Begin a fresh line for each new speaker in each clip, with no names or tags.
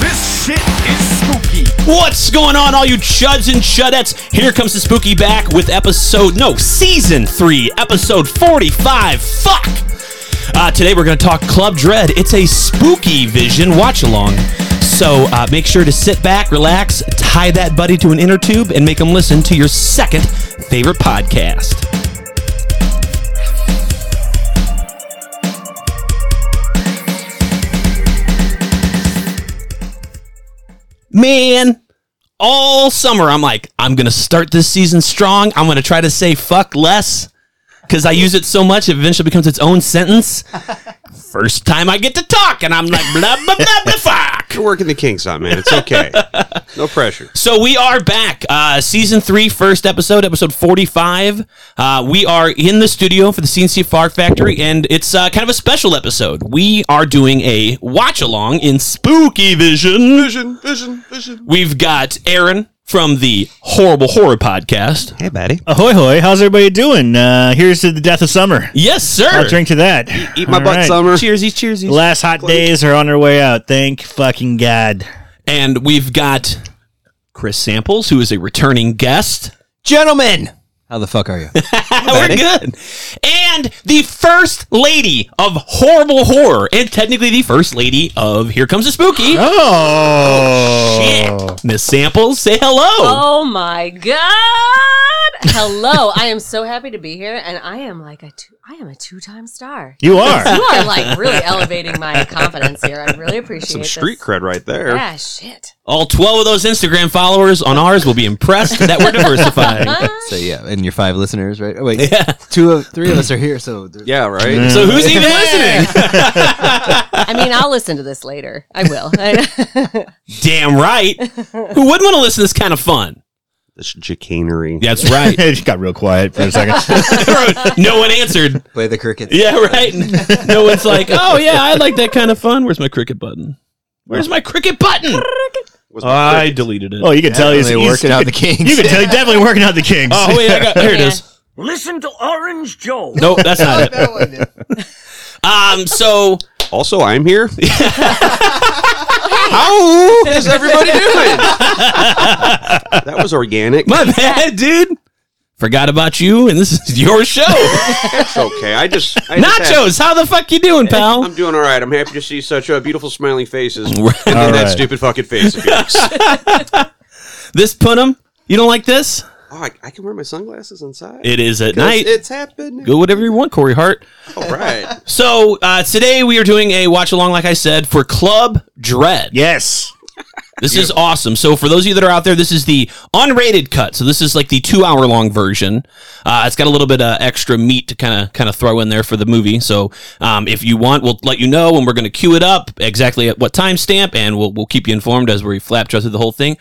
This shit is spooky.
What's going on, all you chuds and chudettes? Here comes the spooky back with episode, no, season three, episode 45. Fuck! Uh, today we're going to talk Club Dread. It's a spooky vision watch along. So uh, make sure to sit back, relax, tie that buddy to an inner tube, and make them listen to your second favorite podcast. man all summer i'm like i'm gonna start this season strong i'm gonna try to say fuck less because i use it so much it eventually becomes its own sentence first time i get to talk and i'm like blah blah blah blah fuck
You're working the kinks out, man. It's okay. no pressure.
so we are back uh season three first episode episode 45 uh we are in the studio for the cnc far factory and it's uh, kind of a special episode we are doing a watch along in spooky vision
Vision, vision, vision.
we've got aaron from the horrible horror podcast
Hey, buddy.
Ahoy, hoy. How's everybody doing? Uh, here's to the death of summer.
Yes, sir.
I'll drink to that.
Eat my
All
butt,
right.
Summer.
Cheersy, cheersy.
The last hot days are on their way out. Thank fucking God.
And we've got Chris Samples, who is a returning guest.
Gentlemen, how the fuck are you?
We're good. And the first lady of horrible horror, and technically the first lady of Here Comes the Spooky.
Oh.
Shit. Miss Samples, say hello.
Oh my god! Hello, I am so happy to be here, and I am like a two, I am a two-time star.
You are.
You are like really elevating my confidence here. I really appreciate
Some
this.
street cred right there.
Yeah, shit.
All 12 of those Instagram followers on ours will be impressed that we're diversifying.
so yeah, and your five listeners, right? Oh wait, two of three of us are here, so
Yeah, right?
so who's even listening?
I mean, I'll listen to this later. I will. Oh
Damn right. Who wouldn't want to listen to this kind of fun?
This chicanery.
That's right.
It just got real quiet for a second.
no one answered.
play the crickets.
Yeah, right. no one's like, oh yeah, I like that kind of fun. Where's my cricket button? Where's my cricket button?
Was-
I deleted it.
oh,
Oh,
you can tell he's,
Really
he's-
working out the kinks.
You can tell he's definitely working out the kinks.
Oh, wait, I got here. It
Yeah.
is.
Listen to Orange Joe.
No, that's not it. Um, so
Also, I'm here. How is everybody doing? that was organic.
my bad, dude. Forgot about you, and this is your show.
It's okay. I just. I just had-
Nachos, how the fuck you doing, pal?
I'm doing all right. I'm happy to see such uh, beautiful smiling faces. And then that
right.
stupid fucking face of yours.
This punim, you don't like this?
Oh, I, I can wear my sunglasses inside.
It is at
'Cause
night.
It's happening.
Go whatever you want, Corey Hart.
All right.
So uh, today we are doing a watch along, like I said, for Club Dread.
Yes.
This is awesome. So for those of you that are out there, this is the unrated cut. So this is like the two hour long version. Uh, it's got a little bit of extra meat to kind of kind of throw in there for the movie. So um, if you want, we'll let you know when we're going to queue it up exactly at what timestamp, and we'll we'll keep you informed as we flap through the whole thing.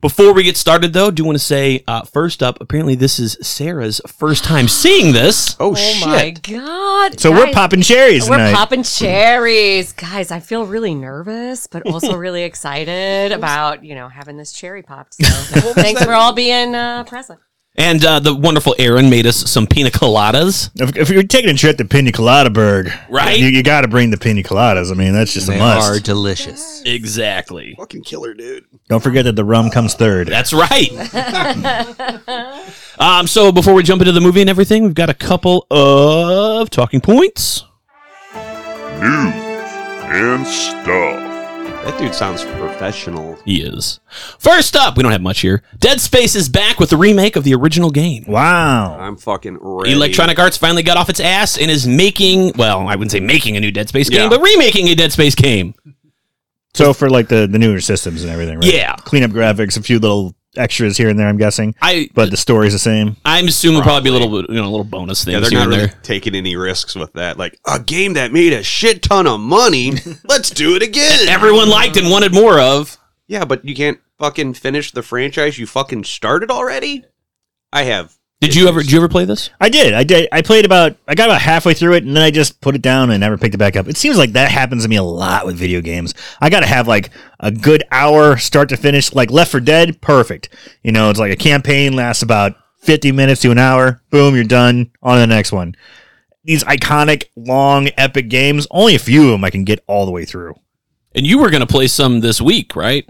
Before we get started, though, do want to say uh, first up, apparently this is Sarah's first time seeing this.
Oh,
oh
shit.
my god!
So we're
guys,
popping cherries
We're
tonight.
popping cherries, guys. I feel really nervous, but also really excited about you know having this cherry popped. So thanks for all being uh, present.
And uh, the wonderful Aaron made us some pina coladas.
if, if you're taking a trip to Pina Colada Bird,
Right.
You, you got to bring the Pina Coladas. I mean, that's just
They
a
are
must.
delicious.
Exactly.
Fucking killer, dude.
Don't forget that the rum comes third.
That's right. um, so before we jump into the movie and everything, we've got a couple of talking points.
and stuff.
That dude sounds professional.
He is. First up, we don't have much here. Dead Space is back with a remake of the original game.
Wow.
I'm fucking ready.
Electronic Arts finally got off its ass and is making, well, I wouldn't say making a new Dead Space
Yeah.
game, but remaking a Dead Space game.
So for like the, the newer systems and everything, right?
Yeah.
Cleanup graphics, a few little extras here and there, I'm guessing.
I
But the story's the same.
I'm assuming probably, a little bit, you know, a little bonus thing
Yeah, they're
here
not
and
really
there.
taking any risks with that. Like a game that made a shit ton of money. let's do it again.
Everyone liked and wanted more of.
yeah, but you can't fucking finished the franchise you fucking started already? I have.
Did you ever? Did you ever play this?
I did. I did. I played about. I got about halfway through it, and then I just put it down and never picked it back up. It seems like that happens to me a lot with video games. I got to have like a good hour, start to finish. Like Left for Dead, perfect. You know, it's like a campaign lasts about fifty minutes to an hour. Boom, you're done. On to the next one. These iconic, long, epic games. Only a few of them I can get all the way through.
And you were going to play some this week, right?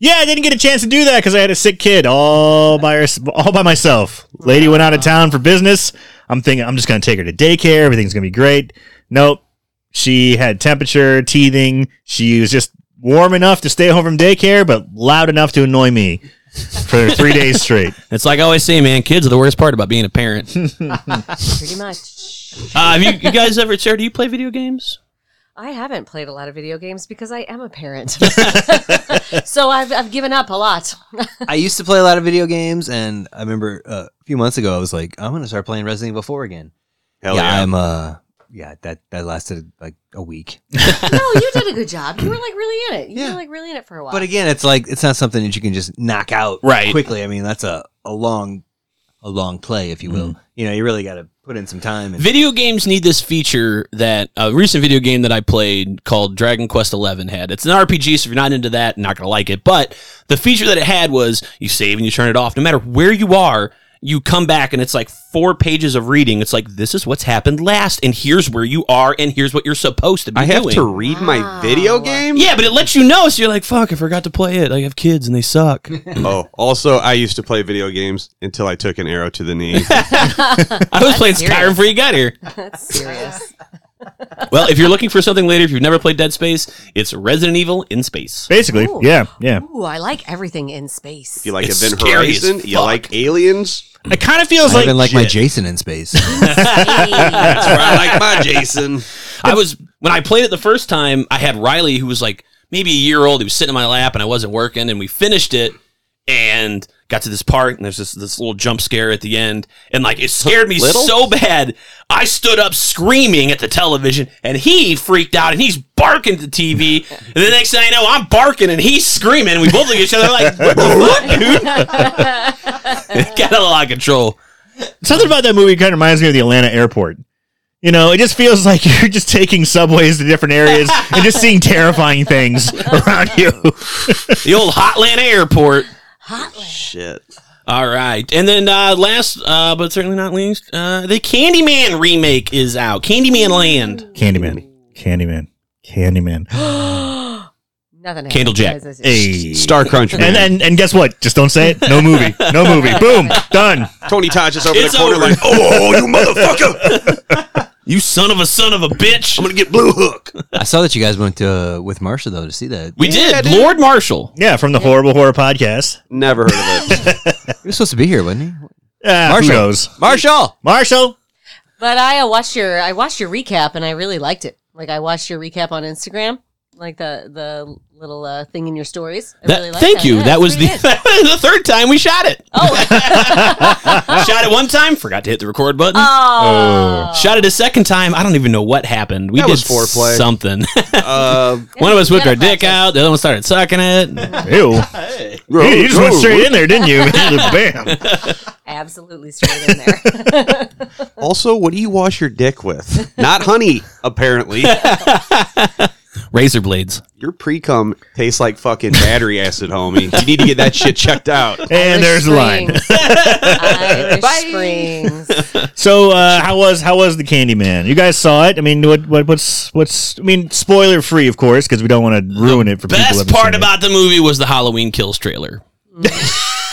Yeah, I didn't get a chance to do that because I had a sick kid all by her, all by myself. Lady went out of town for business. I'm thinking I'm just gonna take her to daycare. Everything's gonna be great. Nope, she had temperature, teething. She was just warm enough to stay home from daycare, but loud enough to annoy me for three days straight.
It's like I always say, man. Kids are the worst part about being a parent. uh,
pretty much.
have you, you guys ever, Sarah? Do you play video games?
I haven't played a lot of video games because I am a parent. so I've, I've given up a lot.
I used to play a lot of video games, and I remember uh, a few months ago I was like, I'm gonna start playing Resident Evil 4 again.
Hell
yeah,
yeah.
I'm uh, yeah, that that lasted like a week.
no, you did a good job. You were like really in it. You
Yeah.
were like really in it for a while.
But again, it's like it's not something that you can just knock out
Right.
quickly. I mean, that's a a long a long play, if you will.
Mm-hmm.
You know, you really got to put in some time. And
Video games need this feature that a recent video game that I played called Dragon Quest Eleven had. It's an RPG, so if you're not into that, you're not gonna like it. But the feature that it had was you save and you turn it off. No matter where you are, you come back and it's like four pages of reading. It's like this is what's happened last, and here's where you are, and here's what you're supposed to be
I have
doing.
to read my video game?
yeah, but it lets you know, so you're like, fuck, I forgot to play it. I have kids and they suck.
Oh, also, I used to play video games until I took an arrow to the knee.
I was playing
serious.
Skyrim before you got here.
That's serious.
Well, if you're looking for something later, if you've never played Dead Space, it's Resident Evil in space.
Basically,
Ooh.
yeah, yeah.
Ooh, I like everything in space.
You like
It's
Event
scary as
Horizon? You
fuck.
like Aliens?
It kind of
I
feels like
haven't like my
shit.
Jason in space.
Hey.
I like my Jason.
I was when I played it the first time. I had Riley, who was like maybe a year old. He was sitting in my lap, and I wasn't working. And we finished it, and got to this part, and there's this this little jump scare at the end, and like it scared me
Little?
so bad. I stood up screaming at the television, and he freaked out, and he's barking at the TV. and the next thing I know, I'm barking, and he's screaming. And we both look at each other like, "What the fuck, dude?" it got a little out of control.
Something about that movie kind of reminds me of the Atlanta airport. You know, it just feels like you're just taking subways to different areas and just seeing terrifying things around you.
The old Hotland Airport.
Hotland.
Shit.
All right, and then uh, last uh, but certainly not least, uh, the Candyman remake is out. Candyman Land.
Candyman. Candyman. Candyman.
Nothing.
Candlejack.
happens.
Hey.
Star Crunch, man.
And, and and guess what? Just don't say it. No movie. No movie. Boom. Done.
Tony Tosh is over
It's
the corner
over.
like, oh, you motherfucker.
You son of a son of a bitch.
I'm going to get Blue Hook.
I saw that you guys went to, uh, with Marsha though to see that.
we
Yeah,
did
dude.
Lord Marshall.
Yeah, from the horrible horror podcast.
Never heard of it.
He was supposed to be here, wasn't he?
Ah, who
Marshall.
knows?
Marshall.
Marshall.
But I uh, watched your I watched your recap and I really liked it. Like I watched your recap on Instagram, like the the little uh, thing in your stories. I
That-
really liked
thank you.
Yeah,
that
it's
was the
pretty good.
the third time we shot it.
oh.
shot it one time, forgot to hit the record button.
oh.
Shot it a second time. I don't even know what happened. We
That
did
was foreplay.
something.
Uh,
one of us whipped
Yeah,
our dick
practice.
out. The other one started sucking it.
Ew. You, you just went straight in there, didn't you? Bam.
Absolutely straight in there.
Also, what do you wash your dick with? Not honey, apparently.
Razor blades.
Your pre cum tastes like fucking battery acid, homie. You need to get that shit checked out.
And there's the line.
Springs. Irish Springs.
So uh, how was how was the Candyman? You guys saw it. I mean, what, what what's what's I mean, spoiler free, of course, because we don't want to ruin it for people. who
Best
haven't
part
seen
about the movie was the Halloween Kills trailer.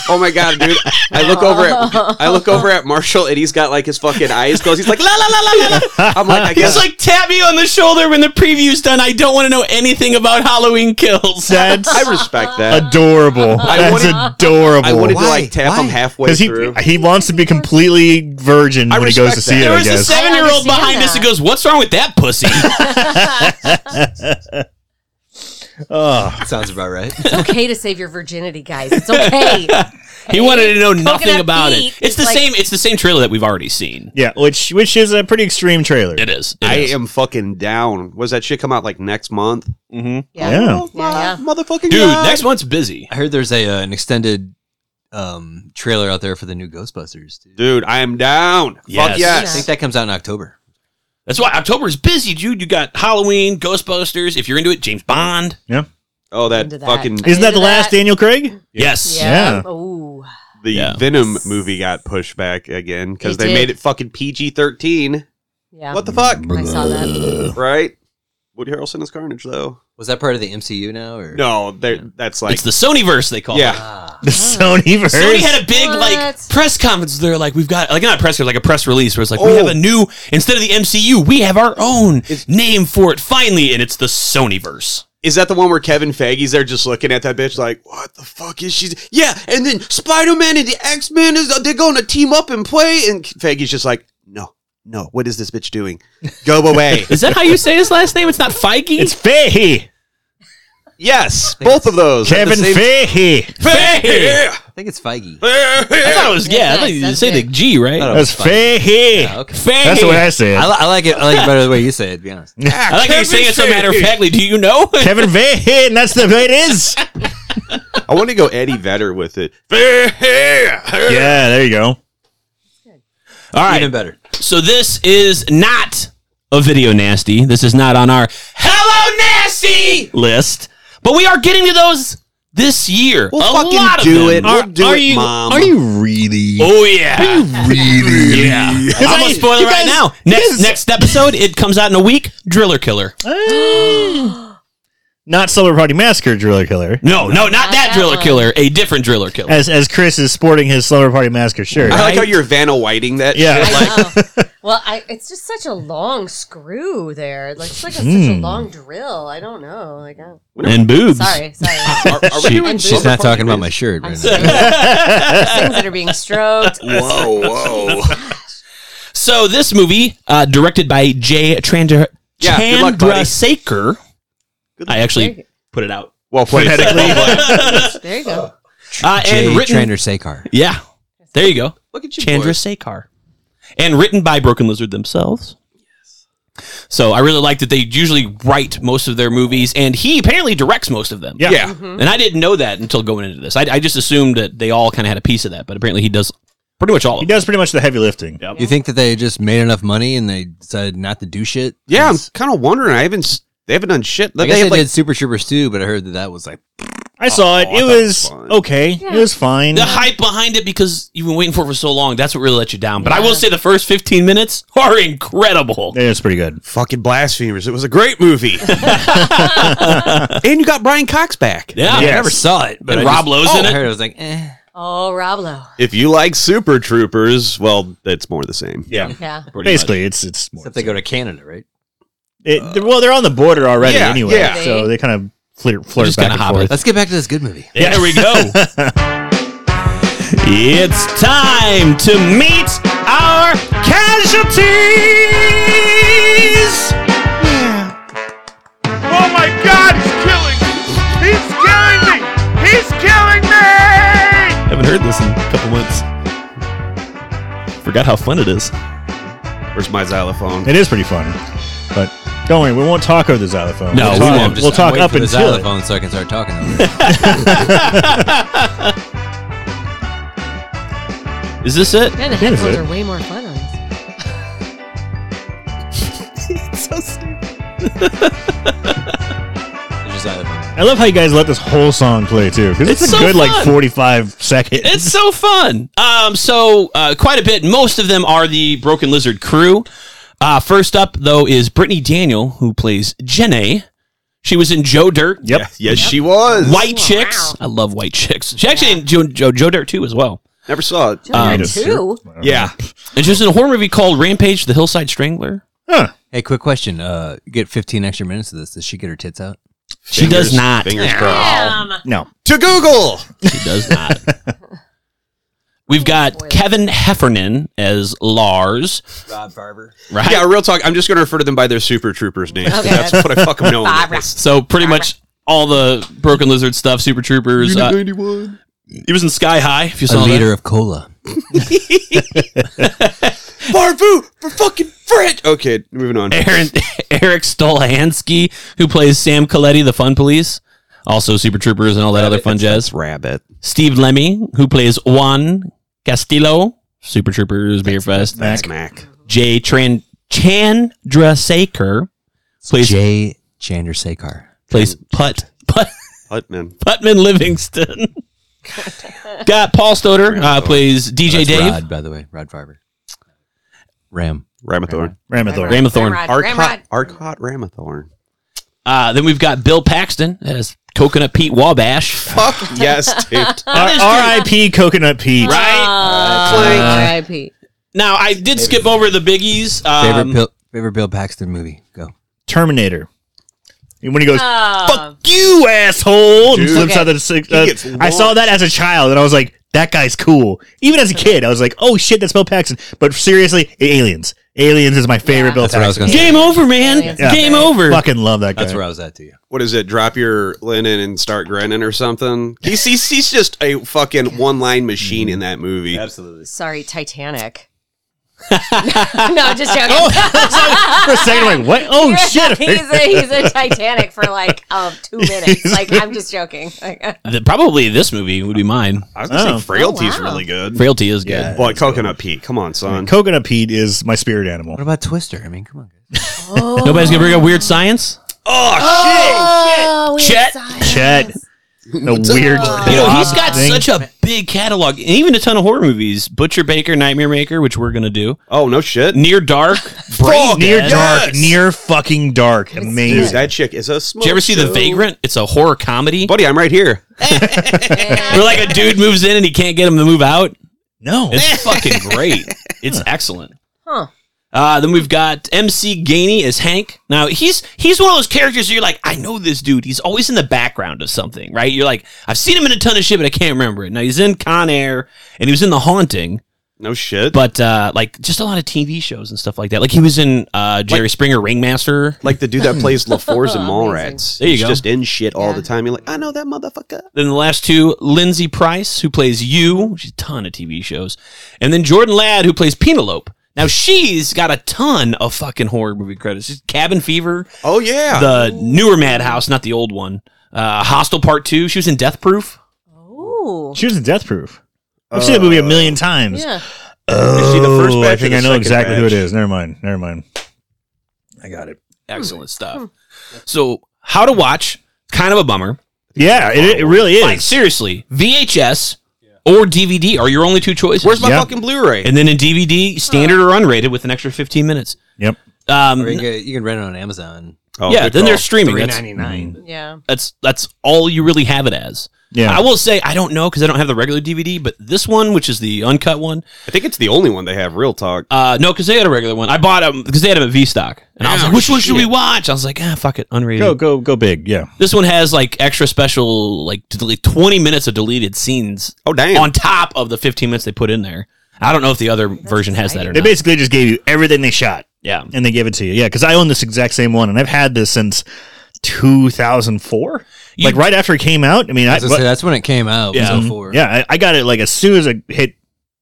Oh my god, dude! I look over at I look over at Marshall, and he's got like his fucking eyes closed. He's like la la la la la. la. I'm like, I
He's
guess
like, tap me on the shoulder when the preview's done. I don't want to know anything about Halloween kills.
it. that's
I respect that.
adorable. That's
wanted-
adorable.
I wanted to
Why?
like tap
Why?
him halfway
because he
through.
he wants to be completely virgin
I
when he goes to
respect
see
that.
it.
there
I
was a
guess.
seven year old
Oh, I understand
behind us who
that.
goes, What's wrong with that pussy?
Sounds about right.
It's okay to save your virginity, guys. It's okay.
He wanted to know nothing
coconut
about it.
feet
It's
is
the
like-
same. It's the same trailer that we've already seen.
Yeah, which which is a pretty extreme trailer.
It is. It
I
is.
am fucking down. Was that shit come out like next month?
Yeah.
Oh my
Yeah.
motherfucking
dude.
God.
Next month's busy.
I heard there's a uh, an extended um, trailer out there for the new Ghostbusters. Dude.
Dude, I am down.
Yes.
Fuck
I
yes.
think that comes out in October.
That's why October's busy, dude. You got Halloween, Ghostbusters. If you're into it, James Bond.
Oh, that
Into that.
fucking
Isn't that the
Into
last
that.
Daniel Craig?
Yes.
Yeah.
Yeah.
Ooh.
the
Yeah.
Venom movie got pushed back again because
It
they
did.
made it fucking PG thirteen.
Yeah.
What the fuck,
I saw that.
right? Woody Harrelson is Carnage though.
Was that part of the MCU now? Or
No, they- that's like
it's the Sonyverse they call it.
yeah.
Ah,
The Sony verse.
Sony had a big like
What?
press conference. They're like, we've got like not a press conference, like a press release where it's like we
Oh.
have a new instead of the MCU, we have our own name for it finally, and it's the Sonyverse.
Is that the one where Kevin Feige's there just looking at that bitch like, what the fuck is she? Yeah, and then Spider Man and the X Men is they're going to team up and play, and Feige's just like, no, no, what is this bitch doing? Go away.
Is that how you say his last name? It's not Feige.
It's Fahey.
yes, both of those. at the
Kevin
same-
Fahey.
Feige.
I think it's Feige.
I thought it was yeah. I
That's
thought
nice.
you
That's
say the
good.
G right.
Thought it
That's Fahey.
Ah, okay.
Feige.
That's the way I say
I,
it.
li- I like it. I like it better the way you say it. To be honest,
I like how you say it so matter of factly. Do you know?
Kevin Fahey, and that's the way it is.
I want to go Eddie Vedder with it.
yeah, there you go.
All right.
even better.
So this is not a video nasty. This is not on our Hello Nasty list, but we are getting to those this year.
We'll
a
fucking
lot of
do
them.
it. We'll do it,
you,
Mom.
Are you really?
Oh yeah,
Really?
yeah. I'm gonna
I-
spoil it
you
right
guys-
now.
you
Next
guys-
next episode, it comes out in a week. Driller Killer.
Not Summer Party Massacre Driller Killer.
No, no, not that
that
Driller
one.
Killer. A different Driller Killer.
As as Chris is sporting his Summer Party Massacre shirt.
I like how you're Vanna Whiting that.
Yeah.
shit, like,
I know. well, I, it's just such a long screw there. Like, it's like a, such a
Hmm.
long drill. I don't know. Like, I,
and boobs.
sorry, sorry.
are, are we doing
and
She's
boobs.
Summer
not talking
Party
about my shirt.
I'm
Right now.
sorry. Things that are being stroked.
Whoa, whoa.
So this movie, uh, directed by Jay Chandra,
Yeah, good luck,
Chandra
buddy.
Saker. I actually put it out.
well played.
There you go.
Uh, and
Jay
written,
Trainer Sekar.
yeah, there you go.
Look at you,
Chandra Sekar, and written by Broken Lizard themselves. So I really like that they usually write most of their movies, and he apparently directs most of them.
Yeah.
boy. Yeah.
and I didn't know that until going into this. I, I just assumed that they all kind of had a piece of that, but apparently he does pretty much all of
He
it.
does pretty much the heavy lifting.
You think that they just made enough money and they decided not to do shit?
Yeah, I'm
It's-
kind of wondering. I haven't. s- They haven't done shit.
I
They
guess they
have, like,
did Super Troopers too, but I heard that that was like
I saw it.
I
It
thought it was
was
fine.
okay. It was fine.
The hype behind it because you've been waiting for it for so long. That's what really let you down. But I will say the first 15 minutes are incredible.
It was pretty good.
fucking blasphemers. It was a great movie. and you got Brian Cox back.
Yeah.
Yes.
I never saw it, but
And
I
Rob
just-
Lowe's
oh,
in
I
it.
heard it was like, eh.
Oh, Roblo.
If you like Super Troopers, well, it's more the same.
Yeah.
Yeah.
pretty much.
Basically, it's it's more.
Except they go to Canada, right?
It, they're- well, they're on the border already
Yeah,
anyway,
yeah.
so they kind of flirt, flirt
Just
back
kinda
and
hop
forth.
Let's get back to this good movie.
There we go. it's time to meet our casualties.
Oh my god, he's killing me! He's killing me! He's killing me!
Haven't heard this in a couple months. Forgot how fun it is.
Where's my xylophone?
It is pretty fun, but don't worry, we won't talk over the xylophone.
No,
we'll
Oh, we
talk,
won't.
We'll talk
waiting
up
for the
until it.
xylophone so I can start talking. Over it.
Is this it?
Man, the
It is
headphones
it.
are way more fun on this.
It's just xylophone.
I love how you guys let this whole song play too, because it's,
It's
a
so
good
fun.
like forty-five second.
It's so fun. Um, so uh, quite a bit. Most of them are the Broken Lizard crew. Uh, first up, though, is Brittany Daniel, who plays Jenna. She was in Joe Dirt,
yep.
Yes, she was.
White
Wow.
Chicks. I love White Chicks. She actually in Joe, Joe, Joe Dirt too as well.
Never saw it.
I
Um,
just-
two.
Yeah.
And she was in a horror movie called Rampage: The Hillside Strangler.
Huh.
Hey, quick question. Uh, you get 15 extra minutes of this. Does she get her tits out?
She does not.
Fingers crossed.
Damn.
No.
To Google.
She does not. We've got Kevin Heffernan as Lars.
Rob Farber.
Right.
Yeah, real talk. I'm just going to refer to them by their Super Troopers names.
Okay,
that's
that's-
what I fucking know.
Barbara.
So pretty much all the Broken Lizard stuff, Super Troopers. Uh, he was in Sky High. If you
A
saw that.
liter of cola.
Barbu for fucking French. Okay, moving on.
Aaron, Eric Stolhansky, who plays Sam Coletti, the Fun Police, also Super Troopers and all that other fun jazz.
Rabbit.
Steve Lemmy, who plays Juan Castillo, Super Troopers, Beer Fest.
That's Mac.
Jay Tran- Chandrasekhar plays
J. Chander Sekar.
plays Put Put
Putman.
Putman Livingston. Got Paul Stoder uh, plays DJ
That's
Dave.
Rod, by the way, Rod Farber. Ram.
Ramathorn.
Ramathor.
Ramathorn.
Ramrod,
Arcot,
Ramrod.
Arcot Ramathorn.
Uh, then we've got Bill Paxton as Coconut Pete Wabash.
Fuck yes, dude.
R.I.P. Coconut Pete.
Uh, Right. R.I.P.
Now I did skip over the biggies.
Favorite,
Um,
Bill, favorite Bill Paxton movie. Go.
Terminator. And When he goes,
Oh,
you asshole! And
Dude.
flips
Okay.
out the six,
He
uh,
gets
I saw
launched.
that as a child, and I was like, "That guy's cool." Even as a kid, I was like, "Oh shit, that's Bill Paxton." But seriously, Aliens. Aliens is my favorite
Yeah.
Bill
That's what I was
Paxton.
going to say.
game over, man.
Aliens.
Yeah.
Game over.
Fucking love that guy.
That's where I was at to you.
What is it? Drop your linen and start grinning or something. He's he's, he's just a fucking one line machine in that movie.
Absolutely.
sorry, Titanic. no, just joking.
For a second, I'm like, "What? Oh shit!"
he's, a, he's a Titanic for like um, two minutes. Like I'm just joking. Like, uh,
The- probably this movie would be mine.
I was gonna
Oh.
say frailty's
Oh, wow.
really good.
Frailty is good.
Boy, coconut Pete. Come on, son.
Coconut Pete is my spirit animal.
What about Twister? I mean, come on. guys.
Nobody's gonna bring up weird science.
oh,
Chet.
Chet. The weird.
You know, he's
blob
got
thing.
such a big catalog, and even a ton of horror movies. Butcher Baker, Nightmare Maker, which we're gonna do.
Oh no shit.
Near Dark, Brain
near
Dead.
dark,
Yes!
near fucking dark. Amazing.
Dude, that chick is a smoke
Did you ever see The
show.
Vagrant? It's a horror comedy.
Buddy, I'm right here.
Where like a dude moves in and he can't get him to move out.
No.
It's fucking great. It's excellent.
Huh.
Uh, then we've got MC Gainey as Hank. Now he's he's one of those characters where you're like, I know this dude. He's always in the background of something, right? You're like, I've seen him in a ton of shit, but I can't remember it. Now he's in Con Air and he was in The Haunting,
No shit.
but uh, like just a lot of TV shows and stuff like that. Like he was in uh, Jerry Springer Ringmaster.
like the dude that plays LaFours and
Amazing.
Mallrats.
There you
He's
go.
just in shit all
Yeah.
the time. You're like, I know that motherfucker.
Then the last two, Lindsay Price, who plays you, she's a ton of TV shows, and then Jordan Ladd, who plays Penelope. Now she's got a ton of fucking horror movie credits. She's Cabin Fever,
Oh yeah.
the newer Madhouse, not the old one. Uh, Hostel Part Two. She was in Death Proof.
Ooh.
She was in Death Proof. I've seen that movie a million times.
Yeah.
Is she the first
Oh,
batch
I
or
think
the
I know
second
exactly who
batch?
it is. Never mind. Never mind. I got it.
Excellent stuff. So, how to watch? Kind of a bummer.
Yeah, it, it really
Like
is.
seriously, VHS or DVD are your only two choices.
Where's my
Yeah.
fucking Blu-ray?
and then in DVD, standard or unrated, with an extra fifteen minutes.
Yep.
Um,
Or you, can, you can rent it on Amazon.
Oh,
yeah,
good
then
call.
there's streaming. That's-
nine.
Yeah.
that's that's all you really have it as.
Yeah.
I will say I don't know because I don't have the regular DVD, but this one, which is the uncut one,
I think it's the only one they have. Real talk.
uh, no, because they had a regular one. I bought them because they had them at V Stock, and I was like, which one should we watch? I was like, ah, fuck it, unrated.
Go go go big. Yeah.
This one has like extra special, like d- like twenty minutes of deleted scenes
Oh damn.
on top of the fifteen minutes they put in there. I don't know if the other version has that or
They
not.
basically just gave you everything they shot
Yeah,
and they gave it to you. Yeah, because I own this exact same one and I've had this since 2004.
You-
like right after it came out. I mean, I,
As I say, that's when it came out.
Yeah.
Yeah.
Mhm. Yeah, I, I got it like as soon as I hit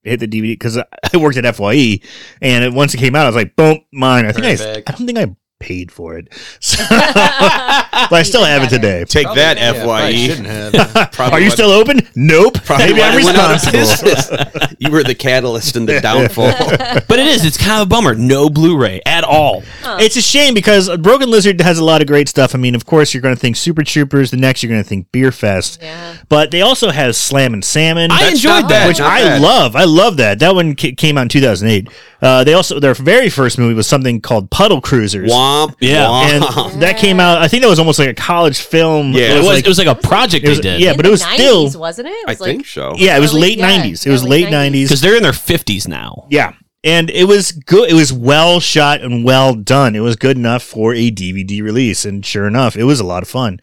hit the DVD because I I worked at Fye, and it, once it came out, I was like, boom, mine. I think I,
Perfect.
I don't think I paid for it, so, but I still have it today.
Take that, E. Fye.
E.
shouldn't have.
Are you still open? Nope. Maybe I'm responsible.
responsible. you were the catalyst in the downfall.
but it is. It's kind of a bummer. No Blu-ray at all.
It's a shame because Broken Lizard has a lot of great stuff. I mean, of course, you're going to think Super Troopers. The next, you're going to think Beer Fest.
Yeah.
But they also have Slam and Salmon.
I enjoyed that.
which
Not
I
bad.
love. I love that. That one ca- came out in 2008. Uh, they also their very first movie was something called Puddle Cruisers.
womp.
Yeah,
and
Womp.
that came out. I think that was almost like a college film.
Yeah.
It was,
like-
it was like a project
it was-
they did.
yeah,
In
but
the
it was
90s,
still
wasn't it? It
I
was like,
think so.
yeah, it was
Early-
late
yeah,
nineties. It was
early
late
90s.
because
nineties.
they're in their fifties now.
Yeah, and it was good. It was well shot and well done. It was good enough for a DVD release, and sure enough, it was a lot of fun.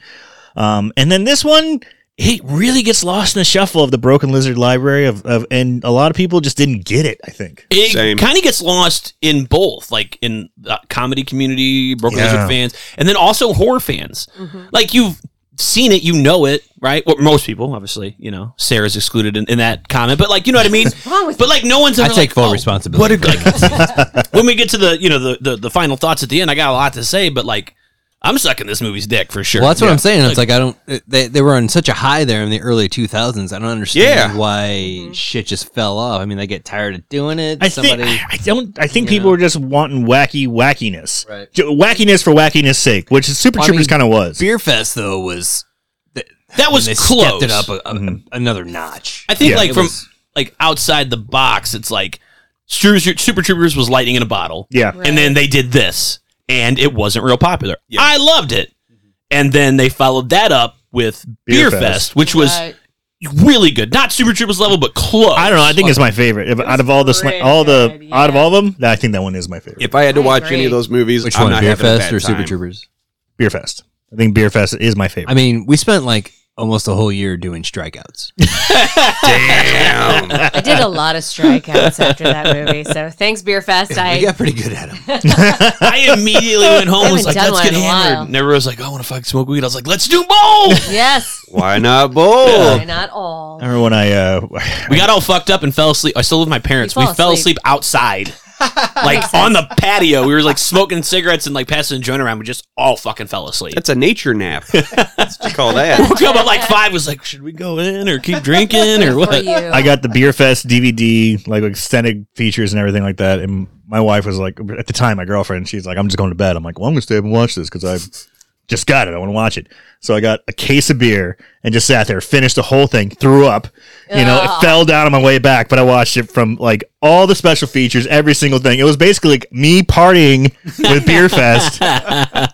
Um, and then this one. It really gets lost in the shuffle of the Broken Lizard Library of, of and a lot of people just didn't get it. I think.
It
Same.
kind of gets lost in both, like in the comedy community, Broken
Yeah.
Mm-hmm.
Lizard fans, and then also horror fans. Like you've seen it, you know it, right? Well, most people, obviously, you know, Sarah's excluded in, in that comment, but like, you know what I mean?
wrong with
but like, no one's ever
I
like,
take full
"Oh,
responsibility
What
for
a, like, when we get to the, you know, the, the, the final thoughts at the end, I got a lot to say, but like, I'm sucking this movie's dick for sure.
Well, that's what I'm saying. It's like I don't. They, they were on such a high there in the early 2000s. I don't understand
Yeah.
why shit just fell off. I mean, they get tired of doing it.
I
Somebody.
think I don't. I think
you
people
know.
were just wanting wacky wackiness,
Right.
Ju- wackiness for wackiness' sake, which Super
Well, I
Troopers
mean,
kind of was.
Beer Fest though was Mm-hmm.
that was
they
close.
stepped it up a, a- another notch.
I think
Yeah.
like
It
from
was-
like outside the box, it's like Super, Super Troopers was lightning in a bottle.
Yeah,
And then they did this, and it wasn't real popular. I loved it. And then they followed that up with Beer,
Beer
Fest,
Fest.
which was
Right.
really good. Not Super Troopers level, but close.
I don't know. I think it's my favorite. If, out of all the sli-
pretty
all the
good,
out of
yeah.
all of them, I think that one is my favorite.
If I had to
I
watch
agree.
any of those movies,
which
I'm
one,
not
Beer
having a
Fest
bad
or Super
time.
Troopers?
Beer Fest. I think Beer Fest is my favorite.
I mean, we spent like almost a whole year doing strikeouts.
Damn.
I did a lot of strikeouts after that movie. So thanks, Beer Fest. I
we got pretty good at them.
I immediately went home and was like,
Haven't done
let's get
one in a while.
hammered. And everyone was like, "Oh, I want to fuck smoke weed. I was like, let's do both.
yes,
Why not both?
Oh.
why not all?
I remember when I uh,
we got all fucked up and fell asleep. I still live with my parents.
You
We
fall
fell
asleep.
asleep outside. like on the patio. We were like smoking cigarettes and like passing a joint around. We just all fucking fell asleep.
That's a nature nap. That's what you call that.
woke up at like five was like, should we go in or keep drinking or
For
what?
you.
I got the Beer Fest DVD, like extended features and everything like that. And my wife was like, at the time, my girlfriend, she's like, I'm just going to bed. I'm like, well, I'm going to stay up and watch this because I just got it. I want to watch it. So I got a case of beer and just sat there, finished the whole thing, threw up. You know, it fell down on my way back, but I watched it from like all the special features, every single thing. It was basically like me partying with Beer Fest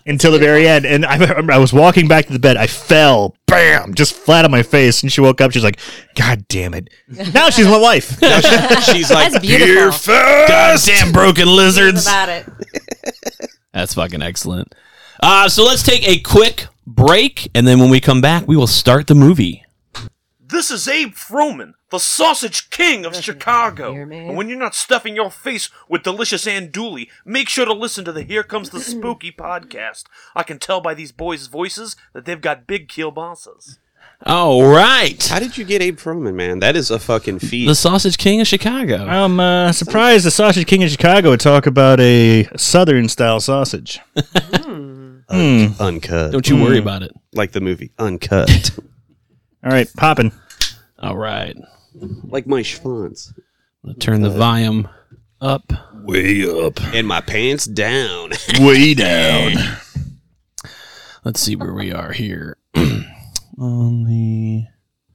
until the very end. And I remember I was walking back to the bed. I fell, bam, just flat on my face. And she woke up. She's like, God damn it. Now she's my wife.
She's like,
That's beautiful.
Beer Fest.
Damn broken
It's
lizards.
about it.
That's fucking excellent. Uh, so let's take a quick break, and then when we come back, we will start the movie.
This is Abe Froman, the sausage king of Chicago.
hear me?
And when you're not stuffing your face with delicious andouille, make sure to listen to the Here Comes the Spooky podcast. I can tell by these boys' voices that they've got big kielbasas.
All right.
How did you get Abe Froman, man? That is a fucking feat.
The Sausage King of Chicago.
I'm uh, surprised the Sausage King of Chicago would talk about a Southern style sausage.
uncut.
Don't you worry
Mm.
about it.
Like the movie Uncut.
All right, popping.
All right.
like my schwanz.
Turn the volume up.
Way up.
And my pants down.
Way down.
Let's see where we are here. On the-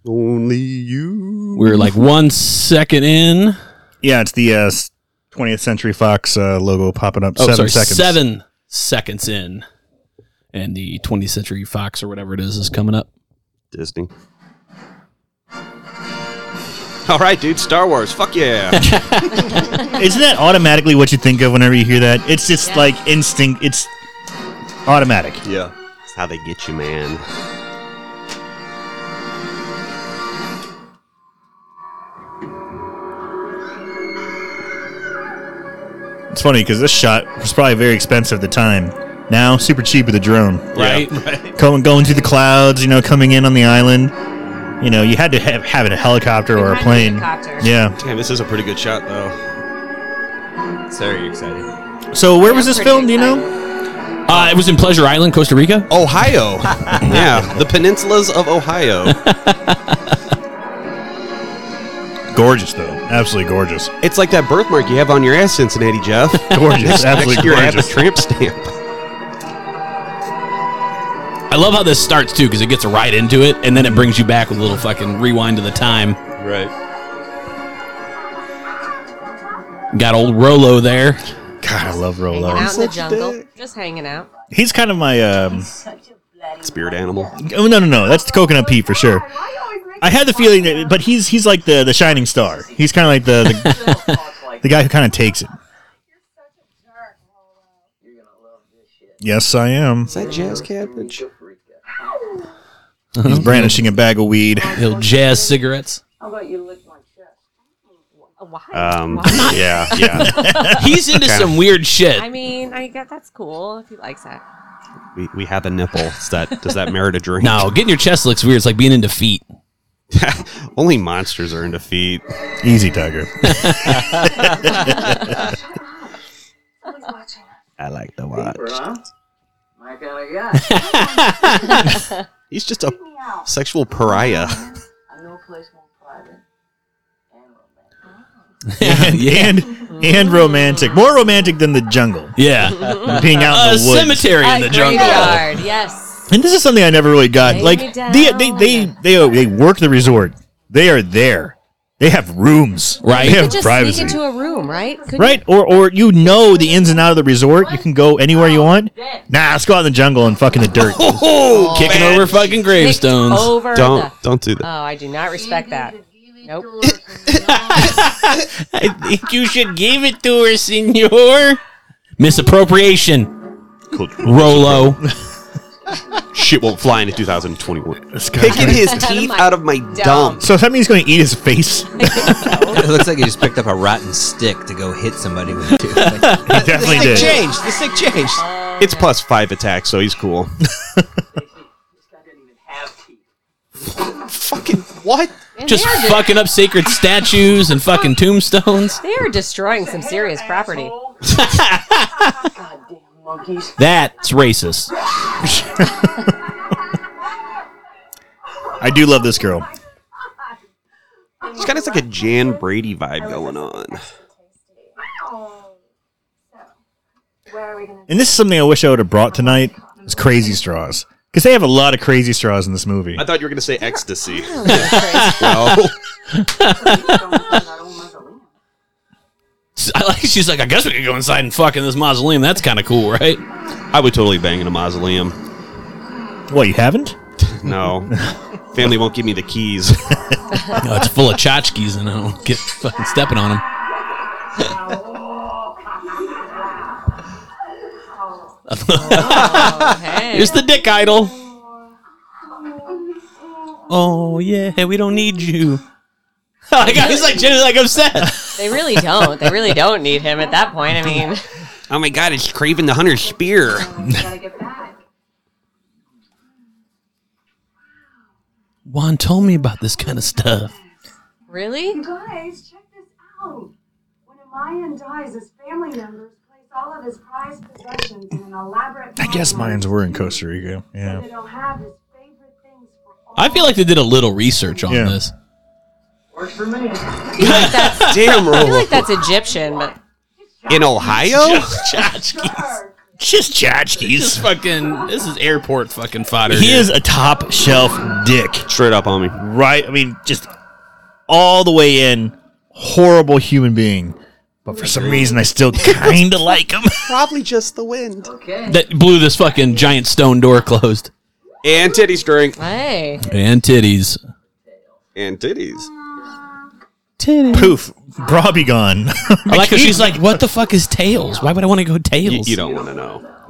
Only you.
We're like one second in.
Yeah, it's the uh, s- 20th Century Fox uh, logo popping up.
Oh,
Seven
sorry,
seconds.
seven seconds in, and the 20th Century Fox or whatever it is is coming up.
Disney. All right, dude. Star Wars. Fuck yeah.
Isn't that automatically what you think of whenever you hear that? It's just
Yeah.
like instinct. It's automatic.
yeah. That's how they get you, man.
It's funny because this shot was probably very expensive at the time. Now, super cheap with a drone.
Right?
Going, going through the clouds, you know, coming in on the island. You know, you had to have, have it a helicopter or a
Behind the
plane.
helicopter.
Yeah.
Damn, this is a pretty good shot, though.
Sorry, excited.
So, where was
I'm
this
pretty
film? Do you
excited.
know?
Uh, it was in Pleasure Island, Costa Rica.
Ohio. yeah, the peninsulas of Ohio.
Gorgeous, though. Absolutely gorgeous.
It's like that birthmark you have on your ass, Cincinnati Jeff.
Gorgeous.
Next
absolutely
year, I have a
gorgeous.
tramp stamp.
I love how this starts too, because it gets right into it, and then it brings you back with a little fucking rewind to the time.
Right.
Got old Rolo there.
God, I love
Hanging
Rolo.
out in the jungle, just hanging out.
He's kind of my. um
Spirit animal.
Oh no, no, no. That's the coconut pea for sure. I had the feeling that, but he's he's like the the shining star. He's kind of like the the, the guy who kind of takes it. Yes, I am.
Is that jazz cabbage? Uh-huh.
He's brandishing a bag of weed.
Little jazz cigarettes.
Why?
Um,
Why?
yeah, yeah.
He's into some weird shit.
I mean, I get that's cool if he likes that.
We, we have a nipple. Does that does that merit a drink?
No, getting your chest looks weird. It's like being in defeat.
Only monsters are in defeat.
Easy, Tiger.
I like the watch.
My kind of guy.
He's just a sexual pariah.
I know a place more private and romantic.
and, and and romantic, more romantic than the jungle,
Yeah,
Uh,
being out
a
in the woods.
cemetery in the
A
jungle.
graveyard, yes.
And this is something I never really got.
Lay
like
me
they
down.
they they, they they work the resort. They are there. They have rooms.
Right.
They
You
You
have
just
privacy.
sneak into a room, right? Couldn't
Right, or or you know the ins and out of the resort. You can go anywhere
Oh,
you want. Nah, let's go out in the jungle and fuck in the dirt.
Oh, kicking over fucking
you pick
gravestones.
Over
Don't
the-
don't do that.
oh, I do not respect that. Nope.
I think you should give it to her, senor. Misappropriation, Rolo.
Shit won't fly into 2021.
This guy's
Picking
gonna-
his teeth out of my dump.
so that means he's going to eat his face.
it looks like he just picked up a rotten stick to go hit somebody with it. Like,
He definitely did.
the stick changed. The stick changed.
It's plus five attacks, so he's cool. Fucking what?
And
Just
they, are, de-
fucking up sacred statues and fucking tombstones.
they are destroying some serious property.
That's racist.
I do love this girl.
It's kind of like a Jan Brady vibe going on.
And this is something I wish I would have brought tonight. Is crazy straws because they have a lot of crazy straws in this movie.
I thought you were gonna say ecstasy.
S- I like- She's like, I guess we could go inside and fuck in this mausoleum. That's kind of cool, right?
I would totally bang in a mausoleum.
What you haven't?
No, family won't give me the keys.
No, Oh, it's full of tchotchkes and I don't get fucking stepping on them.
Hey.
Here's the dick idol. Oh yeah, we don't need you. like, he's like, Jenny's like upset.
They really don't. They really don't need him at that point. I mean,
oh my god, it's craving the hunter's spear.
Juan told me about this kind of stuff.
really?
Guys, check this out. When a Mayan dies, his family members place all of his prized possessions in an elaborate.
I guess
monument.
Mayans were in Costa Rica. Yeah.
They don't have his favorite things for all.
I feel like they did a little research on
Yeah.
this.
Works for me.
Damn,
I feel
roll
like that's Egyptian, but
in Ohio.
Tchotchkes. This is
Just tchotchkes.
fucking. This is airport fucking fodder.
He
here.
is a top shelf dick.
Straight up, homie.
Right? I mean, just all the way in, horrible human being. But for some reason, I still kind of like him.
Probably just the wind.
that blew this fucking giant stone door closed.
And titties drink.
hey,
And titties.
And titties.
Poof, bra be gone.
I like how she's like, what the fuck is tails? Why would I want to go
You,
tails?
you don't want to know.
Oh,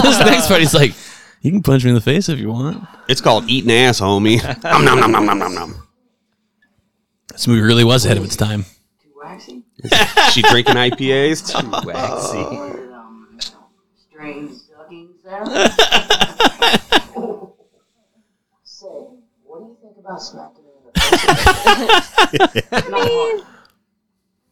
this next part, he's like, you can punch me in the face if you want.
It's called eating ass, homie. nom nom nom nom nom nom nom.
This movie really was ahead of its time.
Waxy?
She drinking IPAs. Too waxy.
Strange sucking sound. Say, what do you think about smacking me in the face? Not hard.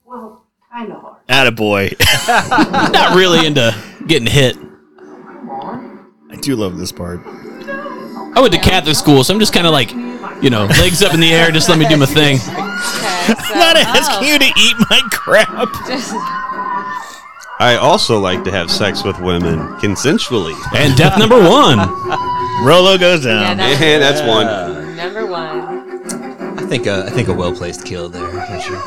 Well, kind of hard.
Attaboy.
Not really into getting hit.
I do love this part.
I went to Catholic school, so I'm just kind of like, you know, legs up in the air, just let me do my thing.
okay, so,
Not asking
oh,
you to eat my crap.
just-
I also like to have sex with women consensually.
And death number one.
Rolo goes down.
yeah, that
And that's one.
was number one.
I think a, I think a well placed kill there. for sure.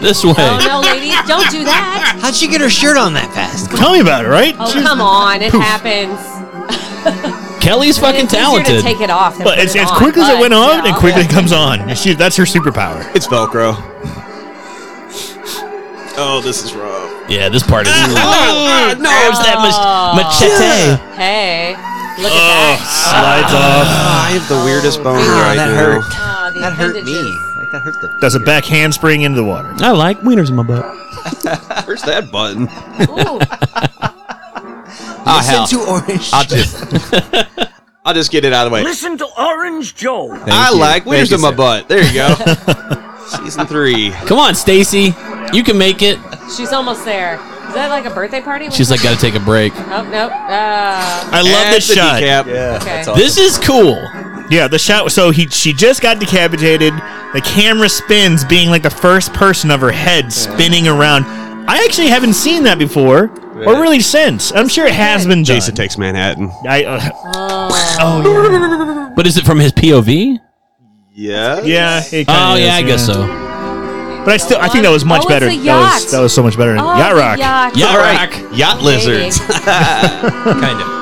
This way.
Oh no, ladies, don't do that.
How'd she get her shirt on that fast?
Tell me about it, right?
Oh
She's-
come on, it happens.
Kelly's
But
fucking
it's Easier
talented.
to take it off, than
But
put
it's,
it
as
on,
quick as it
but,
went on,
you know.
it quickly comes on. She, that's her superpower.
It's Velcro. Oh, this is rough.
yeah, this part is. Oh.
Ah, no,
Grabs that mach- machete.
Oh. Hey,
Oh,
look at that.
slides off.
Ah, I have the weirdest boner
Oh,
right
that
now.
hurt.
Oh, the
That hurt me.
appendages.
Like that hurt the.
Does a back handspring into the water.
I like wieners in my butt.
Where's that button?
Ooh.
Ah, hell.
Listen to Orange
I'll just, I'll just get it out of the way.
Listen to Orange Joe.
Thank
I
you.
like
Thank
winners
you,
in my
sir.
butt. There you go. Season three.
Come on, Stacy. You can make it.
She's almost there. Is that like a birthday party?
She's like, got to take a break.
oh nope. Uh,
I love
Add
this
the
shot.
decap.
okay.
This is cool.
Yeah, the shot. was- So he, she just got decapitated. The camera spins, being like the first person of her head spinning around. I actually haven't seen that before, or really since. I'm sure it has been done.
Jason takes Manhattan.
I, uh, oh
But is it from his POV?
Yeah.
yeah, yeah. it kinda
Oh,
is,
yeah, I guess so.
But I still, I think that was much
Oh, it's
better.
a
That
yacht.
was that was so much better. Than
Oh,
yacht
the
rock.
yacht.
Yeah,
All
right.
right. Yacht lizards.
Kind of.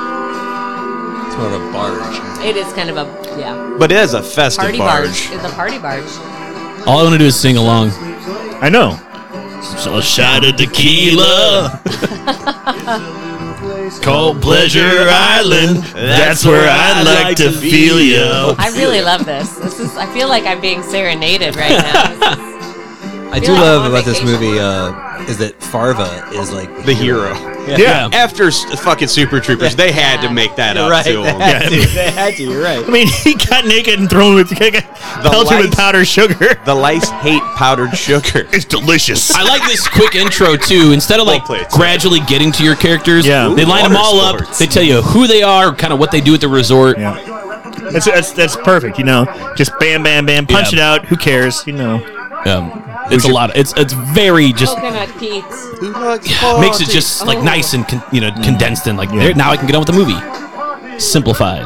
It's more of a barge.
It is kind of a yeah
but it is a festive
party barge.
barge.
It's a party barge.
All I want to do is sing along.
I know. So a shot of tequila. Cold Pleasure Island. That's where I'd like to feel you.
I really love this. This is. I feel like I'm being serenaded right now. This is-
I do
Yeah,
love
on
about this
vacation.
movie uh, is that Farva is like
The hero.
Yeah.
After s- fucking Super Troopers, they had to make that up
Right,
to
they
him.
had to. They had to. You're right.
I mean, he got naked and thrown with pelted with
lice.
powdered sugar.
The lice hate powdered sugar.
It's delicious.
I like this quick intro too. Instead of like
Well played.
gradually getting to your characters,
Yeah.
they line them
Water
all up.
sports.
They tell you who they are, kind of what they do at the resort.
Yeah. That's, that's that's perfect. You know, just bam, bam, bam, punch
Yeah.
it out. Who cares? You know.
Um, it's a lot. Of, it's it's very just
Coconut Oh, Pete.
Oh,
makes it just like nice and con- you know condensed and like there, now I can get on with the movie. Simplified.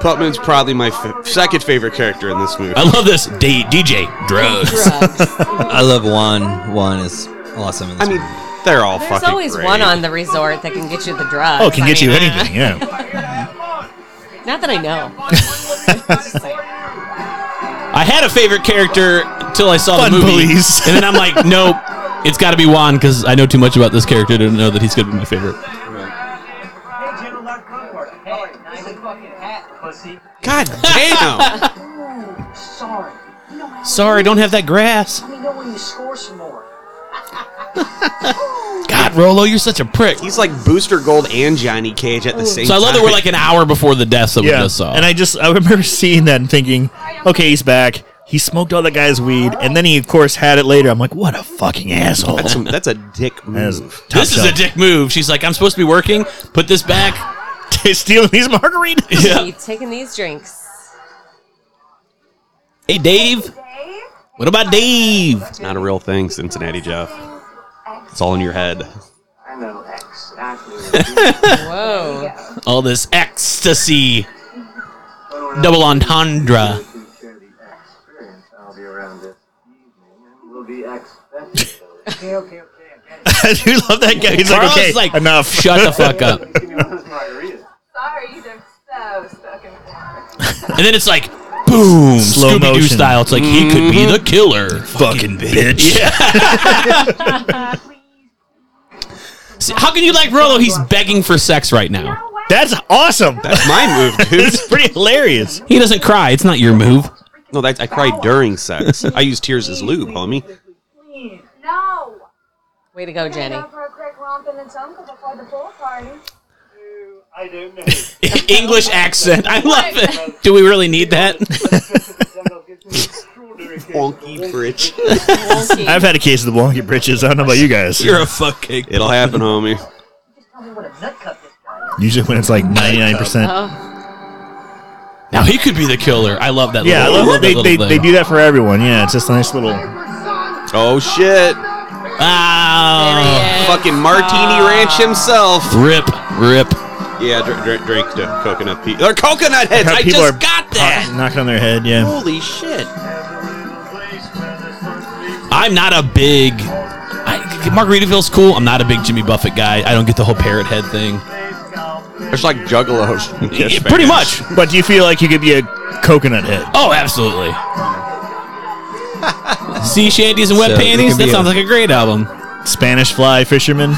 Putman's probably my f- second favorite character in this movie.
I love this D- DJ drugs.
Drugs.
I love Juan. Juan is awesome. In
I
this
mean, they're all
There's
fucking
always
great.
one on the resort that can get you the drugs.
Oh, it can
I
get you
mean,
anything. Yeah.
uh, Not that I know.
I had a favorite character until I saw
Fun
the movie,
police.
and then I'm like, nope, it's got to be Juan because I know too much about this character to know that he's gonna be my favorite.
God damn.
Sorry. You know, how-
Sorry, don't have that grass.
let me know when you score some more.
God, Rolo, you're such a prick.
He's like Booster Gold and Johnny Cage at the same time.
So I love that we're like an hour before the deaths that we
Yeah.
just saw.
And I just I remember seeing that and thinking, okay, he's back. He smoked all that guy's weed, and then he of course had it later. I'm like, what a fucking asshole.
That's, some, that's a dick
That is
move.
top
this is a
shelf.
dick move. She's like, I'm supposed to be working. Put this back.
stealing these margaritas.
Yeah.
Keep taking these drinks.
Hey, Dave. What about Dave?
It's not a real thing, Cincinnati Jeff. It's all in your head.
I know exactly.
Whoa.
All this ecstasy, double entendre.
to share the experience, I'll be around this evening and we'll be expecting those. Okay, okay, okay, okay.
I do love that guy. He's
Carl's
like, okay,
like,
enough.
Shut the fuck up.
Give me one of those margaritas.
Sorry, they're so stuck in the water.
And then it's like, boom,
Slow
Scooby Doo
motion.
style. It's like he could be the killer.
fucking bitch.
See, how can you like Rolo? He's begging for sex right now.
That's awesome.
That's my move, dude.
It's pretty hilarious.
He doesn't cry. It's not your move.
No, that's I cried during sex. I use tears as lube, homie.
No!
Way to go, Jenny.
for a quick romp in the jungle before the pool party.
I don't know.
English accent. I love it. Do we really need that?
Wonky bridge.
I've had a case of the wonky britches. I don't know about you guys.
You're a fucking.
It'll happen, homie.
Tell me what a nut cup this guy is.
Usually when it's like 99%.
Oh,
Now he could be the killer. I love that.
Yeah, I
little,
love
love
they,
that
they,
little
they
thing.
do that for everyone. Yeah, it's just a nice little.
Oh shit!
Ah,
there he is.
Fucking Martini Ranch himself.
rip, rip.
Yeah, dr- dr- drink the coconut pe- or coconut heads. I
People are
just got that.
Knocking on their head, yeah.
Holy shit!
I'm not a big. I, Margaritaville's cool. I'm not a big Jimmy Buffett guy. I don't get the whole parrot head thing.
It's like juggalos. and Kiss
Yeah, pretty
fans.
much.
But do you feel like you could be a coconut head?
Oh, absolutely. Sea shanties and wet
So, it
panties.
could
That
be
sounds
a-
like a great album.
Spanish fly fisherman?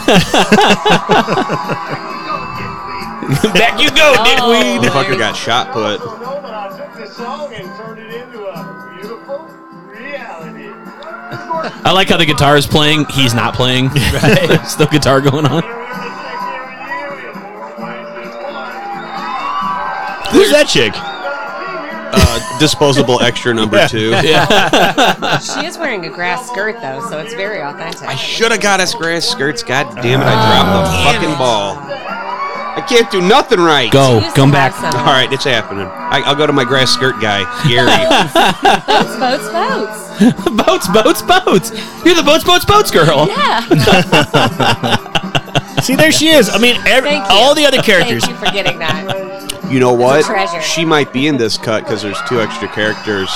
Back you go,
Oh.
Nitweed.
Fucker got shot put.
know that I took this song and turned it into a beautiful reality.
I like how the guitar is playing. He's not playing. Still guitar going on.
We're the secretary of
that chick?
Uh, disposable extra number two.
She is wearing a grass skirt though, so it's very authentic.
I should have got us grass skirts. God Ah. damn it! I dropped the fucking ball. I can't do nothing right.
Go,
She
Oh,
used
come
to
back.
have some.
All right, it's happening. I, I'll go to my grass skirt guy, Gary.
Boats, boats, boats.
boats, boats, boats. You're the boats, boats, boats girl.
Yeah.
See, there she is. I mean, every,
Thank you.
all the other characters.
Thank you for getting that.
you know what?
treasure.
She might be in this cut because there's two extra characters.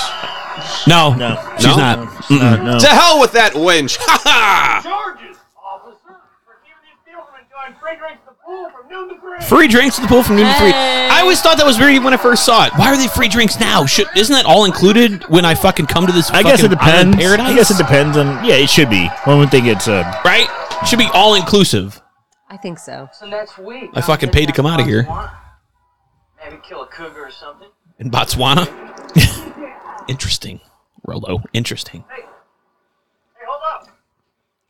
No,
No.
she's
No?
not.
Uh, no.
To hell with that winch! Ha ha!
Charges, officer, for giving this gentleman enjoying free drinks at the pool from noon to three.
Free drinks at the pool from noon to three.
Hey.
I always thought that was weird when I first saw it. Why are they free drinks now? Should, isn't that all included when I fucking come to this?
I guess it
fucking island
depends.
Paradise.
I guess it depends on. Yeah, it should be. One would think it's. Uh,
Right? Should be all inclusive.
I think so.
So next week,
I fucking paid to come outta here.
Maybe kill a cougar or something.
in Botswana. Interesting, Rolo. Interesting.
Hey, hold up.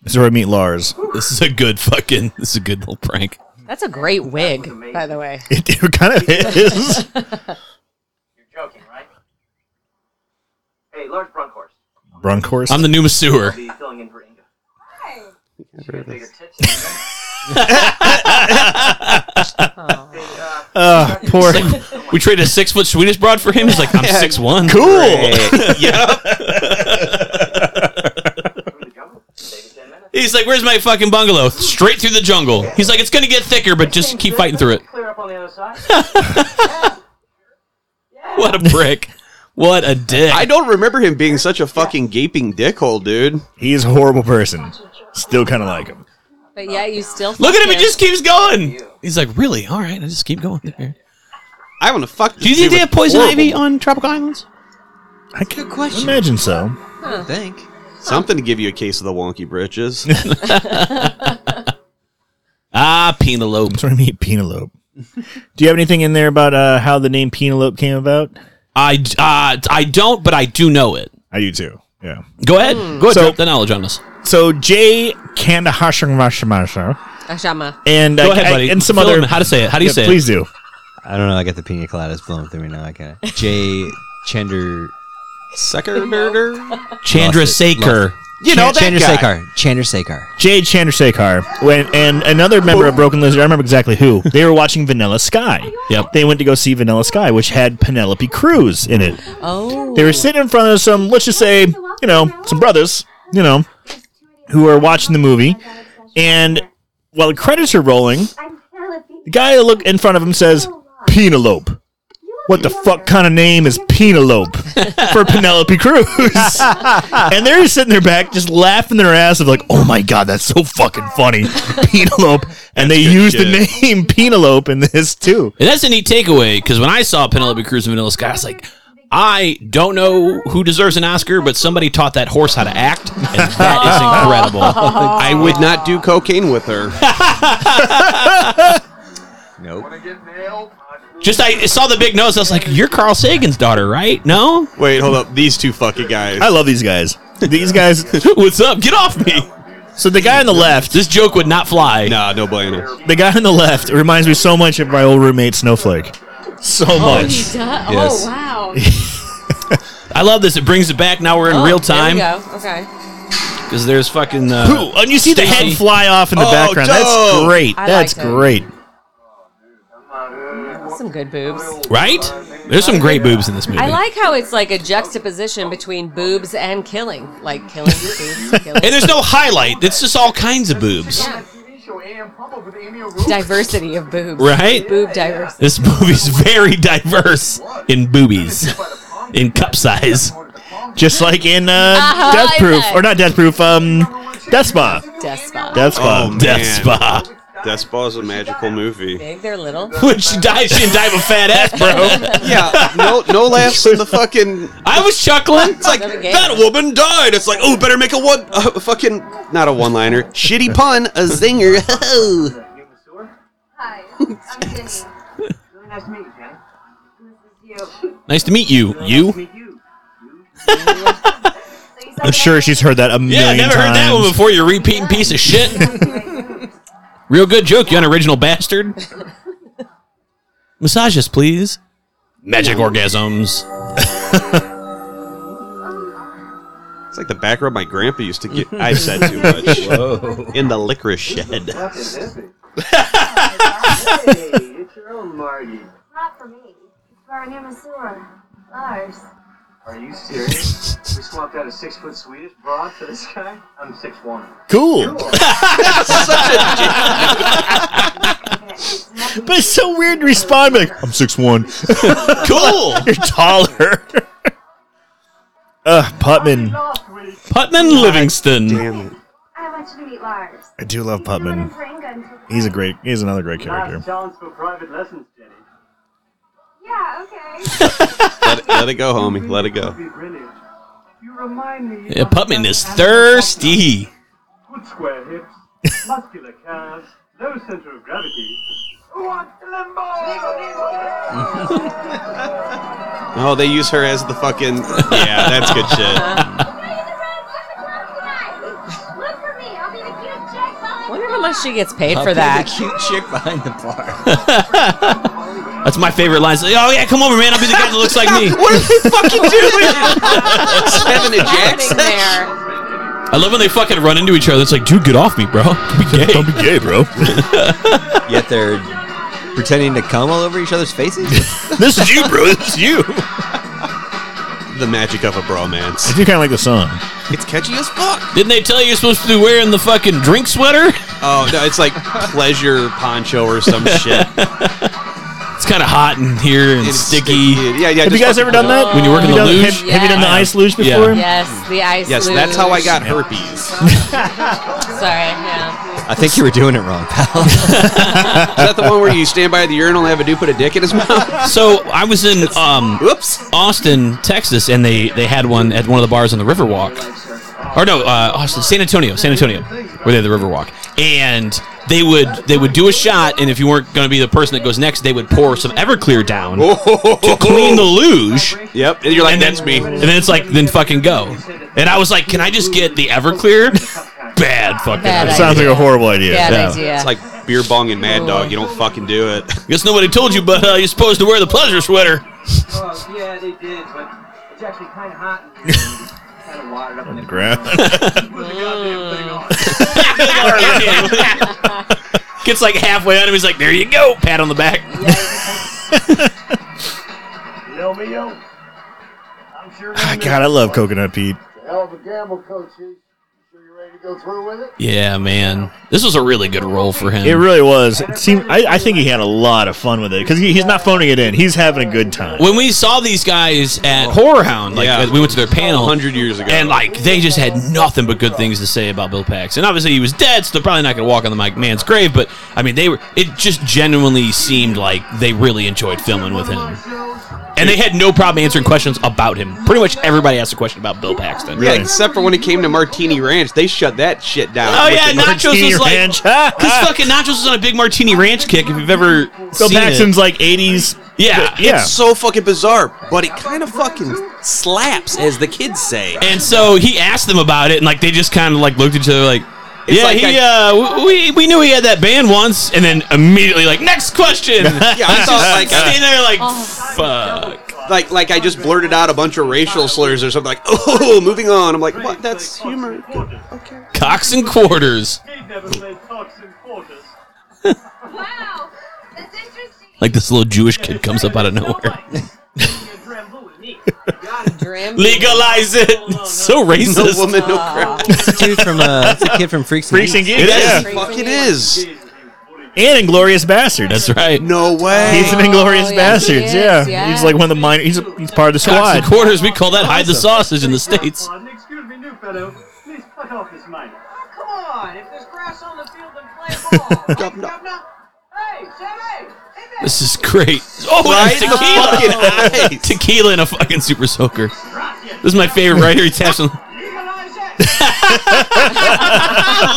this is where I meet Lars.
This is a good fucking. This is a good little prank.
That's a great wig, by the way.
It, it kind of is.
You're joking, right? Hey, Lars Brunkhorst,
Brunkhorst.
I'm the new masseur.
be filling in for Inga.
Hey,
She's got bigger tits.
uh, poor.
We traded a six foot Swedish broad for him. He's like, I'm six one.
Cool. yeah.
From the jungle. Save you ten minutes.
He's like, where's my fucking bungalow? Straight through the jungle. He's like, it's gonna get thicker, but just keep fighting through it.
Clear up on the other side.
What a prick. What a dick.
I don't remember him being such a fucking gaping dickhole, dude.
He is a horrible person. Still kind of like him.
But yeah, you still
Look at him. He
fucking-
just keeps going. He's like, really? All right. I just keep going. There.
I want to fuck.
Do you
this
think
dude
they have
with
poison
horrible-
ivy on tropical islands?
I could question. Imagine so.
I think.
Something to give you a case of the wonky britches.
Ah, penelope.
That's where I meet Penelope. Do you have anything in there about uh, how the name Penelope came about?
I uh, I don't, but I do know it.
I do too. Yeah.
Go ahead. Go ahead.
Hmm. So-
drop the knowledge on us.
So Jay Kandahashangmashamasha
Ashama.
and
Go
uh,
ahead,
I-
buddy.
and some
Fill
other.
him. How to say it? How do you
Yeah,
say it?
please do.
I don't know. I got the pina coladas flowing through me now. I kind of Jay Chander.
Sucker nerder.
Chandra
Lost it.
Saker.
You know that
Chander
guy.
Sekar. Chander Sekar.
Jay Chandrasekhar when, and another member of Broken Lizard. I remember exactly who. They were watching Vanilla Sky.
Oh Yep.
They went to go see Vanilla Sky, which had Penelope Cruz in it.
Oh.
They were sitting in front of some, let's just say, you know, some brothers, you know, who are watching the movie, and while the credits are rolling,
I'm Penelope.
the guy look in front of him says Penelope. What the fuck kind of name is Penelope for Penelope Cruz? and they're just sitting there back, just laughing their ass of like, oh my god, that's so fucking funny, Penelope. And they use the name Penelope in this too.
And that's a neat takeaway because when I saw Penelope Cruz in Vanilla Sky, I was like, I don't know who deserves an Oscar, but somebody taught that horse how to act, and that is incredible.
I would not do cocaine with her.
Nope.
Just I saw the big nose. I was like, "You're Carl Sagan's daughter, right? No,
Wait, hold up. These two fucking guys.
I love these guys. These guys.
what's up? Get off me!
So the guy on the left,
This joke would not fly."
Nah, no bueno.
The guy on the left reminds me so much of my old roommate Snowflake. So
Oh, he
much.
does.
Yes.
Oh, wow.
I love this. It brings it back. Now we're in
Oh,
real time
There we go. Okay.
because there's fucking. Uh,
Ooh, and you see the
Stacy.
head fly off in the
Oh,
background. That's
dope.
great.
I
That's
liked it.
great.
Some good boobs.
right? There's some great boobs in this movie.
I like how it's like a juxtaposition between boobs and killing. Like killing, boobs, killing.
and there's no highlight. It's just all kinds of boobs,
Yeah.
TV show AM Pump with Amy
Diversity of boobs.
right?
Boob diversity.
This movie's very diverse in boobies, in cup size.
Just like in uh,
Uh-huh,
Death
I
Proof,
bet.
or not Death Proof, um, Death Spa.
Despot.
Death Spa.
Oh, man.
Death Spa.
Death Spa's a magical movie.
Big, they're little.
When she died, she didn't die of a fat ass, bro.
Yeah, no, no laughs in the fucking.
I was chuckling.
It's like that woman died. It's like, oh, better make a one, a fucking, not a one-liner, shitty pun, a zinger.
Hi, I'm Jenny. This is
Really nice to meet you, Jenny.
you. So
Nice to meet you. You?
Meet you.
you
I'm sure she's heard that a million
Yeah, I never heard
times.
that one before. You're repeating piece of shit. Real good joke, you unoriginal bastard. Massage us, please. Magic orgasms.
It's like the back rub my grandpa used to get. I said too much. In the licorice shed.
Hey, it's your own Marty.
Not for me. It's for our name is Sora. Lars.
Are you serious? we swapped out a six foot Swedish broad for this guy? I'm six one.
Cool.
Okay, it's nothing.
But it's so weird to respond be like, I'm six one.
Cool.
You're taller. Ugh, Putman.
Putman Livingston.
Damn it.
I want you to meet Lars.
I do love
He's the one who
Putman.
brain guns with
He's a
us.
great he's another great character.
Last challenge for private lessons, Jenny.
Yeah, okay.
Let, it- let it go, homie. Let it go.
Be brilliant. You remind me.
Yeah,
of
Putman is
that
thirsty.
Good square hips, muscular calves, low center of gravity. What limbo?
Oh, they use her as the fucking. Yeah, that's good shit.
Look for me. I'll be the cute chick while
Wonder how much she gets paid
I'll
for
be
that.
The cute chick behind the bar.
That's my favorite line. It's like, oh yeah, come over, man. I'll be the guy that looks like me.
What are they fucking doing? Seven and
Happening
Jackson.
there.
I love when they fucking run into each other. It's like, dude, get off me, bro. Don't be gay.
Don't be gay, bro.
Yet they're pretending to come all over each other's faces.
this is you, bro. This is you.
The magic of a
I
bromance.
do kind of like the song.
It's catchy as fuck.
Didn't they tell you you're supposed to be wearing the fucking drink sweater?
Oh no, it's like pleasure poncho or some shit.
It's kind of hot in here and
It's
sticky.
Yeah, yeah.
Have you
just
guys
fucking-
ever done that?
When you work in
Have
the
done-
luge?
Have, have you done the
Yeah.
ice luge
Yeah.
before?
Yes, the ice.
Hmm. Yes, that's how I
luge.
got herpes. Is
Sorry. Yeah.
I think you were doing it wrong, pal.
that the one where you stand by the urinal and have a dude put a dick in his mouth?
So I was in um,
Whoops.
Austin, Texas, and they they had one at one of the bars on the Riverwalk, or no, uh, Austin, San Antonio, San Antonio, where they had the Riverwalk, and they would they would do a shot, and if you weren't going to be the person that goes next, they would pour some Everclear down to clean the luge,
Yep. And you're Oh. like,
and
that's
then,
me.
and then it's like then fucking go, and I was like, can I just get the Everclear? Bad fucking.
Bad
That
idea.
sounds like a horrible idea.
Bad
Yeah.
idea.
It's like beer bong and Mad Dog. You don't fucking do it.
Guess nobody told you, but uh, you're supposed to wear the pleasure sweater.
Oh, yeah, they did, but it's actually kind of hot in here. kind of watered up in the
Gra-
Put the goddamn thing on.
Gets like halfway on him, he's like, "There you go," pat on the back.
Yo, me, yo. I'm sure.
Ah, God, I love Coconut Pete.
Hell of a gamble, coach. You sure you're ready to go through with it?
Yeah, man, this was a really good role for him.
It really was. It seemed. I, I think he had a lot of fun with it because he, he's not phoning it in. He's having a good time.
when we saw these guys at Horror Hound, like
Yeah.
we went to their panel,
100 years ago.
and like they just had nothing but good things to say about Bill Paxton. Obviously, he was dead, so they're probably not going to walk on the mic man's grave. But I mean, they were. It just genuinely seemed like they really enjoyed filming with him, and they had no problem answering questions about him. Pretty much everybody asked a question about Bill Paxton.
Yeah, except for when it came to Martini Ranch, they shut that shit down.
Oh
with
yeah,
the-
Nachos
Martini
was like,
Ranch.
because fucking Nachos was on a big Martini Ranch kick. If you've ever
Ah. Bill
seen
Paxton's
it.
like '80s.
yeah,
Yeah.
so fucking bizarre, but it kind of fucking slaps, as the kids say.
And so he asked them about it, and like they just kind of like looked at each other like.
It's
yeah,
like
he,
I-
uh, w- we we knew he had that band once, and then immediately like next question. yeah,
I thought, like, uh,
standing there like fuck.
Like, like I just blurted out a bunch of racial slurs or something. Like, oh, moving on. I'm like, what? That's humor.
Cox and quarters,
He'd never played Cox in quarters.
Wow, that's interesting.
like this little Jewish kid comes up out of nowhere.
Grim.
Legalize it. So
No
racist.
woman, no crowd.
It's a dude from uh, it's a kid from Freaks.
Freaks and
Geeks.
Geeks.
It is.
yeah.
Yeah.
Fuck it is.
And Inglorious Bastards.
That's right.
No way.
He's an Inglorious
Oh, yes, he
Bastards.
is,
yeah.
yeah.
He's like one of the minor. He's a, he's part of the
Cox
squad.
and quarters. We call that hide the sausage in the states.
Excuse me, new fellow. Please cut off this minor. Oh, Come on, if there's grass on the field, then play ball. Hey,
Governor.
Governor. Hey, Sammy! Hey,
This is great. Oh,
Right
and
in the
tequila.
fucking eyes.
tequila and a fucking super soaker. This is my favorite right here. He taps on.
there, legalize it!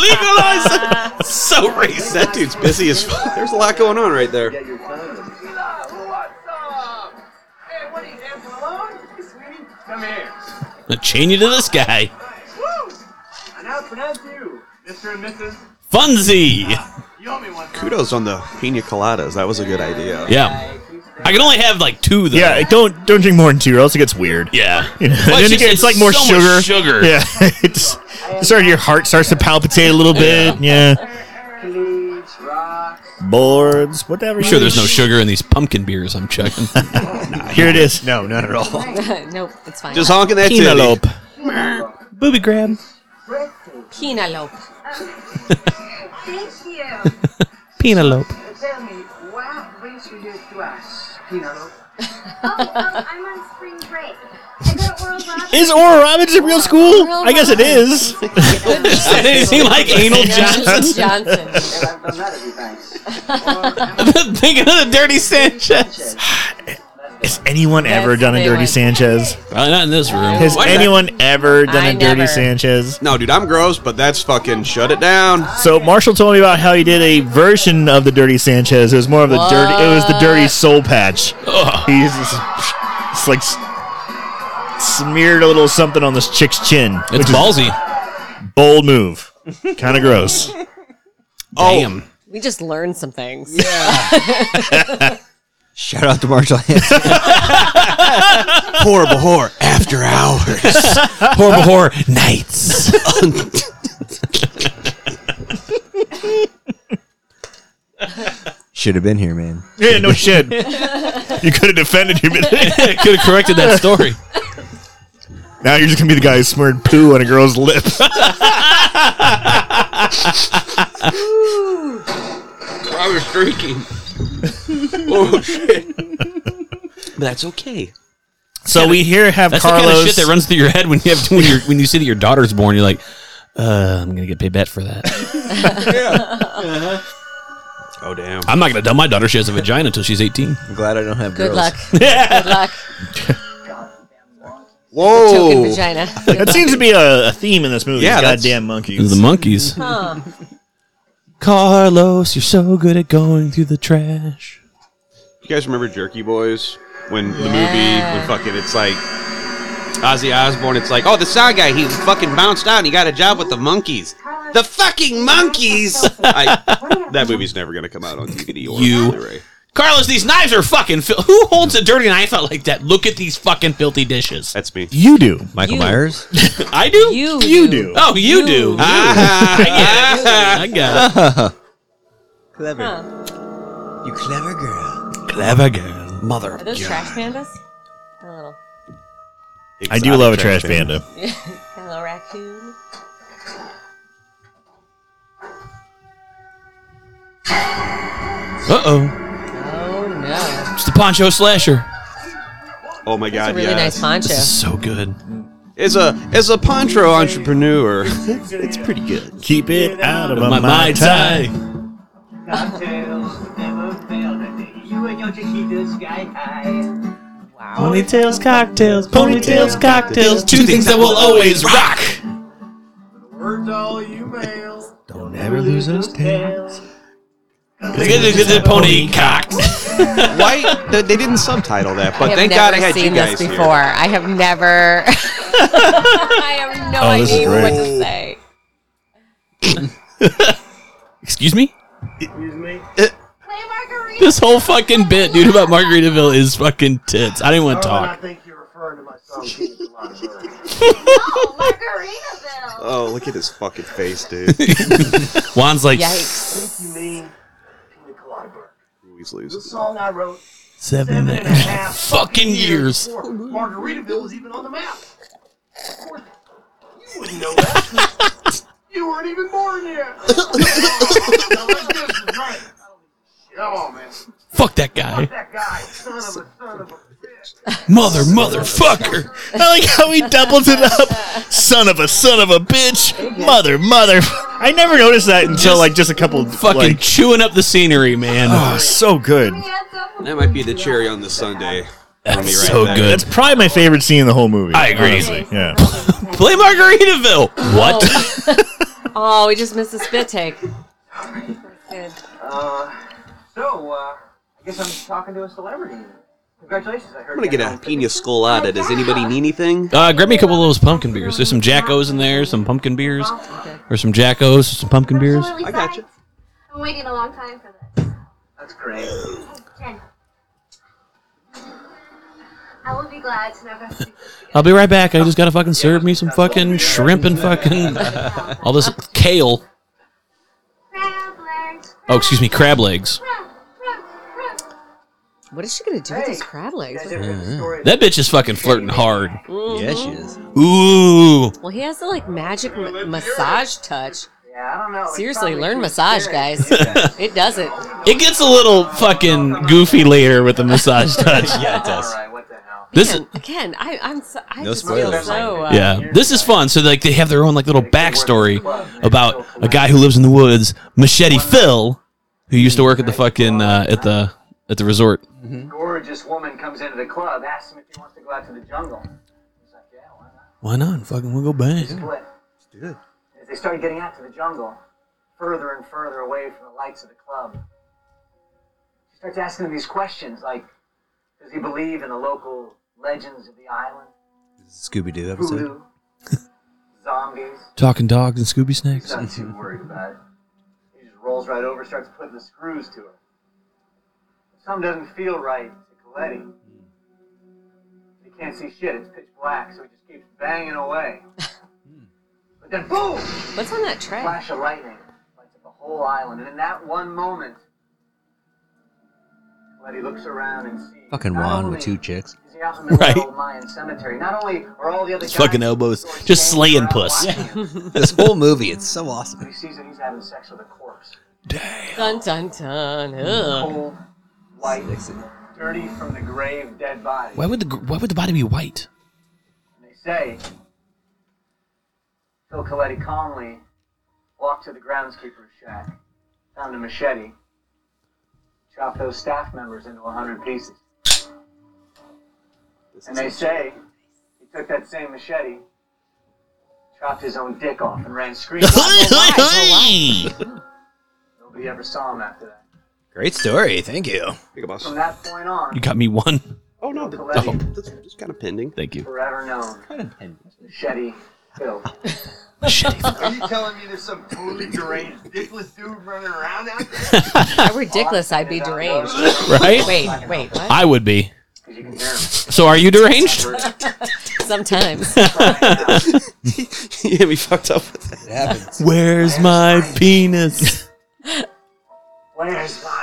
legalize it. So racist.
That dude's busy as fuck. There's a lot going on right there.
Tequila, who wants some? Hey, what are you, dancing alone? Hey, sweetie, come here.
I'll chain you to this guy.
Woo! I now pronounce you, Mr. and Mrs.
Funzy.
You owe me one.
Kudos on the pina coladas. That was a good idea.
Yeah. I can only have like two though.
Yeah, don't don't drink more than two, or else it gets weird.
Yeah.
You know,
Well,
and then
just-
again, it's like more
so
sugar.
much sugar.
Yeah, it's sorry, your heart starts to palpitate a little bit. Yeah, boards, whatever.
I'm sure there's no sugar in these pumpkin beers I'm chugging.
Here it is. No, not at all.
nope, it's fine.
Just honking that titty.
Penelope.
Booby grab.
Penelope.
Thank you.
Penelope.
Tell me, what brings you here to us, Penelope?
Oh, um, I'm on spring break. I go to Oral Roberts.
Is Oral Roberts a real school?
Oral
I guess it is.
Anything like anal Johnson?
Johnson.
I've done that a few times.
Thinking of the dirty Sanchez.
Has anyone ever done a
they
dirty
like-
Sanchez?
Probably not in this room.
Has
Why not?
anyone ever done a
I
dirty
never.
Sanchez?
No, dude, I'm gross, but that's fucking shut it down.
So Marshall told me about how he did a version of the dirty Sanchez. It was more of the dirty. It was the dirty soul patch.
Ugh.
He's just, it's like s- smeared a little something on this chick's chin. which
It's
is
ballsy.
a bold move. Kind of gross.
Oh,
We just learned some things.
Shout out to Marshall Hanson.
horrible whore after hours.
Horrible horror nights.
Should have been here, man.
Yeah, no shit. you could have defended your.
Could have corrected that story.
now you're just gonna be the guy who smeared poo on a girl's lip.
I was drinking. oh shit. But that's okay.
So we here have
That's
Carlos.
the kind of shit that runs through your head when you have when you are when you see that your daughter's born. You're like, uh, I'm gonna get paid back for that.
Uh-huh. Oh damn.
I'm not gonna tell my daughter she has a vagina until she's 18.
I'm glad I don't have
Good
girls.
luck. Good luck. Token
Whoa.
vagina.
that seems to be a, a theme in this movie.
Yeah,
Yeah,
that's-
goddamn
It's
monkeys.
the monkeys. Carlos, you're so good at going through the trash.
You guys remember Jerky Boys? When the
Yeah.
movie when fucking it's like Ozzy Osbourne, it's like, oh, the sound guy, he fucking bounced out. and He got a job with the monkeys. The fucking monkeys. I, that movie's never gonna come out on DVD or
You-
Blu-ray.
Carlos, these knives are fucking. Fil- Who holds a dirty knife out like that? Look at these fucking filthy dishes.
That's me.
You do.
Michael
You.
Myers?
I do.
You.
You do.
Oh, you, do.
You.
I get it. I got it.
Clever. You clever girl.
Clever girl.
Mother
Are those trash pandas? A little,
I do love a trash panda.
a little raccoon.
Uh oh.
Oh no!
It's the poncho slasher.
Oh my god,
It's a really
yes.
nice poncho.
This is so good.
As a as a poncho entrepreneur, it's pretty good.
Keep it out of
My,
my,
my
mind.
tie.
Cocktails never fail to take you and your chiquita sky high.
Wow.
Ponytails, cocktails, ponytails, cocktails. Two things that will always rock.
Words all you males.
Don't ever lose those tails.
Pony cocks.
Why th- they didn't subtitle that?
I
But
have
thank
never
God I had
seen
you guys
this before.
here.
I have never. I have no
Oh, this is
idea
great.
what to say.
Excuse me?
Play margarita.
This whole fucking bit, dude, about Margaritaville is fucking tits. I didn't want to
Oh, I
talk.
think you're referring to my song, King of the Library.
No, Margaritaville.
Oh, look at his fucking face, dude.
Juan's like
Yikes!
You mean Pina Colada?
Always
The
loses.
song I wrote
seven
seven and a half
fucking years.
before Margaritaville was even on the map. Of course, You wouldn't know that. you weren't even born yet. Now, like this is right. Come on, man.
Fuck that guy.
That guy, son of a son of a bitch.
Mother, motherfucker.
I like how he doubles it up. Son of a son of a bitch. Mother, mother. I never noticed that until like just a couple
Fucking
like,
chewing up the scenery, man.
oh, so good.
Yeah, double-
That might be the cherry on the Sunday. That's
so good.
That's probably my favorite scene in the whole movie.
I agree.
honestly. Yeah.
Uh, Play Margaritaville. What?
Oh, we just missed a spit take. Good.
Uh, so, uh, I guess I'm talking to a celebrity. Congratulations, I heard.
I'm gonna get a pina colada. Does anybody need anything?
Uh, grab me a couple of those pumpkin beers. There's some Jackos in there, some pumpkin beers, or some Jackos, some pumpkin beers.
Absolutely
I gotcha.
psyched. I'm waiting a long time for this.
That's great.
Jen,
I will be glad to never have to speak
I'll be right back. I just gotta fucking serve me some fucking shrimp and fucking all this kale.
Crab legs.
Oh, excuse me, crab legs.
Crab, crab, crab.
What is she gonna do with those crab legs? Mm-hmm.
That bitch is fucking flirting hard.
Yeah, she is.
Ooh.
Well, he has the like magic m- massage touch.
Yeah, I don't know. It's
Seriously,
probably
learn
too
massage,
scary.
guys. It doesn't.
It gets a little fucking goofy later with the massage touch.
Yeah, it does.
All right, what the hell?
This
Man, again, I, I'm so, I
No
just feel
spoilers.
so. Uh,
yeah, this is fun. So like they have their own like little backstory about a guy who lives in the woods, Machete Phil, who used to work at the fucking uh, at the at the resort.
Gorgeous woman comes into the club, asks him if he wants to go out to the jungle. He's like, yeah, why not?
Why not? Fucking we'll go back.
Split. As they started getting out to the jungle, further and further away from the lights of the club, she starts asking him these questions like, does he believe in the local legends of the island?
Scooby Doo episode.
Voodoo? zombies?
Talking dogs and Scooby snacks.
He's not too worried about it. He just rolls right over, starts putting the screws to her. Something doesn't feel right to Coletti. He can't see shit, it's pitch black, so he just keeps banging away. but then boom!
What's on that tray?
Flash of lightning lights up the whole island, and in that one moment, Coletti looks around and sees.
Fucking
not
Juan
only
with two chicks.
is he out in the middle of
Right.
an old Mayan cemetery. Not only are all the other
His
guys
fucking elbows
just slaying
standing around
puss.
watching him,
This whole movie, it's so awesome.
but He sees that he's having sex with a corpse.
Dun dun dun.
Uh.
Ugh.
cold, white, dirty from the grave, dead body.
Why would the gr- why would the body be white?
And they say, Phil Coletti calmly walked to the groundskeeper's shack, found a machete, chopped those staff members into a hundred pieces. And they say he took that same machete, chopped his own dick off, and ran screaming. Nobody ever saw him after that.
Great story. Thank you.
Big boss.
From that point on,
You got me one.
Oh no, that,
Coletti
that's just kind of pending.
Thank you.
forever known. Kind of Machete Phil.
Are you telling me there's some totally deranged, dickless dude running around out there?
If I were dickless, I'd be deranged.
Right?
Wait, wait, what?
I would be.
Because you can hear him.
So are you deranged?
Sometimes.
yeah, we fucked up with that.
It happens.
Where's my penis?
Where's my?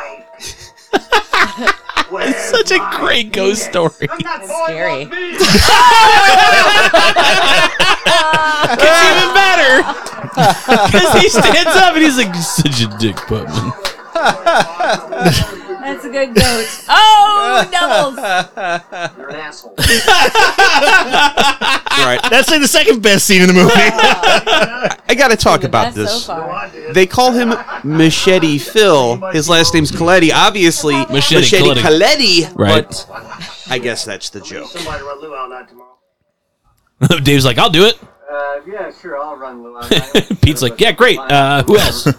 Such a great ghost story.
It's scary.
It's even better because he stands up and he's like, "You're "Such a dick, Putman."
That's a good goat. Oh, doubles.
You're an asshole.
All right,
That's like the second best scene in the movie.
I gotta talk about
That's
this.
so far.
They call him Machete Phil. His last name's Coletti. Obviously,
Machete Coletti.
Coletti.
Right.
But I guess that's the joke.
Somebody run Lou out night tomorrow.
Dave's like, "I'll do it."
Uh, yeah, sure, I'll run Lou out night.
Pete's like, "Yeah, great. Uh, who else?"
Yeah,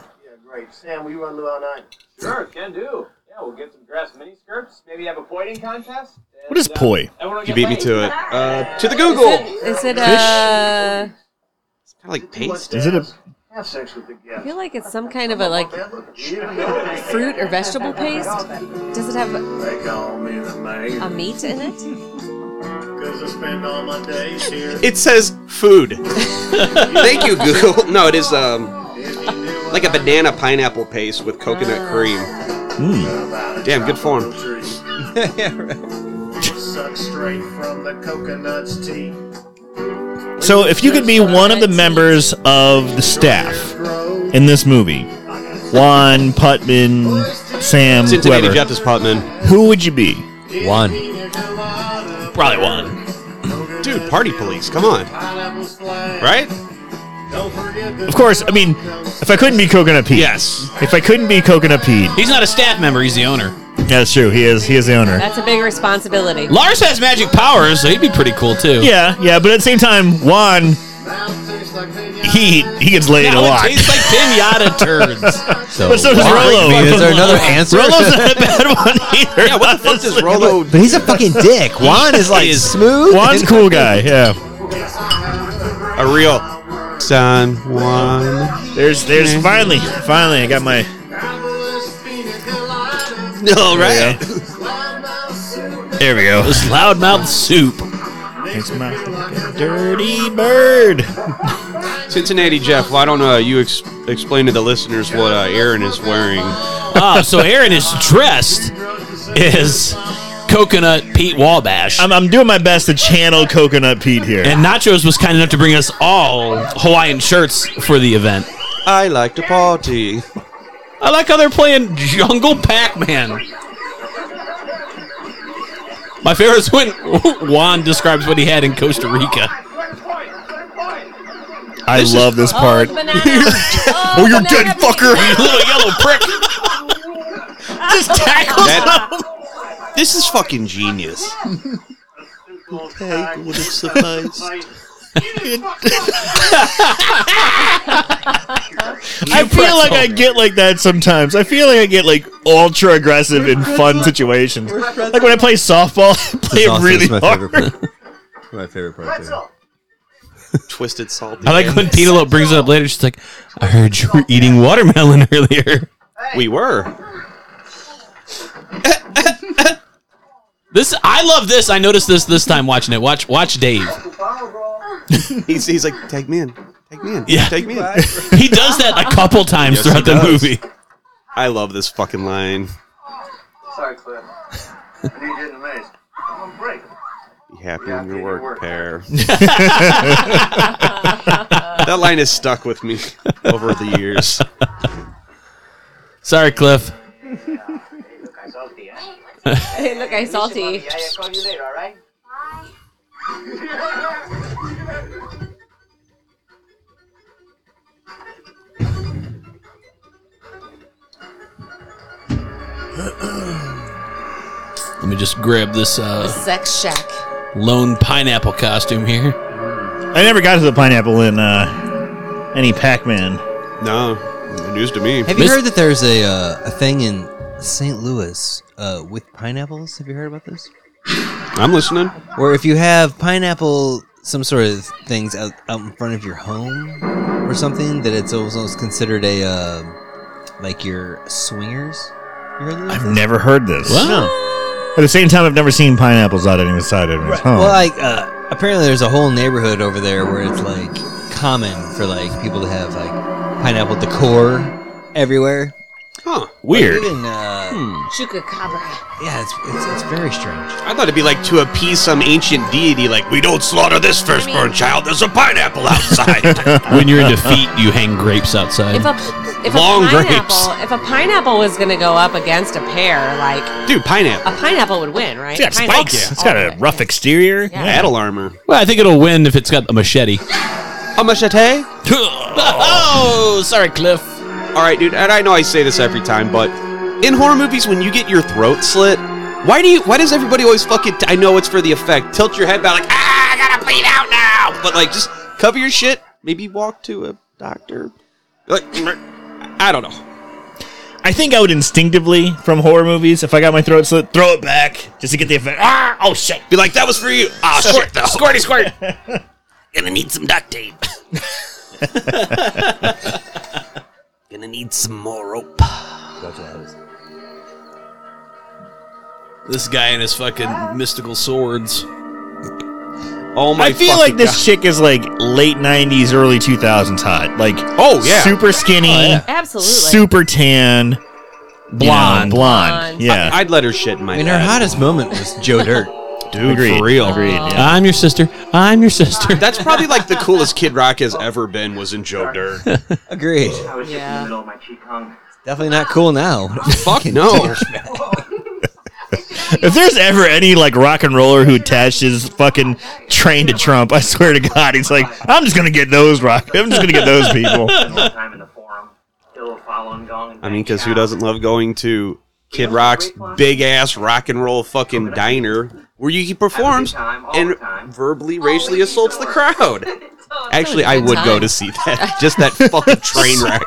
great. Sam, will you run Lou out night? Sure, can do. Yeah, we'll get some dress mini skirts. Maybe have a pointing contest.
what is poi?
You beat me to it. Uh, to the Google.
Is it, is it uh,
Kinda like paste.
Is it a
Have sex with the
I
gift.
feel like it's some kind of a like
You know
fruit or vegetable paste. Does it have a-
they call me the mayor
a meat in it?
because I spend all my days here.
It says food. Thank you, Google. No, it is um like a banana pineapple paste with coconut cream. Damn, good form.
Suck straight from the coconut's teeth.
So if you could be one of the members of the staff in this movie, Juan, Putman, Sam,
Cincinnati
whoever,
Justice Putman.
who would you be?
One.
Probably one.
Dude, party police. Come on. Right?
Of course, I mean, if I couldn't be Coconut Pete.
Yes.
If I couldn't be Coconut Pete.
He's not a staff member. He's the owner.
That's true. He is. He is the owner.
That's a big responsibility.
Lars has magic powers, so he'd be pretty cool too.
Yeah, yeah. But at the same time, Juan, he he gets laid
Now
a
it
lot.
tastes like pinata turds.
So,
But so does
one.
Rolo.
I mean, is there another answer?
Rolo's not a bad one either.
Yeah, what the fuck does Rolo
but he's a fucking dick. Juan is like
is.
smooth.
Juan's a
and-
cool guy. Yeah.
a real San Juan?
There's there's finally finally I got my
No, right?
Yeah. There we go.
This loudmouth soup.
It's my dirty bird.
Cincinnati Jeff, why don't uh, you ex- explain to the listeners what uh, Aaron is wearing?
Oh, so Aaron is dressed is coconut Pete Wabash.
I'm, I'm doing my best to channel Coconut Pete here.
and Nachos was kind enough to bring us all Hawaiian shirts for the event.
I like to party.
I like how they're playing Jungle Pac-Man. My favorite is when Juan describes what he had in Costa Rica.
I love this part.
Oh, banana. oh,
Oh, you're
banana
dead,
peel.
fucker!
You little yellow prick.
Just tackles
That-
him.
This is fucking genius.
I feel like I get like that sometimes. I feel like I get like ultra aggressive in fun situations. Like when I play softball, I play
It's
it
awesome.
really
It's my
hard.
favorite part. my favorite part. There.
Twisted salt.
I like when Penelope brings it up later. She's like, "I heard you were eating watermelon earlier."
we were.
This I love this. I noticed this this time watching it. Watch watch Dave.
He's, he's like, take me in. Take me in.
Yeah.
Take me in.
He does that a couple times
Yes,
throughout the
he does.
movie.
I love this fucking line.
Sorry, Cliff. I need you in the maze. I'm on break.
Be happy in your
Yeah,
work,
work.
pair. that line has stuck with me over the years.
Sorry, Cliff.
I saw the end.
Hey, look, I'm salty.
Yeah, yeah, call you later, alright?
Let me just grab this uh,
Sex shack.
lone pineapple costume here.
I never got to the pineapple in uh, any Pac-Man.
No, news to me.
Have you
Miss-
heard that there's a uh, a thing in St. Louis uh, with pineapples? Have you heard about this?
I'm listening.
Or if you have pineapple, some sort of things out, out in front of your home or something, that it's almost considered a uh, like your swingers. You heard of this?
I've never heard this.
What?
At the same time, I've never seen pineapples out any side of his home.
Well, like uh, apparently there's a whole neighborhood over there where it's like common for like people to have like pineapple decor everywhere.
Huh.
Weird.
Even uh,
Hmm. Chupacabra.
yeah, it's, it's it's very strange.
I thought it'd be like to appease some ancient deity, like, we don't slaughter this firstborn child, there's a pineapple outside.
When you're in defeat, you hang grapes outside.
If a if
Long
a pineapple,
grapes.
if a pineapple was gonna go up against a pear, like
Dude,
a
pineapple.
pineapple would win, right?
it's got
Pineapple.
spikes. It's got a rough exterior.
Yeah.
Battle armor.
Well, I think it'll win if it's got a machete.
A machete?
oh, sorry, Cliff.
All right, dude, and I know I say this every time, but in horror movies, when you get your throat slit, why do you? Why does everybody always fucking? I know it's for the effect. Tilt your head back, like ah, I gotta bleed out now. But like, just cover your shit. Maybe walk to a doctor. Like, I don't know.
I think I would instinctively from horror movies, if I got my throat slit, throw it back just to get the effect. Ah! Oh shit!
Be like, that was for you. Ah, shit. though.
Squirty, squirt.
Gonna need some duct tape. Gonna need some more rope.
This guy and his fucking mystical swords.
Oh my.
I feel
fucking
like this chick is like late '90s, early 2000s hot. Like
Oh, yeah.
super skinny,
Absolutely.
super tan, you know,
Blonde.
blonde.
Blonde.
God.
Yeah,
I'd let her shit in my.
I mean, her hottest moment was Joe Dirt.
dude,
for real.
Agreed. Yeah.
I'm your sister. I'm your sister.
That's probably like the coolest Kid Rock has ever been was in Joe Dirt.
Agreed.
I was just in
Yeah.
the middle of my cheek hung.
Definitely not cool now.
Fuck no.
If there's ever any like rock and roller who attached his fucking train to Trump, I swear to God, he's like, I'm just gonna get those rock. I'm just gonna get those people.
Spent all the time in the forum. Still following Gong. and
I mean,
Bang
because who
Chow.
doesn't love going to Kid Rock's big ass rock and roll fucking diner where you, he performs
time, all
and
the time.
verbally, racially assaults the crowd? Actually, I
Good
would go
time.
to see that. Just that fucking train wreck.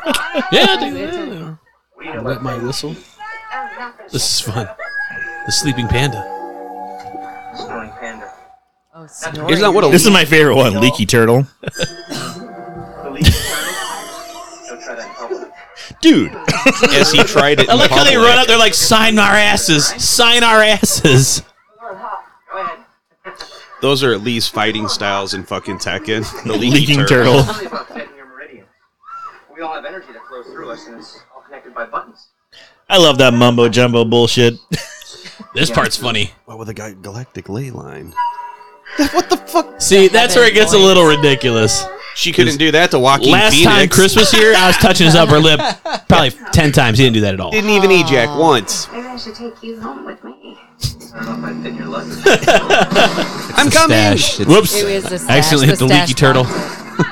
yeah, dude. I wet my whistle. This is fun. The sleeping panda.
Snoring panda.
Oh, snoring.
Isn't that what a
This is my favorite one, Leaky Turtle.
The leaf turtle. Don't try that in public.
Dude,
as he tried it?
I like how they run up.
up.
They're like, sign our asses. Sign our asses.
Those are at least fighting styles in fucking Tekken. The leaking,
Leaking turtle.
turtle.
Tell me about setting your meridian. We all have energy that flows through us, and it's all connected by buttons.
I love that mumbo jumbo bullshit.
This part's funny.
What with the guy galactic ley line?
See, that's where it gets a little ridiculous.
She couldn't do that to Joaquin
Last
Phoenix.
time Chris was here, I was touching his upper lip probably ten times. He didn't do that at all.
didn't even eject once.
Maybe I should take you home with me.
I don't know if I fit in your luggage.
I'm coming.
Stash. It's-
Whoops!
It was the stash,
I accidentally hit the
stash
leaky turtle.
box.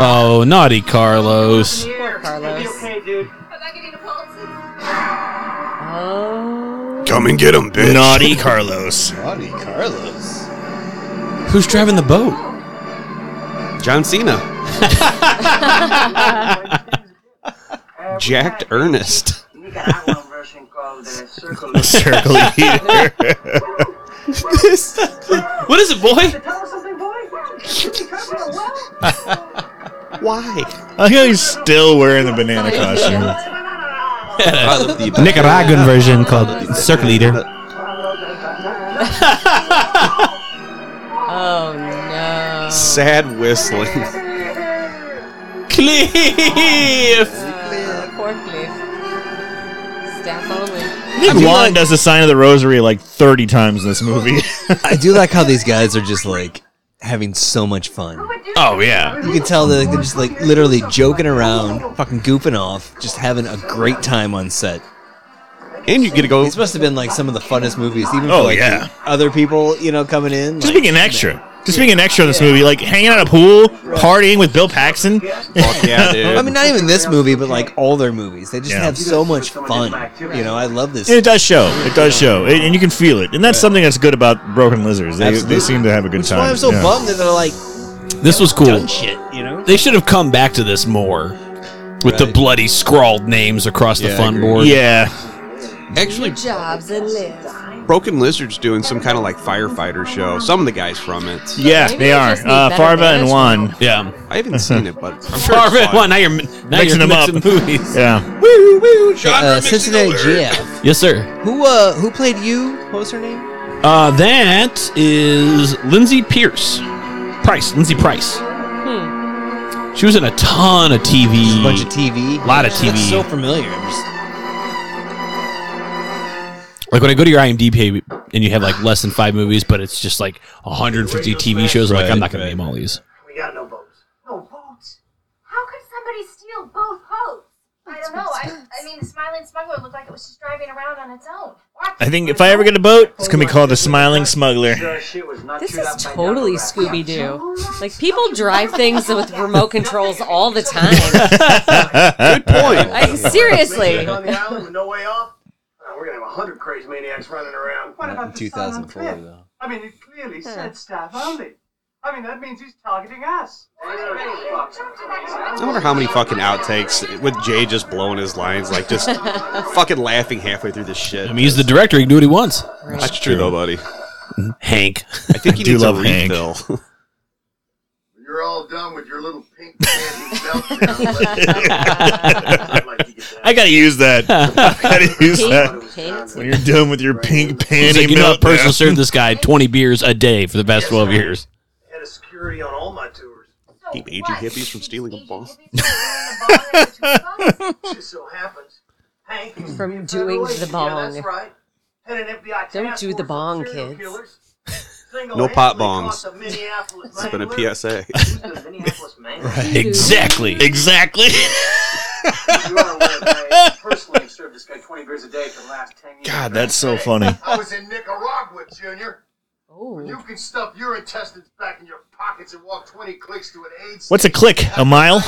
Oh, naughty Carlos!
Poor Carlos.
okay, dude.
Was I getting a pulse?
Oh.
Come and get him, bitch.
Naughty Carlos.
Naughty Carlos.
Who's driving the boat?
John Cena. Jacked Ernest.
Nicaraguan version called the Circle.
Circle eater.
What is it, boy?
Tell us something, boy.
Why?
I feel he's still wearing the
Oh.
banana costume.
Nicaraguan version called Circle Eater.
Oh no.
Sad whistling.
Cliff.
Uh, poor Cliff. Staff only.
I think Juan does the sign of the rosary like 30 times in this movie.
I do like how these guys are just like having so much fun.
Oh yeah.
You can tell that they're just like literally joking around, fucking goofing off, just having a great time on set.
And you get to go.
These must have been like some of the funnest movies, even for
Oh,
like
yeah.
the other people, you know, coming in.
Just
like-
being an extra. Just being an extra in this movie, like hanging out at a pool, partying with Bill Paxton.
Fuck yeah, dude.
I mean, not even this movie, but like all their movies. They just
Yeah.
have so much fun. You know, I love this.
And it does show. It does show. It, and you can feel it. And that's something that's good about Broken Lizards. They, they
Absolutely.
seem to have a good
That's
time.
why I'm so
yeah.
bummed that they're like
This was cool.
done shit. You know,
They should have come back to this more with the bloody scrawled names across the
Yeah, I
fun
agree.
board.
Yeah.
actually,
Jobs and live.
Broken Lizard's doing some kind of like firefighter show. Some of the guys from it.
Yeah,
Maybe
they
they
are.
just need
Uh,
better
Farva and
management.
Juan.
Yeah.
I haven't seen it, but I'm sure
Farva,
it's fun.
well, now you're now
Mixing
you're
them up.
mixing movies.
Yeah.
Woo, woo, genre
uh,
mixing
Cincinnati
alert.
GF.
Yes, sir.
Who uh, who played you? What was her name?
Uh, that is Lindsay Pierce. Price, Lindsay Price. She was in a ton of TV.
Hmm. A bunch of TV.
Lot of
She looks
TV.
So familiar. I'm just-
like when I go to your IMDb page and you have like less than five movies, but it's just like 150 TV shows. I'm like I'm not gonna name all these.
We got no boats. No boats.
How could somebody steal both boats? I don't know. I, I mean, the smiling smuggler looked like it was just driving around on its own. What?
I think if I ever get a boat, it's going to be called the Smiling Smuggler.
That shit was not
This
chewed
is
up by
totally
down the rack.
Scooby Doo. Like people drive things with remote controls all the time.
Good point.
Like seriously.
On the island with no way off. Uh, we're gonna have a hundred crazy maniacs running around. What
in 2004 though.
I mean, it clearly said staff only. I mean, that means he's targeting us.
I wonder how many fucking outtakes with Jay just blowing his lines, like just fucking laughing halfway through this shit.
I mean, he's the director. He can do what he wants.
that's true though, buddy.
Hank.
I think he
do
needs
love
a
Hank.
refill.
You're all done with your little pink candy belt. now.
Like, you get that.
I got to use that. I got to use that.
Pink, pink.
When you're done with your pink
He's
panty
like, you know, that person
meltdown.
served this guy 20 beers a day for the past 12 years.
Head of security on all my tours.
Keep aging hippies from stealing a bong.
ball.
just so happens Hank is
From
in
doing the
Federation.
bong.
Yeah, that's right. Had an FBI
Don't
task
do the
force of
bong,
serial
kids.
killers.
No pot
Single-handedly
bongs.
caught the Minneapolis
It's been
Mangler.
a PSA.
Who's the Minneapolis Mangler?
Exactly.
Exactly.
You are aware that I personally have served this guy 20 beers a day for the last 10 years.
God, that's so funny.
I was in Nicaragua, Junior. You
Oh,
can stuff your intestines back in your pockets and walk 20 clicks to an AIDS.
What's a click? A mile,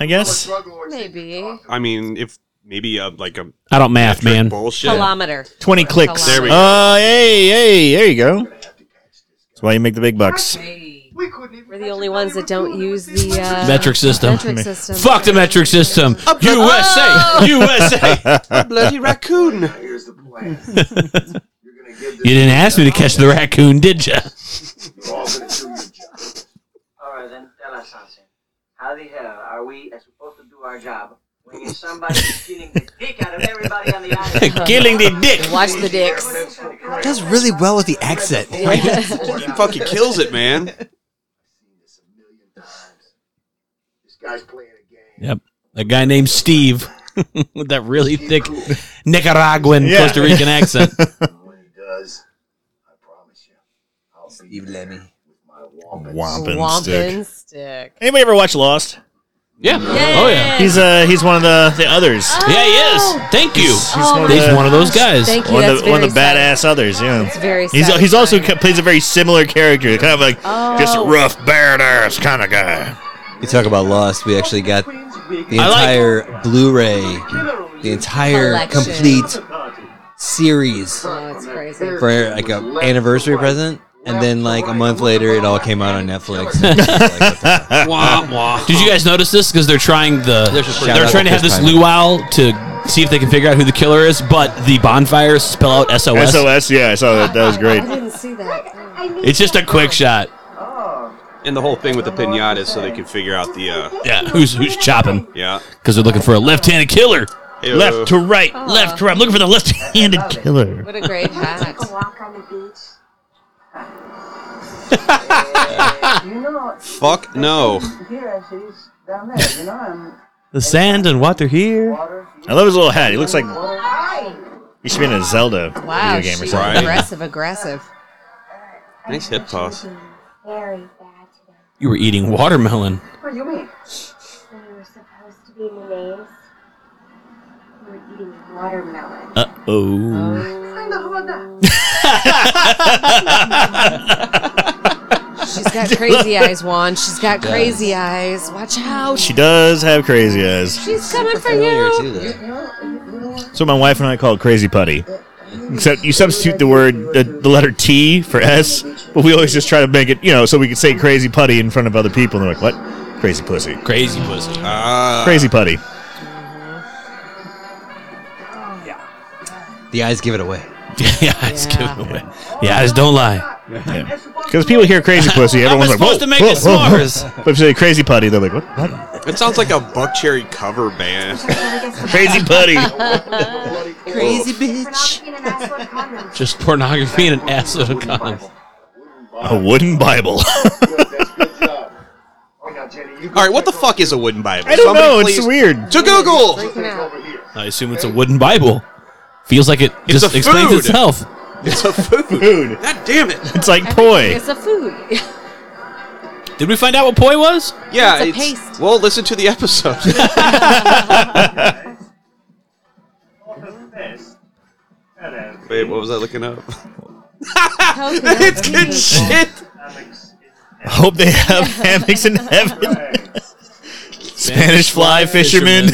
I guess?
maybe
I mean, if maybe uh, like a
I don't math, man.
bullshit.
kilometer.
20 clicks.
There
we go.
Uh, hey, hey, there you go. That's why you make the big bucks.
We couldn't even
We're the only ones that don't use the uh,
Metric system.
metric system.
Fuck the metric system. USA. USA.
bloody raccoon.
Here's the plan. You're gonna give
You
this.
didn't ask me to catch the raccoon, did you?
You're all gonna do your job.
All right, then tell us something. How the hell are we supposed to do our job When you're somebody who's getting the dick out of everybody on the island.
Killing the dick.
Watch the dicks.
That's so great.
Does really well with the accent.
He fucking kills it, man.
seen this a million times. This guy's playing a game.
Yep. A guy named Steve with that really thick Nicaraguan
Yeah.
Costa Rican accent.
And when he does, I promise you, I'll be
Steve
there
Lemmy.
with my wampus.
Wampin, stick.
Wampin stick.
Anybody ever watch Lost?
Yeah. Oh yeah.
He's uh he's one of the the others.
Yeah, he is. Thank you.
He's- he's one of
He's
the-
one of those guys.
Thank you.
One
Oh, That's
of the one of the
very
badass others. Yeah.
It's very.
He's uh, he's also
satisfying.
ca- plays a very similar character, kind of like just a
Oh.
rough, badass kind of guy.
You talk about Lost. We actually got the entire Blu-ray, the entire
Collection.
complete series
Oh, it's crazy.
for like a anniversary present, and then like a month later, it all came out on Netflix. And it's like, what the fuck?
Wah, wah. Did you guys notice this? Because they're trying the
Shout
they're
out
trying to
to
have this
Chris
luau to see if they can figure out who the killer is, but the bonfires spell out SOS.
SOS. Yeah, I saw that. That was great.
I didn't see that. Oh,
It's just a quick shot.
And the whole thing with the pinata is so they can figure out the uh
Yeah, who's who's chopping?
yeah.
Because they're looking for a left-handed killer.
Hey, uh,
Left to right,
Oh.
left to right. I'm looking for the left-handed killer.
What a great hat.
Take a walk on the beach.
You know,
fuck no.
here I see is down there. You know, I'm
The sand and water here.
water.
I love his little hat. He looks like
Hi.
he should be in a Zelda
Wow,
video game or
she's
something.
Right.
aggressive, aggressive.
Nice hip toss.
Very bad today.
You were eating watermelon.
What do you mean?
We were supposed to be in the names. We were eating watermelon.
Uh oh.
She's got crazy eyes, Juan. She's got crazy eyes. Watch out.
She does have crazy eyes.
She's coming for
Familiar
you.
too, though.
So my wife and I call it crazy putty. Except you substitute the word the, the letter T for S, but we always just try to make it you know so we can say crazy putty in front of other people. And they're like, what? Crazy pussy.
Crazy pussy.
Ah.
Crazy putty.
The eyes give it away.
yeah, it's yeah. giving away. Yeah, eyes don't lie.
Because people hear crazy pussy,
I was
everyone's like,
supposed to
"Whoa,
make
whoa,
it
whoa, whoa."
s'mores.
But if you say crazy putty, they're like, what? what?
It sounds like a Buckcherry cover band.
Crazy putty.
Crazy bitch.
Pornography and an asshole of condoms.
Just pornography and an ass out of condoms.
a wooden Bible.
Oh,
All right, what the fuck is a wooden Bible?
I don't
Somebody
know.
please-
It's weird.
To Google.
Freaking out.
I assume it's a wooden Bible. Feels like it
It's
just
a
explains
food.
itself.
It's a food.
Dude,
God damn it.
it's like poi.
It's a food.
Did we find out what poi was?
Yeah,
It's a paste.
Well, listen to the episode. Wait, what was I looking up? it's
Oh,
good shit.
Hope they have hammocks in heaven. Spanish fly fishermen.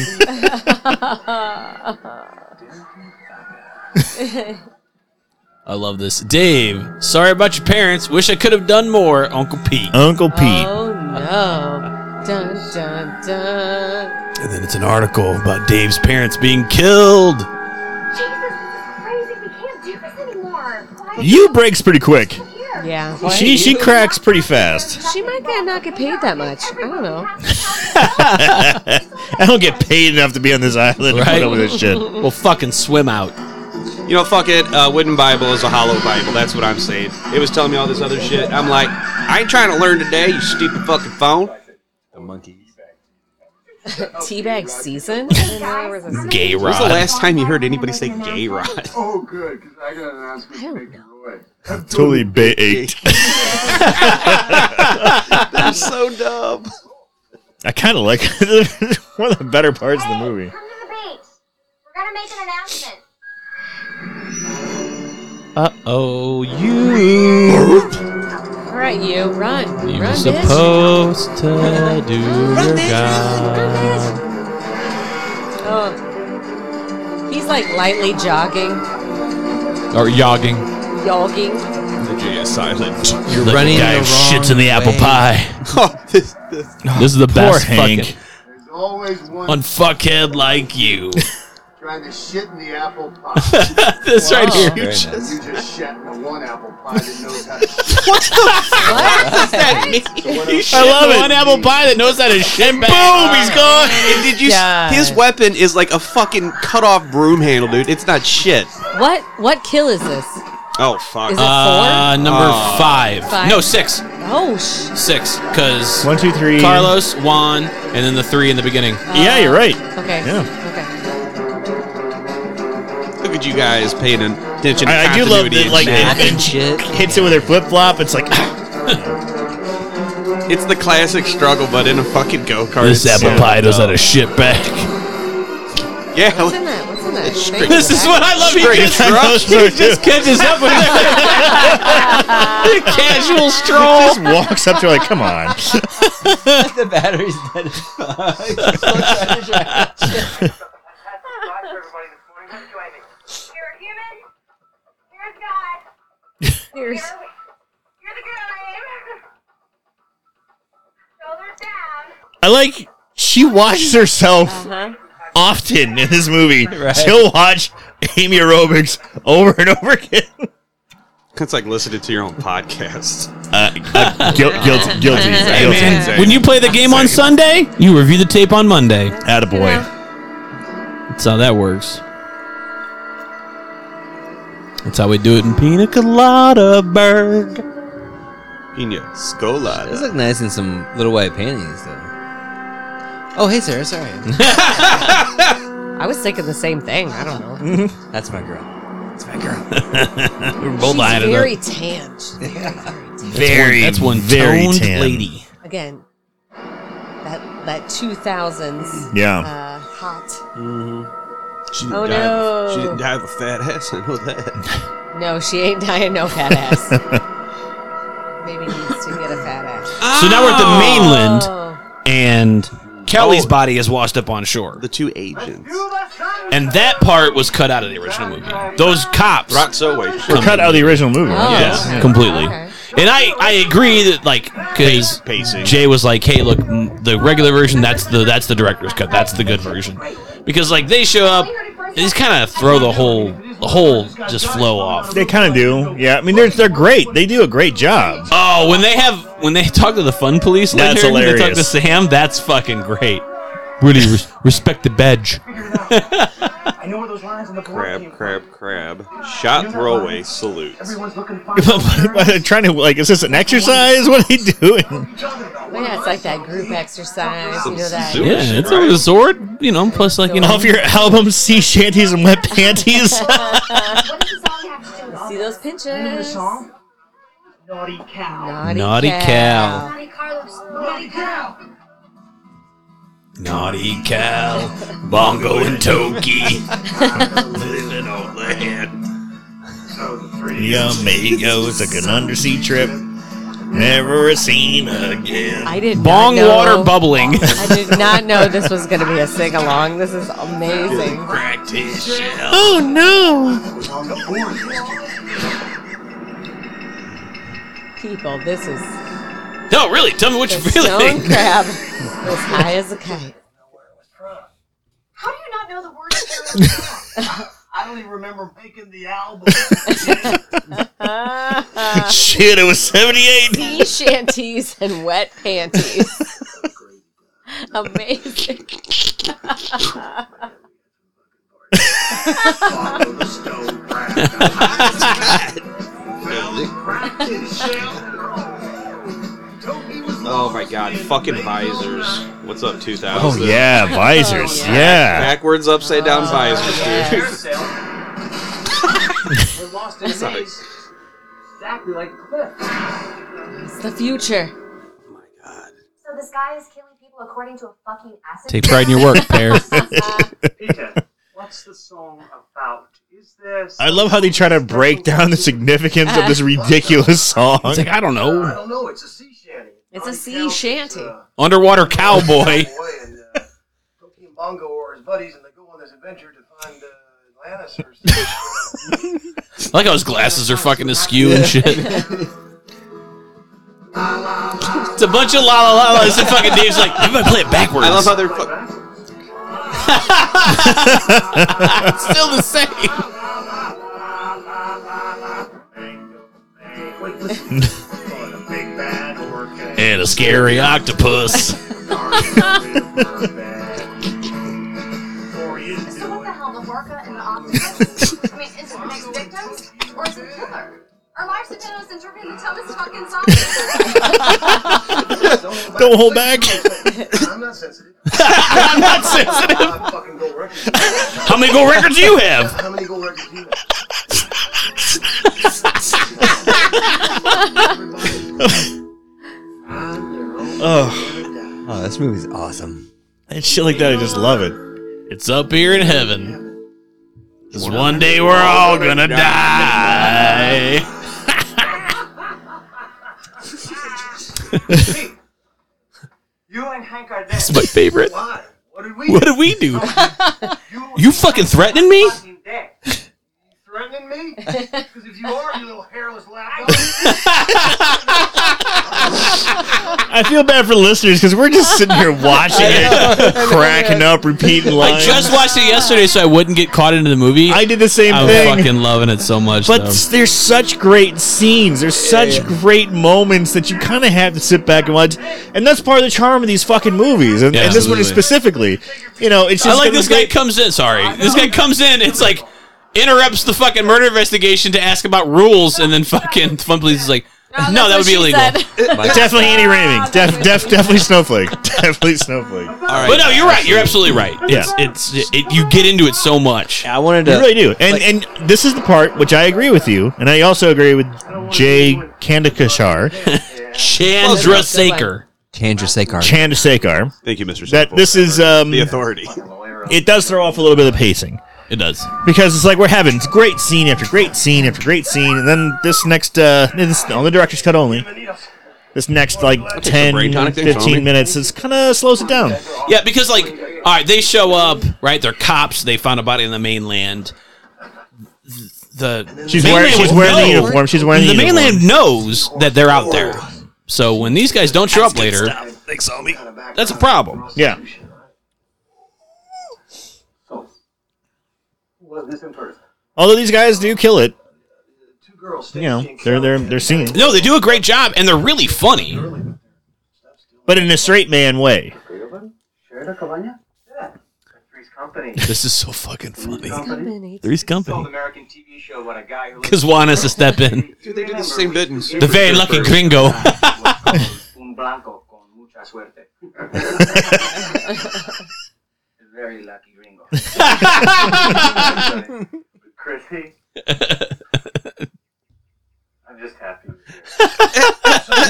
I love this. Dave, sorry about your parents. Wish I could have done more, Uncle Pete.
Uncle Pete.
Oh no. Dun dun dun.
And then it's an article about Dave's parents being killed.
Jesus, this is crazy. We can't do this anymore. Why is
You
it
breaks pretty quick.
still here?
Yeah.
She she cracks pretty fast.
She might get not get paid that much. I don't know.
I don't get paid enough to be on this island to
Right.
put up with this shit.
We'll fucking swim out.
You know, fuck it. Uh, wooden Bible is a hollow Bible. That's what I'm saying. It was telling me all this other shit. I'm like, I ain't trying to learn today, you stupid fucking phone.
The monkeys.
Teabag season. I didn't know there was a season.
Gay
When's the
rod.
last time you heard anybody say gay rod?
Oh, good, because I got an announcement
I
to
don't
make Roy.
Totally baked.
They're so dumb.
I kind of like one of the better parts of the
Hey,
movie.
Come to the beach. We're gonna make an announcement.
Uh oh, you
All right, you run.
you were
run, bitch.
supposed to do your job.
Oh. He's like lightly jogging,
Or yogging.
jogging.
The J is silent.
You're
Like
running
the guy
the
who shits in the
wrong
apple
way.
pie.
Oh, this, this.
This is the best
Hank.
fucking
There's always one
unfuckhead like you.
trying to shit in the apple pie.
this right here.
Very nice.
you just shat in the one apple pie that knows how to
What?
shit.
knows that. He shit
love
the
it.
One apple pie that knows that is shit. Boom, he's gone.
And did you?
God.
His weapon is like a fucking cut off broom handle, dude. It's not shit.
What what kill is this?
Oh fuck.
Is it
Uh,
four?
number
Oh.
five.
Five?
No, six.
Oh sh.
Six. Because
One, two, three.
Carlos, Juan, and then the three in the beginning.
Yeah, you're right.
Okay.
Yeah.
Okay.
Look at you guys paying attention. To
I- I do love that,
continuity and
like,
shit.
Math and shit.
Hits it with her flip flop. It's like
it's the classic struggle, but in a fucking go kart.
knows how to shit back.
Yeah.
What's in that? What's in that?
It's
Thank you.
This is what I love. He
Straight
just,
truck.
he just catches up with it. casual stroll.
just walks up to her like, come on.
the battery's dead as fuck.
You're human. Here's God.
Here's-
You're, you're the crime. Shoulders down.
I like she watches herself
Uh-huh.
often in this movie. She'll watch Amy aerobics over and over again.
It's like listening to your own podcast.
Guil- guilty, guilty,
Hey,
guilty.
man.
Say-
When you play the game on Sunday, you review the tape on Monday.
Attaboy.
That's how that works. That's how we do it in Pina Colada Berg.
Pina
Those
Scolada.
look nice in some little white panties, though. Oh, hey, Sarah. Sorry.
I was thinking the same thing. I don't
Mm.
know.
That's my girl.
We're
She's
both eyeing it
very
up.
tan. She's very, very tan.
Very,
That's one
very
toned
tan.
lady.
Again, that that two thousands
Yeah.
uh, hot.
She didn't
Oh,
die of-
no.
She didn't die of a fat ass. I know that.
No, she ain't dying no fat ass. Maybe needs to get a fat ass.
So now we're at
Ah.
the mainland,
Oh,
and Kelly's body is washed up on shore.
The two agents.
And that part was cut out of the original movie. Those cops.
Rock Zoe.
We're cut out of the original movie.
Oh,
right?
Yes,
okay.
completely.
Okay.
And I, I agree that like because
Pacing.
Jay was like, hey, look, m- the regular version that's the that's the director's cut, that's the good version, because like they show up, they just kind of throw the whole the whole just flow off.
They kind of do. Yeah. I mean, they're, they're great. They do a great job.
Oh, when they have when they talk to the fun police later,
That's
when they talk to
hilarious.
Sam. That's fucking great. Really res- respect the badge.
I know where those lines on the board
Crab,
came
crab, crab. Shot throwaway salute.
from. Everyone's looking fine.
They're trying to, like, is this an exercise? What are they doing?
Well, yeah, it's like that group exercise. You know that.
Zoom
Yeah,
shit,
it's a
right?
resort, you know. Plus, like you know,
All of your albums, sea shanties and wet panties.
What does this song have to do with all
See
this?
those pinches.
song? Naughty cow.
Naughty,
Naughty cow.
Monte Carlos.
Naughty cow.
naughty Cal, Bongo and Toki,
Living on land.
So the three.
The Amigos took an undersea trip. Never seen again.
I did
bong
not know,
water bubbling.
I did not know this was going to be a sing along. This is amazing.
Practice shell.
Oh no!
On the board.
People, this is
No, really. Tell me what
the
you're
stone
feeling.
crab as high as a kite.
How do you not know the words to your own song?
I don't even remember making the album.
Shit, it was 78.
Sea shanties and wet panties. Amazing.
Follow the stone crack. Fell, cracked his shell. Toby was
Oh my
lost
god,
in
fucking
the
visors.
maze
What's up, 2000?
Oh yeah, visors.
yeah.
yeah.
Backwards, upside down
Oh,
visors,
of
dude.
night. Carousel. was lost in a maze. Exactly like Cliff.
It's the future.
So this guy is killing people according to a fucking acid
Take pride in your work, pair.
Peter, what's the song about? Is there
I love how they try to break down the significance of this ridiculous song.
It's like I don't
I
know,
don't know. It's a sea shanty.
It's a
Naughty
sea
cow gets,
shanty.
uh,
underwater cowboy.
Boy, and uh, Toki and Bongo or his buddies, and they go on this adventure to find uh, Atlantis or something.
I like how his glasses are fucking askew and shit. it's a bunch of la la la la's and fucking Dave's like, everybody play it backwards.
I love how they're fucking.
it's still the same.
Wait, listen. On a big bad
forecast.
and a scary octopus.
Or is
So what
doing.
the hell, the worker and the octopus? I mean, is it the next victim or is it the killer? Our lives depend on us interpreting the toughest fucking song.
Don't hold back.
I'm not sensitive.
I'm not sensitive.
I fucking gold records.
How many gold records do you have?
How many gold records do you have? Everybody. I'm their own
Oh,
guy.
Oh, this movie's awesome.
and shit like that. I just love it.
It's up here in heaven. 'Cause one day we're all gonna die.
You and Hank are dead.
It's my favorite.
Why? What did we
What
do?
did we do?
You,
You fucking threatening me?
fucking dead. You threatening me? Because if you are, you little hairless lapdog.
I feel bad for listeners because we're just sitting here watching it, cracking up, repeating
I
lines.
just watched it yesterday so I wouldn't get caught into the movie.
I did the same
I'm
thing.
fucking loving it so much.
But
though.
there's such great scenes. There's such great moments that you kind of have to sit back and watch. And that's part of the charm of these fucking movies. And,
Yeah,
and this one is specifically. You know, it's just.
I like
gonna
this guy
look
comes in. Sorry, this guy comes in. It's like interrupts the fucking murder investigation to ask about rules, and then fucking fun police is like,
Oh,
no, that would be illegal.
like- Definitely Annie Rayming. Def, def, definitely Snowflake. definitely Snowflake.
But no, you're right. You're absolutely right. It's
Yeah.
it's it, you get into it so much.
I wanted to.
You really do. And and this is the part which I agree with you, and I also agree with Jay Kandakashar,
Chandra Saker.
Chandra Sekar.
Chandasekar,
Thank you, Mr.
that
Seinfeld,
this is
for
um
the authority.
it does throw off a little bit of the pacing.
It does.
because it's like we're having it's great scene after great scene after great scene, and then this next uh this on the director's cut only. This next like
some
10,
brain tonic thing,
15
Tommy.
minutes, it's kind of slows it down.
Yeah, because like, all right, they show up. Right, they're cops. They found a body in the mainland. The
She's
mainland
wearing she's
would
wearing the
know.
uniform. She's wearing the,
the
uniform.
mainland knows that they're out there. So when these guys don't show up later,
They saw me.
that's a problem.
Yeah,
So, was this in person?
although these guys do kill it,
Two girls.
you know, they're they're they're singing,
No, they do a great job, and they're really funny.
but in a straight man way.
company.
This is so fucking funny.
Company.
Three's
Old
Company.
American TV show about a guy who
Because Juan has to step in.
Dude, they did the same bit in
The very lucky gringo.
un blanco con mucha suerte. Very lucky Ringo. Chrissy, I'm just happy.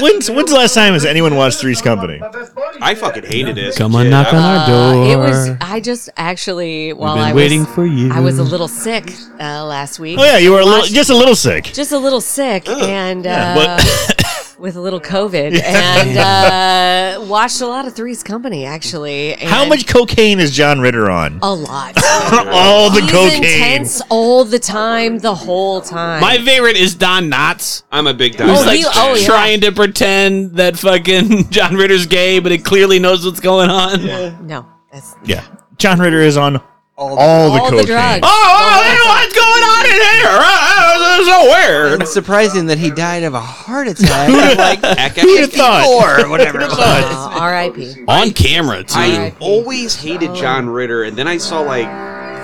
When's when's the last time has anyone watched Three's Company? Oh,
I fucking hated it.
Come on, knock on our
Uh,
door.
it was. I just actually while I was
for you.
I was a little sick uh, last week.
Oh yeah, you were a little
Watched-
just a little sick.
just a little sick and
Yeah,
uh, with a little COVID and uh, watched a lot of Three's Company actually. And
How much cocaine is John Ritter on?
A lot.
All the
He's
cocaine.
intense all the time, the whole time.
My favorite is Don Knotts,
I'm a big
who's
Oh,
like
he- oh, yeah.
trying to pretend that fucking John Ritter's gay, but it clearly knows what's going on.
no, that's
Yeah, John Ritter is on all the,
all the
cocaine.
drugs.
Oh, oh, hey, what's going on in here? Oh, this is so weird.
It's surprising that he died of a heart attack. I'm like,
Who'd have thought?
Or whatever.
Uh, R.I.P.
On camera, too.
I always hated John Ritter, and then I saw like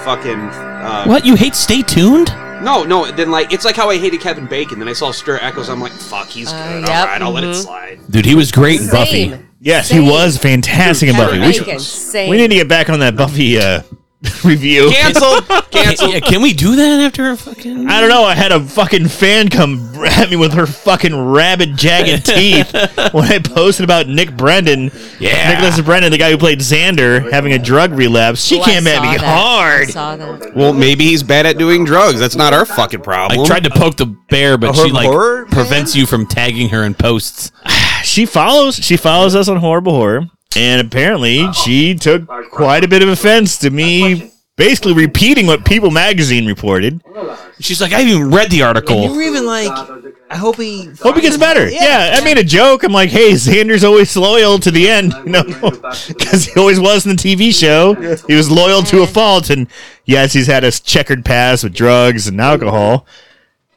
fucking. Uh,
what? You hate Stay Tuned?
No, no. Then like it's like how I hated Kevin Bacon. Then I saw Stir Echoes. I'm like, fuck, he's good. All
yep,
right, I'll let it
mhm.
slide.
Dude, he was great in Buffy.
Same.
Yes,
Same.
he was fantastic in Buffy.
Kevin
We,
Bacon,
should-
same.
we need to get back on that Buffy uh, review.
Cancel.
Can, yeah, can we do that after a fucking?
I don't know. I had a fucking fan come at me with her fucking rabid, jagged teeth when I posted about Nick Brendan,
Yeah.
Nicholas Brendan, the guy who played Xander, having a drug relapse. She
Oh, I
came at
saw
me
that.
hard.
I saw that.
well, maybe he's bad at doing drugs. That's not our fucking problem.
I tried to poke the bear, but
Her
she like
horror
prevents you from tagging her in posts.
She follows. She follows us on Horrible Horror, and apparently she took quite a bit of offense to me. Basically repeating what People Magazine reported.
She's like, I haven't even read the
you
article.
were even like, I hope he.
Hope he gets better. Yeah, I made a joke. I'm like, hey, Xander's always loyal to the end, you know, because he always was in the TV show. He was loyal to a fault, and yes, he's had a checkered past with drugs and alcohol,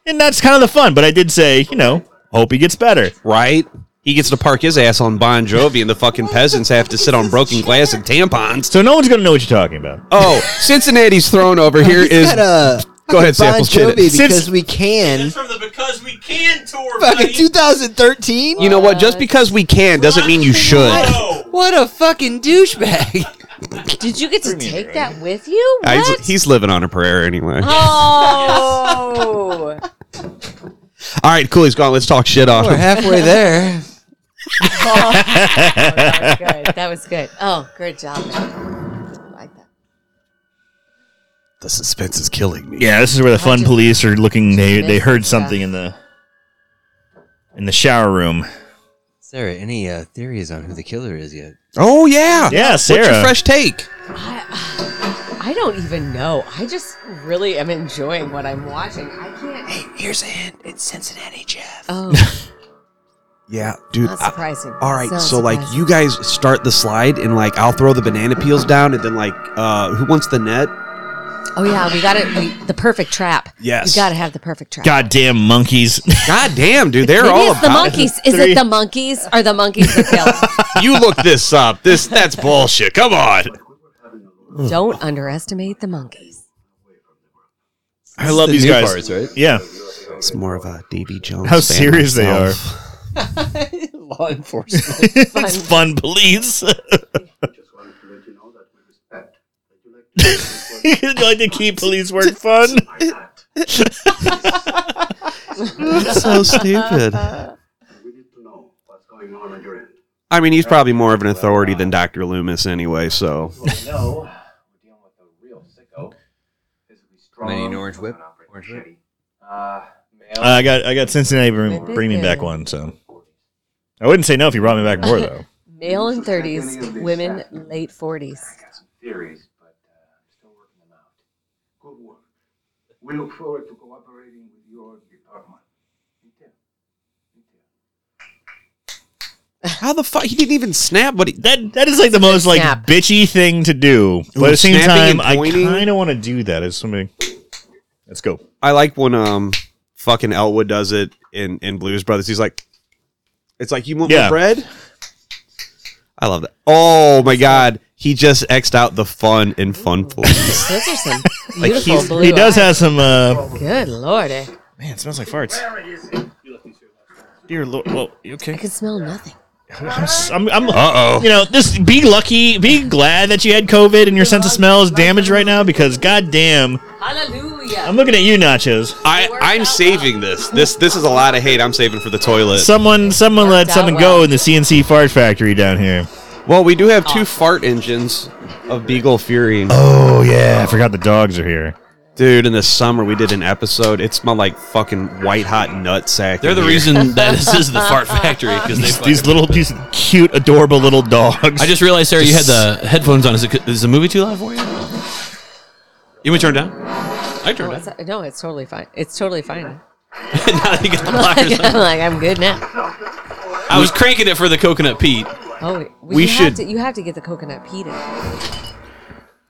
and that's kind of the fun. But I did say, you know, hope he gets better.
Right? He gets to park his ass on Bon Jovi, and the fucking peasants have to sit on broken glass and tampons.
So no one's gonna know what you're talking about.
Oh, Cincinnati's thrown over here
He's
is
got uh, a
Go ahead,
Bon
Samples, get
Jovi
it.
because
Since-
we can.
from the Because We Can tour,
Fucking 2013.
you know what? Just because we can doesn't mean you should.
What a fucking douchebag.
Did you get to take that with you?
Uh,
What?
he's, he's living on a prayer anyway. All
oh.
right, cool. He's gone. Let's talk shit on
We're
him.
halfway there.
that was good. That was good. Oh, good job. man. Like that.
The suspense is killing me.
Yeah, this is where the fun police are looking. They they heard something in the in the shower room.
Sarah, any uh, theories on who the killer is yet?
Oh yeah.
Yeah,
What's your
Sarah.
fresh take?
I, I don't even know. I just really am enjoying what I'm watching. I can't.
Here's a hint. It's Cincinnati, Jeff.
Oh,
Yeah, dude.
not
I-
surprising.
all right, so,
Not
like
surprising.
you guys start the slide, and like I'll throw the banana peels down, and then like uh who wants the net?
Oh yeah, we got it. We, the perfect trap.
Yes.
You got to have the perfect trap.
Goddamn monkeys!
God damn, dude, they're
Maybe
all
it's the
about it.
monkeys. Is
Three.
it the monkeys? Are the monkeys the killer?
You look this up. This that's bullshit. Come on.
don't underestimate the monkeys.
I love
The
these
new
guys.
parts, right?
Yeah,
It's more of a Davy Jones.
how
fan
serious they are.
myself.
Law enforcement.
Fun.
It's fun police. you like to keep police work fun?
so stupid. I mean, he's probably more of an authority than Doctor Loomis, anyway. So
No, we're dealing with a real sicko. Physically strong.
Might need an orange whip. Orange whip.
Machete. Uh, male.
Uh, I got I got Cincinnati bring,
Maybe
bring me
they
back
do.
one. So I wouldn't say no if you brought me back more though.
Male in 30s, women late 40s.
I got some theories, but uh, I'm still working them out. Good work. We look forward to cooperating with your department. Me too. Me too.
how the fuck he didn't even snap? But he,
That that is like the most like
Snap.
bitchy thing to do. But at the same
snapping
time,
and
I
pointing.
kind of want to do that. It's something. Let's go.
I like when um fucking Elwood does it in in Blues Brothers. He's like, it's like you want
Yeah.
more bread. I love that. Oh my god, he just xed out the fun in fun police.
Those are some
Like,
beautiful
he's-
blue
He does
eyes.
have some. uh
Good lordy.
Man, it smells like farts. Dear lord. Well, you
I
okay?
can smell nothing.
I'm. s- I'm, I'm uh oh. You know, this. Be lucky. Be glad that you had COVID and your sense of smell is damaged right now because goddamn,
Hallelujah.
I'm looking at you, nachos.
I I'm saving this. This this is a lot of hate. I'm saving for the toilet.
Someone, someone let
Worked out
something
well.
go in the CNC fart factory down here.
Well, we do have two fart engines of Beagle Fury.
Oh yeah, I forgot the dogs are here.
Dude, in the summer we did an episode. It smelled like fucking white hot nut sack.
They're
in
the
here.
reason that this is the fart factory because they.
These,
fucking-
these little, these cute, adorable little dogs.
I just realized, Sarah, you had the headphones on. Is it is the movie too loud for you? You want to turn it down? I
Oh,
turned it
it's-
down.
no, it's totally fine. It's totally fine.
now that you got the blockers
I'm
on.
like, I'm good now.
I was cranking it for the coconut Pete.
Oh, we,
We
you
should-
Have to, you have to get the coconut pita.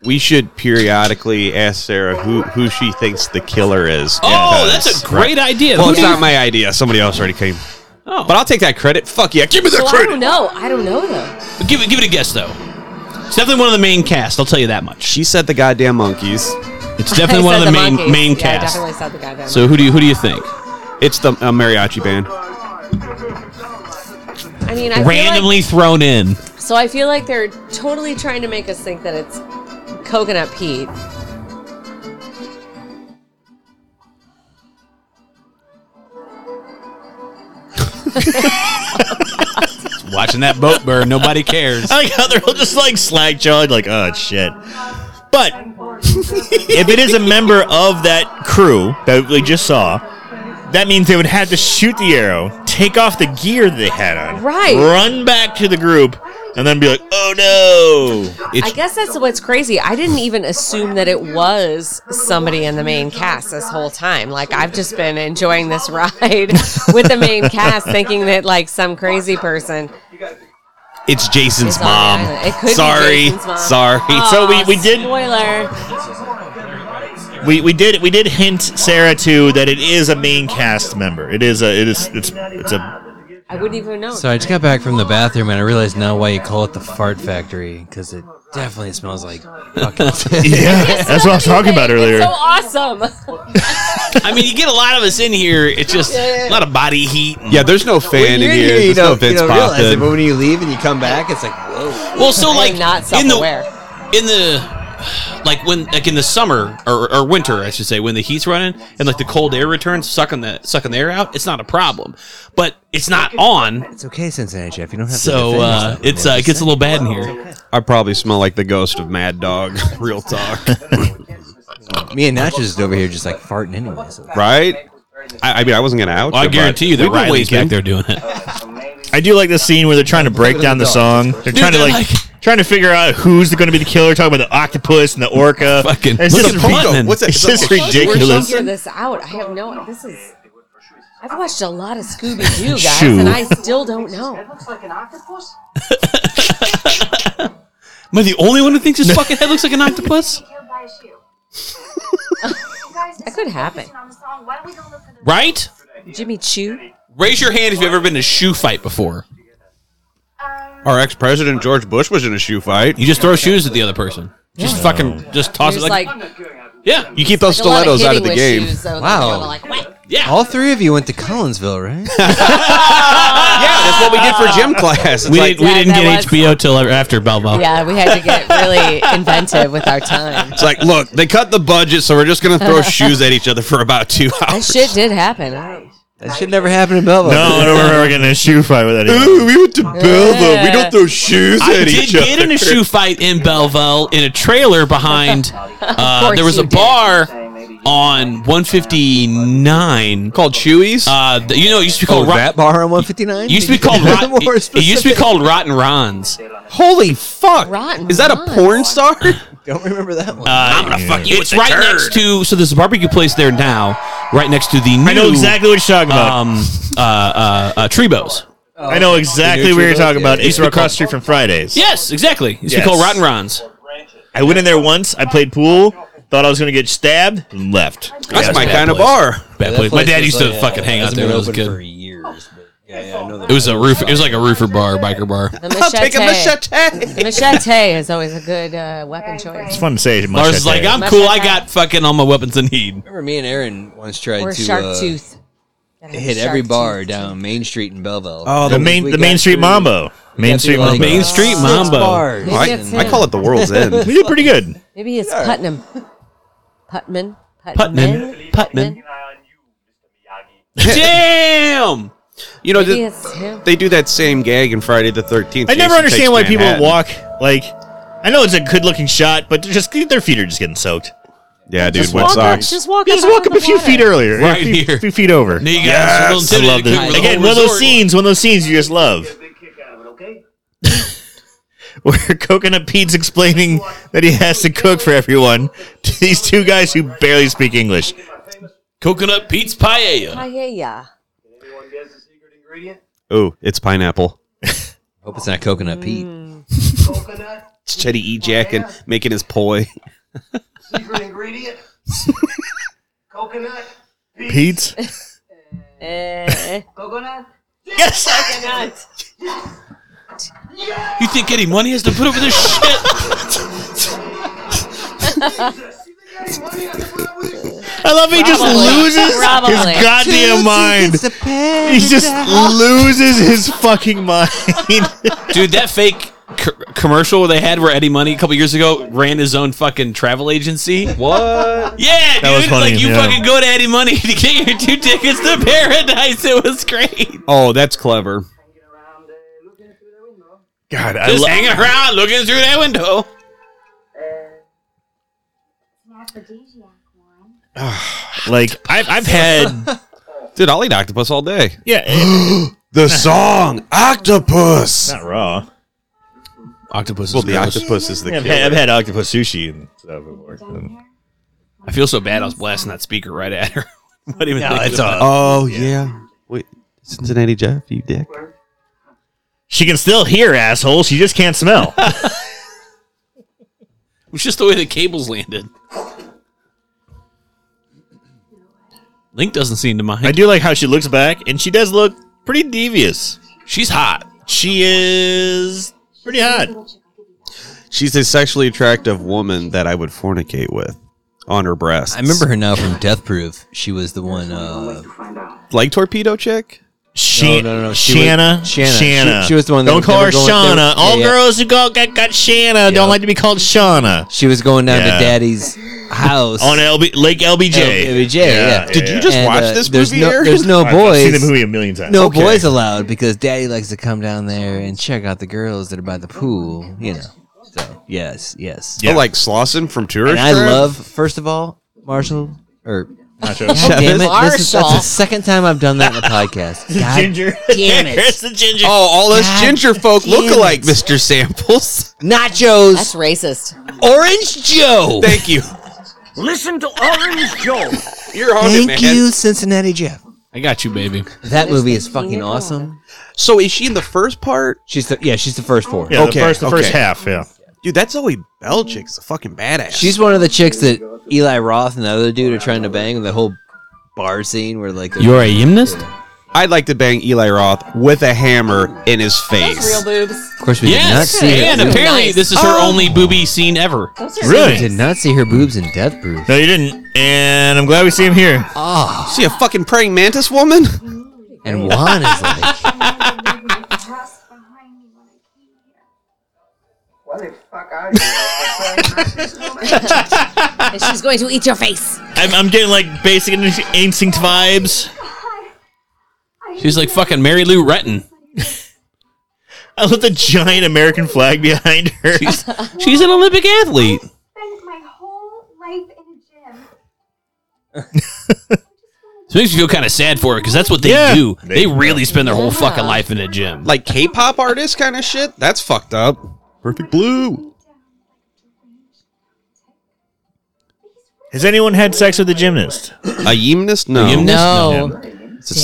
we should periodically ask Sarah who who she thinks the killer is.
Oh,
because-
that's a great idea.
Well,
Who
it's
knew-
not my idea. Somebody else already came.
Oh.
But I'll take that credit. Fuck yeah, give me that
Well, I
credit.
don't know. I don't know though.
But give it, give it a guess though. It's definitely one of the main cast. I'll tell you that much.
She said the goddamn monkeys.
It's definitely one
I
of
said
the, main
monkeys.
main
Yeah, I
cast.
definitely said the goddamn.
So who do you who do you think?
It's the uh, mariachi band.
I mean, I randomly.
Randomly thrown in.
so I feel like they're totally trying to make us think that it's coconut Pete.
Watching that boat burn, nobody cares.
I like how they're all just like slack jawed, like, oh shit. But if it is a member of that crew that we just saw, that means they would have to shoot the arrow, take off the gear they had on,
Right.
Run back to the group, and then be like, oh no.
I guess that's what's crazy. I didn't even assume that it was somebody in the main cast this whole time. Like I've just been enjoying this ride with the main cast, thinking that like some crazy person.
It's Jason's
It's on
mom.
the island. It could be
sorry,
Jason's mom.
sorry.
So we-
Aw,
we did-
spoiler.
We, we did we did hint Sarah too that it is a main cast member. It is a it is it's it's a
I wouldn't even know.
So I just got back from the bathroom and I realized now why you call it the fart factory because it definitely smells like fucking
Yeah, that's what I was talking about earlier.
It's so awesome.
I mean, you get a lot of us in here. It's just a lot of body heat. and-
Yeah, there's no fan in here. There's no Vince
it,
Poppin.
but when you leave and you come back, it's like whoa.
Well, so
I am
like
not
in
self-aware.
the in the like when like in the summer or, or winter, I should say, when the heat's running and like the cold air returns, sucking the sucking the air out, it's not a problem. But it's not on,
It's okay, Cincinnati Jeff. You don't have to.
so
defend
uh,
yourself.
it's uh, it gets a little bad in here.
I probably smell like the ghost of Mad Dog. Real talk,
me and Nacho just over here just like farting anyway. So.
right? I, I mean, I wasn't gonna out.
Well, I
you, but
guarantee you that
we've been
Riley's back
waking.
there doing it.
I do like the scene where they're trying to break down the song. They're trying to
they're
like
like-
trying to figure out who's going to be the killer. Talking about the octopus and the orca.
Fucking-
it's
look
just,
at Pico.
ridiculous.
What's that?
It's
Is
just
that like a sword or
ridiculous.
Figure this out. I have no. This is. I've watched a lot of Scooby Doo guys,
Shoo.
and I still don't know.
looks like an octopus.
Am I the only one who thinks his fucking head looks like an octopus?
Killed by a shoe. You guys,
That could happen.
on the song, Why don't we go look for the
Right?
Jimmy Chu.
Raise your hand if you've ever been in a shoe fight before.
Um,
Our ex-president George Bush was in a shoe fight.
You just throw shoes at the other person. Just fucking just toss
There's
it like,
like, like
yeah.
You keep those
a lot
stilettos out
hitting
of the
with
game.
shoes, though, that
Wow.
they go like, whack.
Yeah.
All three of you went to Collinsville, right?
Yeah, that's what we did for gym class. It's
we,
like
didn't, we
Yeah,
didn't
that
get
was-
HBO till after Belmo.
Yeah, we had to get really inventive with our time.
it's like, look, they cut the budget, so we're just gonna throw shoes at each other for about two
That
hours.
shit did happen. I don't-
That should never happen in Belleville.
No, I don't remember getting in a shoe fight with anyone.
Ooh, we went to Belleville. We don't throw shoes
I
at
did
each
get
other.
in a shoe fight in Belleville in a trailer behind. Uh,
course
there was
you
a
did.
bar on 159
called Chewies.
Uh, th- you know, it used to be
Oh,
called. Rot-
that bar on 159?
it used to be called. Rot-
More
it, it used to be
specific.
called Rotten Ron's.
Holy fuck!
Rotten
Is that a
Ron.
porn star?
Don't remember that one.
I'm gonna fuck you. It's right next to. So there's a barbecue place there now, right next to the new.
I know exactly what you're talking about.
Um, uh, uh, uh, Tribos.
I know exactly
new
what you're
Chubos?
talking about.
Yeah.
It's across the street from Fridays.
Yes, exactly. It used to be
Yes.
called Rotten Ron's.
I went in there once. I played pool. Thought I was going to get stabbed and left.
That's
Yeah,
my
bad
kind of
place.
bar.
Bad place. My dad used to fucking hang out there. when I was a
uh, open for
kid.
years. But yeah, yeah, I know
It was a roof. It was like a roofer bar, biker bar.
The machete.
machete.
The machete is always a good uh, weapon choice.
It's fun to say.
Lars is like, I'm cool. I got fucking all my weapons in need.
Remember me and Aaron once tried
Or a
to
shark
uh,
tooth. Gotta have
hit
shark
every bar
tooth.
down Main Street in Belleville.
Oh, the main the Main Street Mambo. Main Street Mambo.
Main Street Mambo.
I,
That's
I
him.
call it the world's end.
we did pretty good.
Maybe it's Putnam. Putman.
Putman. Putman. Damn.
You know,
Maybe
th-
it's him.
they do that same gag in Friday the Thirteenth.
I never understand why people walk like. I know it's a good looking shot, but they're just their feet are just getting soaked.
Yeah, dude,
Just
wet
walk
Walk up,
socks.
just walk
You
up.
just walk
out of
up a
the
few
water.
feet earlier,
Right
a few,
here.
few feet over.
Now you guys are a
Yes, I
little
love
intimidated.
this.
with the
Again,
whole
one of those
resort.
scenes, one of those scenes you just love.
Big kick out of it, okay?
where Coconut Pete's explaining that he has to cook for everyone to these two guys who barely speak English.
Coconut Pete's paella.
I hear ya.
Anyone guess the secret ingredient?
Oh, it's pineapple.
Hope it's not
Mm.
coconut Pete.
Coconut?
It's Chetty E. Jack
Oh,
and making his poi.
Secret ingredient? Coconut?
Pete?
Eh.
Coconut?
Yes! I-
You think any money has to put up with this shit?
I love he just
Probably.
loses
Probably.
his goddamn mind. He just loses his fucking mind.
Dude, that fake c- commercial they had where Eddie Money a couple years ago ran his own fucking travel agency.
What?
Yeah, dude.
That was
it's
funny,
like you
yeah.
fucking go to Eddie Money to get your two tickets to paradise. It was great.
Oh, that's clever.
God, I
Just
lo-
hanging around, looking through that window.
An aphrodisiac one.
like I've, I've had
Dude, I'll eat octopus all day.
yeah, eh,
The song Octopus.
not raw.
Octopus
Well, the octopus is the
I've
killer.
had, I've had octopus sushi and stuff before.
I feel so bad. I was blasting that speaker right at her. Not even thinking about
uh,
it.
oh yeah. Wait, Cincinnati Jeff, you dick.
She can still hear asshole. She just can't smell.
It was just the way the cables landed. Link doesn't seem to mind.
I do like how she looks back, and she does look pretty devious.
She's hot.
She is pretty hot.
She's a sexually attractive woman that I would fornicate with on her breast.
I remember her now from Death Proof. She was the one. Uh,
like torpedo chick.
She,
No, no, no, she was-
Shanna,
Shanna.
Shanna.
She- she was the one that
Don't
was-
call her
they were going- they
Shauna.
were- yeah,
All
yeah.
girls who got got, got Shanna don't like to be called Shauna
she was going down
Yeah.
to Daddy's house.
on LB, Lake LBJ.
LBJ, yeah.
Did you just
and,
watch
uh,
this
there's
movie
No,
here?
There's no
I've- I've seen the
boys.
movie a million times.
No
Okay.
boys allowed because Daddy likes to come down there and check out the girls that are by the pool. You know. So yes, yes.
Oh, like Slauson from Tourist
And I
Trap?
love, first of all, Marshall or
Oh,
Nachos.
God damn it,
Marshall.
this is, that's the second time I've done that in a podcast. God
ginger.
Damn it.
There's the ginger.
Oh, all us
God
ginger folk
damn
look alike,
it.
Mister Samples.
Nachos,
That's racist.
Orange Joe.
Thank you.
Listen to Orange Joe.
You're on it, man.
Thank you, Cincinnati Jeff.
I got you, baby.
That movie is
16
fucking
years old.
awesome.
So is she in the first part?
She's the yeah, she's the first four.
Yeah,
Okay,
the first, the first
okay.
half. Yeah.
Dude, that's Zoe Bell chick's a fucking badass.
She's one of the chicks that Eli Roth and the other dude are trying to bang. and The whole bar scene where like they're-
You're a gymnast?
I'd like to bang Eli Roth with a hammer in his
Those real
face.
boobs.
of course we
Yes.
did not see
And
her. we
apparently
Nice.
this is
Oh.
her only booby scene ever.
Those are
Really?
boobs.
did not see her boobs in Death Proof.
No, you didn't. And I'm glad we see him here.
Uh,
See a fucking praying mantis woman?
And Juan is like,
What the fuck are you?
And she's going to eat your face.
I'm, I'm getting like basic instinct vibes.
She's like fucking Mary Lou Retton.
I left the giant American flag behind her.
She's an Olympic athlete.
Spent my whole life in a gym.
It makes me feel kind of sad for her because that's what they
Yeah.
do.
They-
They really spend their whole
Yeah.
fucking life in a gym.
Like K-pop artist kind of shit? That's fucked up. Perfect blue.
Has anyone had sex with a gymnast?
A gymnast? No.
Gymnast?
Oh,
No.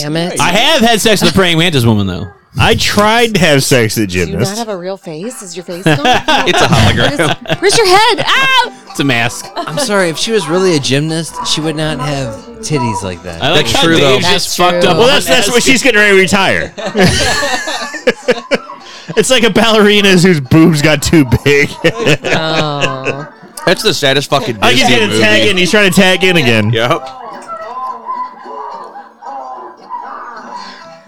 Damn it.
I have had sex with a praying mantis woman though.
I tried to have sex with a
Do you not
gymnast.
have a real face? Is your face gone?
It's a hologram.
Where's your head? Ow!
It's a mask.
I'm sorry, if she was really a gymnast, she would not have titties like that.
I like
That's
how
true, though.
Dave's just
That's true.
fucked up.
Well, that's that's what she's getting ready to retire. it's like a ballerina's whose boobs got too big.
Oh.
That's the saddest fucking
I can
Disney
get a
movie.
tag in. He's trying to tag in again.
Yep.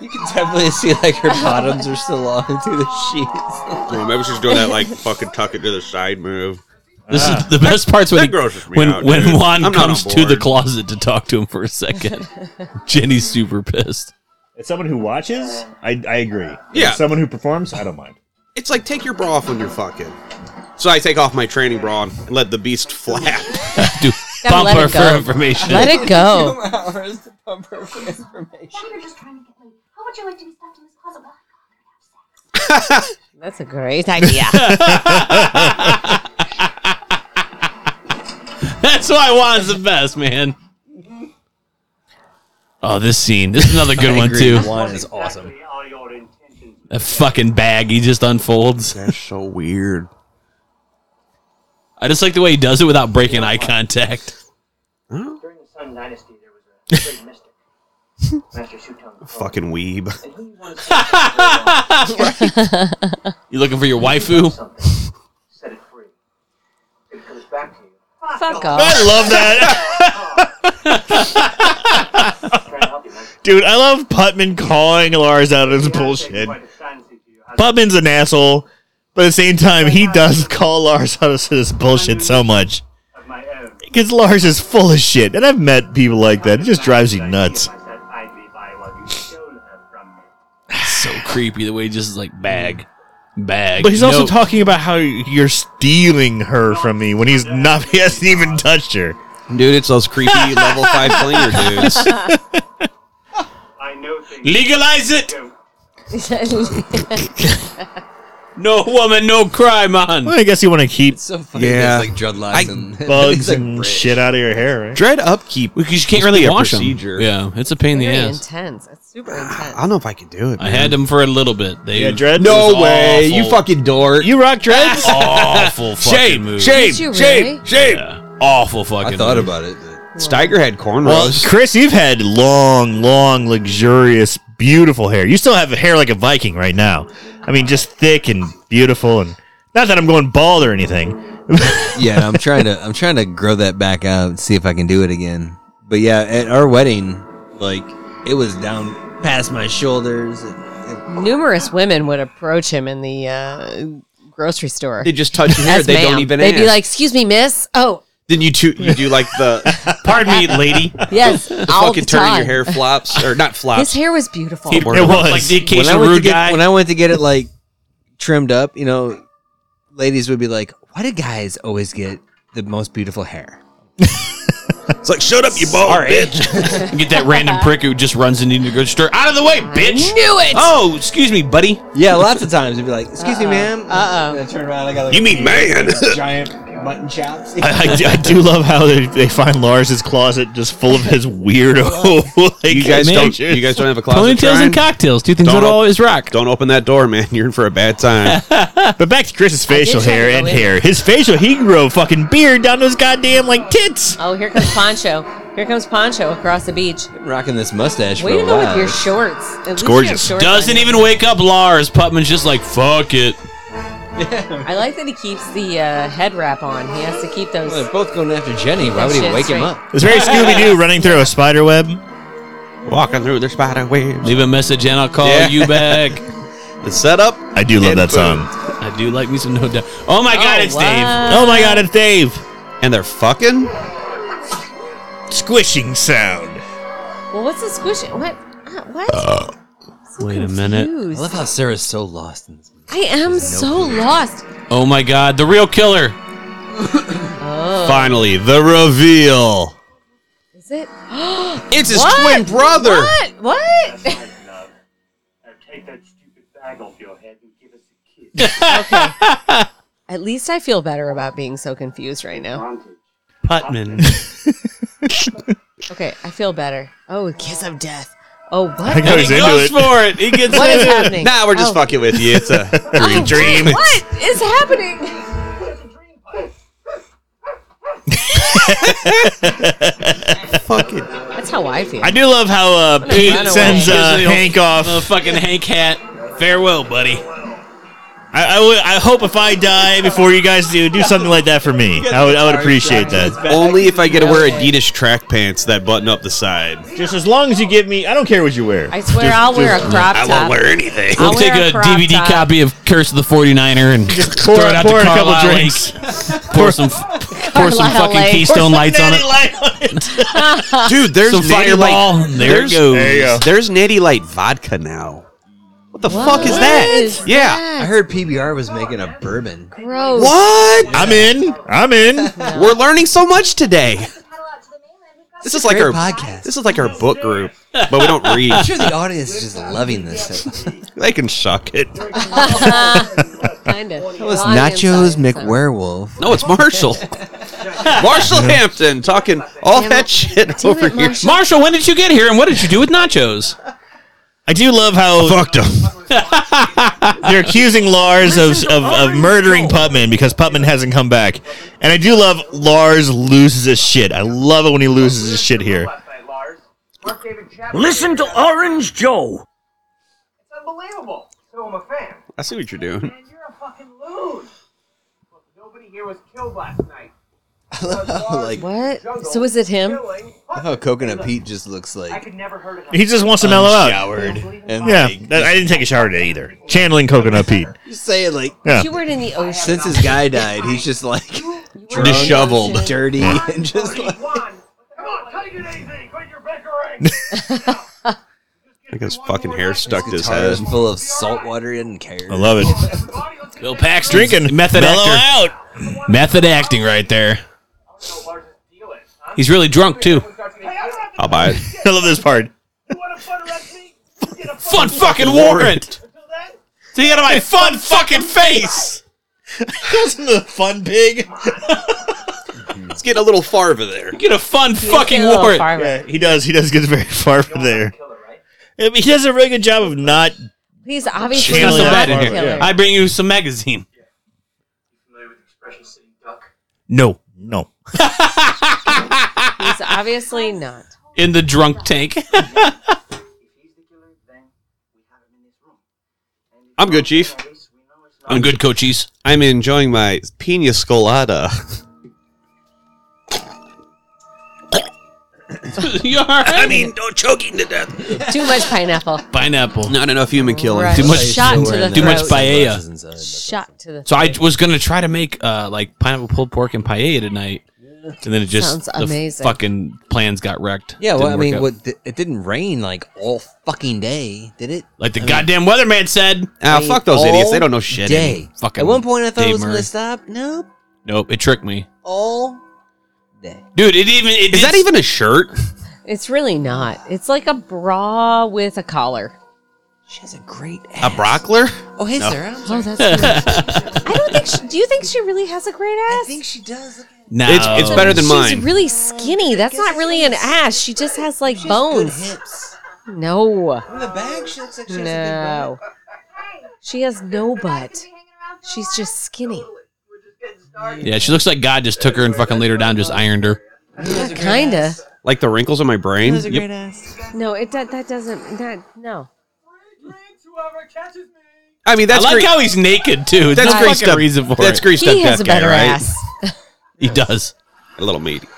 You can definitely see like her bottoms are still on through the sheets.
Well, maybe she's doing that like fucking tuck it to the side move.
This is the best part's when
Ah. That grosses me
when,
out,
when
dude. I'm
Juan
not
comes
on
to the
board.
closet to talk to him for a second. Jenny's super pissed.
As someone who watches, I, I agree.
Yeah.
As someone who performs, I don't mind.
It's like take your bra off when you're fucking. So I take off my training bra and let the beast flap.
Do
Gotta
bump
let
her
it
for
go.
information.
Let it go.
Hours to pump her for information.
Now you're just trying to get laid. How would you like to be stuffed in this closet while I go out and have sex?
That's a great idea.
That's why Juan's the best, man. Oh, this scene. This is another good one too.
Juan is awesome.
That fucking bag he just unfolds.
That's so weird.
I just like the way he does it without breaking eye contact.
During the Sun Dynasty, there was a great mystic, Master Shutung.
Fucking weeb.
And he wanted to
You looking for your waifu?
something, set it free. It comes back to you,
Fuck off.
I love that.
trying to help you. man.
Dude, I love Putman calling Lars out of his
Take
bullshit.
quite a fancy to you. I
Putman's an asshole, but at the same time, he does call Lars out of his bullshit so much.
have my own.
Because Lars is full of shit, and I've met people like that. It just drives you nuts.
I said I'd be by what you stole her from me.
So creepy the way he just is like bag, bag.
But he's also
No.
talking about how you're stealing her from me when he's not, he hasn't even touched her.
Dude, it's those creepy level five flinger dudes.
I know things
legalize it.
you don't.
No woman, no crime on.
Well, I guess you want to keep
So funny. Yeah.
Yeah.
like dreadlocks
I-
and
bugs
it's like
and
braids.
shit out of your hair, right?
Dread upkeep.
Because you can't
must
really
be a
wash 'em.
procedure.
Yeah, it's a pain in the
Very
ass.
intense. It's super
I
intense.
don't know if I can do it.
I had them for a little bit. They
Yeah, dreads.
It was
No way.
awful.
You fucking dork.
You rock dreads?
awful fucking
Shame,
movie.
shame,
Did you
shame,
really?
shame.
Yeah. Awful fucking.
I thought
movie.
about it. but-
Steiger had cornrows.
Well, Chris, you've had long, long, luxurious, beautiful hair. You still have hair like a Viking right now. I mean, just thick and beautiful, and not that I'm going bald or anything.
yeah, I'm trying to I'm trying to grow that back out and see if I can do it again. But yeah, at our wedding, like it was down past my shoulders.
Numerous women would approach him in the uh, grocery store.
They just touch your hair.
As
They
ma'am.
don't even
They'd
ask.
be like, "Excuse me, miss. Oh,
then you, two, you do like the
Pardon me, lady.
yes, all
fucking
the time.
turning your hair flops or not
His
flops.
hair was beautiful.
It
was.
Like the
When I,
occasional
went to
rude
get,
guy.
when I went to get it like trimmed up, you know, ladies would be like, "Why do guys always get the most beautiful hair?"
It's like shut up, you bald bitch.
get that random prick who just runs into Mm-hmm. the grocery store. Out of the way, bitch.
Knew it.
Oh, excuse me, buddy.
Yeah, lots of times it'd be like, "Excuse me, ma'am."
Uh-oh.
And I turn around, I got like
You mean man?
giant mutton chops.
I, I do, I do love how they, they find Lars's closet just full of his weirdo. like,
you guys
man.
don't. You guys don't have a closet.
Ponytails and
shrine?
cocktails, two things
Don't
that
op-
always rock.
Don't open that door, man. You're in for a bad time.
But back to Chris's facial
try
hair
to go
and
in.
hair. His facial, he grew a fucking beard down to his goddamn like tits.
Oh, here comes Poncho. Here comes Poncho across the beach.
Rocking this mustache
Way
for
to
a
go
while.
with your shorts. At least you have
gorgeous.
shorts on
Doesn't
you.
even wake up Lars. Putman's just like, fuck it.
I like that he keeps the uh, head wrap on. He has to keep
Well,
those.
they're both going after Jenny. Why would he
Shit,
wake him
straight.
up?
It's very Scooby Doo running through a spider web.
Walking through their spider webs.
Leave a message and I'll call
Yeah.
you back.
The setup.
I do love
And
that
boom.
song.
I do like me some no doubt. Oh my god, it's Dave.
Oh my god, it's Dave.
And they're fucking.
Squishing sound.
Well, what's the squish? What? Uh, What? So
Wait a minute.
I
confused.
love how Sarah's so lost in this movie.
I am so lost.
Oh my god, the real killer.
Finally, the reveal.
Is it?
It's his
What?
twin brother.
What? What?
Now uh, take that stupid bag off your head and give us a kiss.
At least I feel better about being so confused right now.
Putman.
Okay, I feel better. Oh, kiss of death. Oh,
I
what?
know he's
he
into
goes
it.
for it. He gets
What is
it.
happening?
Nah, we're just
Oh.
fucking with you. It's a
Oh,
dream.
wait, What is happening?
fucking.
That's how I feel.
I do love how uh, Pete
run away.
sends uh,
Gives the old-
Hank off.
The fucking Hank hat. Farewell, buddy.
I, I would- I hope if I die before you guys do, do something like that for me. I would, I would appreciate that.
Only if I get to wear Adidas track pants that button up the side.
Just as long as you give me, I don't care what you wear.
I swear I'll wear a crop
I
top.
won't wear anything.
I'll
We'll take
wear
a,
crop
DVD
top.
copy of Curse of the 49er and
pour,
throw it out
pour
to
in a couple
Carlisle
drinks.
Lake. Pour some, pour some
Carlisle
fucking
Lake.
Keystone lights on it.
Dude, there's
Some
Natty
fireball.
Light.
There it
there's,
goes.
There you go.
There's Natty Light vodka now. What the fuck is
What
that?
is
yeah.
I heard PBR was making a bourbon.
Gross.
What?
I'm in. I'm in.
We're learning so much today.
Paddle out to the mainland. We've got
This is like
Great
our
podcast.
This is like our book group, but we don't read.
I'm sure the audience is just loving this. That
They can suck it.
Kind of. That
was Nachos McWerewolf.
No, it's Marshall. Marshall Hampton talking all
Damn
that
it.
shit
Damn
over
it,
here.
Marshall.
Marshall, when did you get here and what did you do with nachos?
I do love how
Fucked him.
they're accusing Lars of, of, of murdering Putman because Putman hasn't come back. And I do love Lars loses his shit. I love it when he loses his shit here.
Listen to Orange Joe.
It's unbelievable. So I'm a fan.
I see what you're doing.
Man, you're a fucking loon. Look, nobody here was killed last night. like,
What? So is it him?
Killing.
I love how Coconut Pete just looks
I
like
could never hurt of
He just wants to mellow
Uh,
out.
showered. And
Yeah,
like,
that- I didn't take a shower today either. Channeling Coconut Pete.
just saying, like,
Yeah.
You were in the ocean.
since his guy died, he's just like
You were in the
Disheveled.
ocean.
dirty and just like.
One. Come on, take it easy. Quit your bickering.
I think his fucking hair stuck to his
Guitar
head.
is full of salt water. He doesn't care.
I love it.
Everybody, let's get
Bill Paxton.
Drinking.
Method
mellow
actor.
out.
Method acting right there.
to Lars's deal it. Huh?
He's really drunk too.
Hey, I don't have to
I'll buy it.
I love this part.
you want to fun arrest me. Get a
Fun fucking warrant. See out of my fun fucking face.
Isn't the fun pig?
Let's get a little farther there.
Get a fun fucking
Get a little
warrant.
farther.
Yeah, he does. He does get very far from there. I mean, he does a really good job of not.
He's obviously
Channeling
not
that
a
in
killer.
here. Yeah.
I bring you some magazine.
No, no.
He's Obviously not.
in the drunk tank.
If he's the killer, then we have him in this room. And if
I'm good, Chief.
at least we know it's not
I'm good, coaches.
I'm enjoying my pina colada.
you all right? I mean,
no choking to death.
Too much pineapple.
pineapple.
Not enough human killing.
Right.
Too much-
shot to the
too much
throat.
paella.
Shot to the.
So I was gonna try to make uh, like pineapple pulled pork and paella tonight, and then it just
Sounds
the
amazing.
fucking plans got wrecked.
Yeah, well,
Didn't
I
work
mean,
out.
what, it didn't rain like all fucking day, did it?
like the goddamn weatherman said.
Ah, fuck those
All
idiots. They don't know shit.
Day.
Fucking
At one point, I thought
Dave
it was going
Murray.
to stop. Nope.
Nope, it tricked me,
All day.
dude. It even it
Is
did-
that even a shirt?
It's really not. It's like a bra with a collar.
She has a great
A
ass.
brockler?
Oh, hey, Sarah. I'm sorry.
Oh, that's. I don't think. She, do you think she really has a great ass?
I think she does. Look at
No,
It's it's better than
She's
mine.
really skinny. That's not really an ass. She just has like bones.
Good hips.
No,
In the back, she looks like she has a
no. She has no butt.
Be hanging around for a
She's
while?
just
We're
skinny.
just getting started.
Yeah, she looks like God just took her and fucking laid her down, and just ironed her.
big butt.
Kinda.
Like the wrinkles on my brain?
She has a great ass.
No, it that that doesn't. That no.
Free drinks, whoever catches me.
I mean, that's
I like
great.
how he's naked too.
that's
That's no
great
fucking
stuff.
reason for
that's
it.
greased up
He has
death
a
guy,
better
right?
ass.
He does.
A little meaty.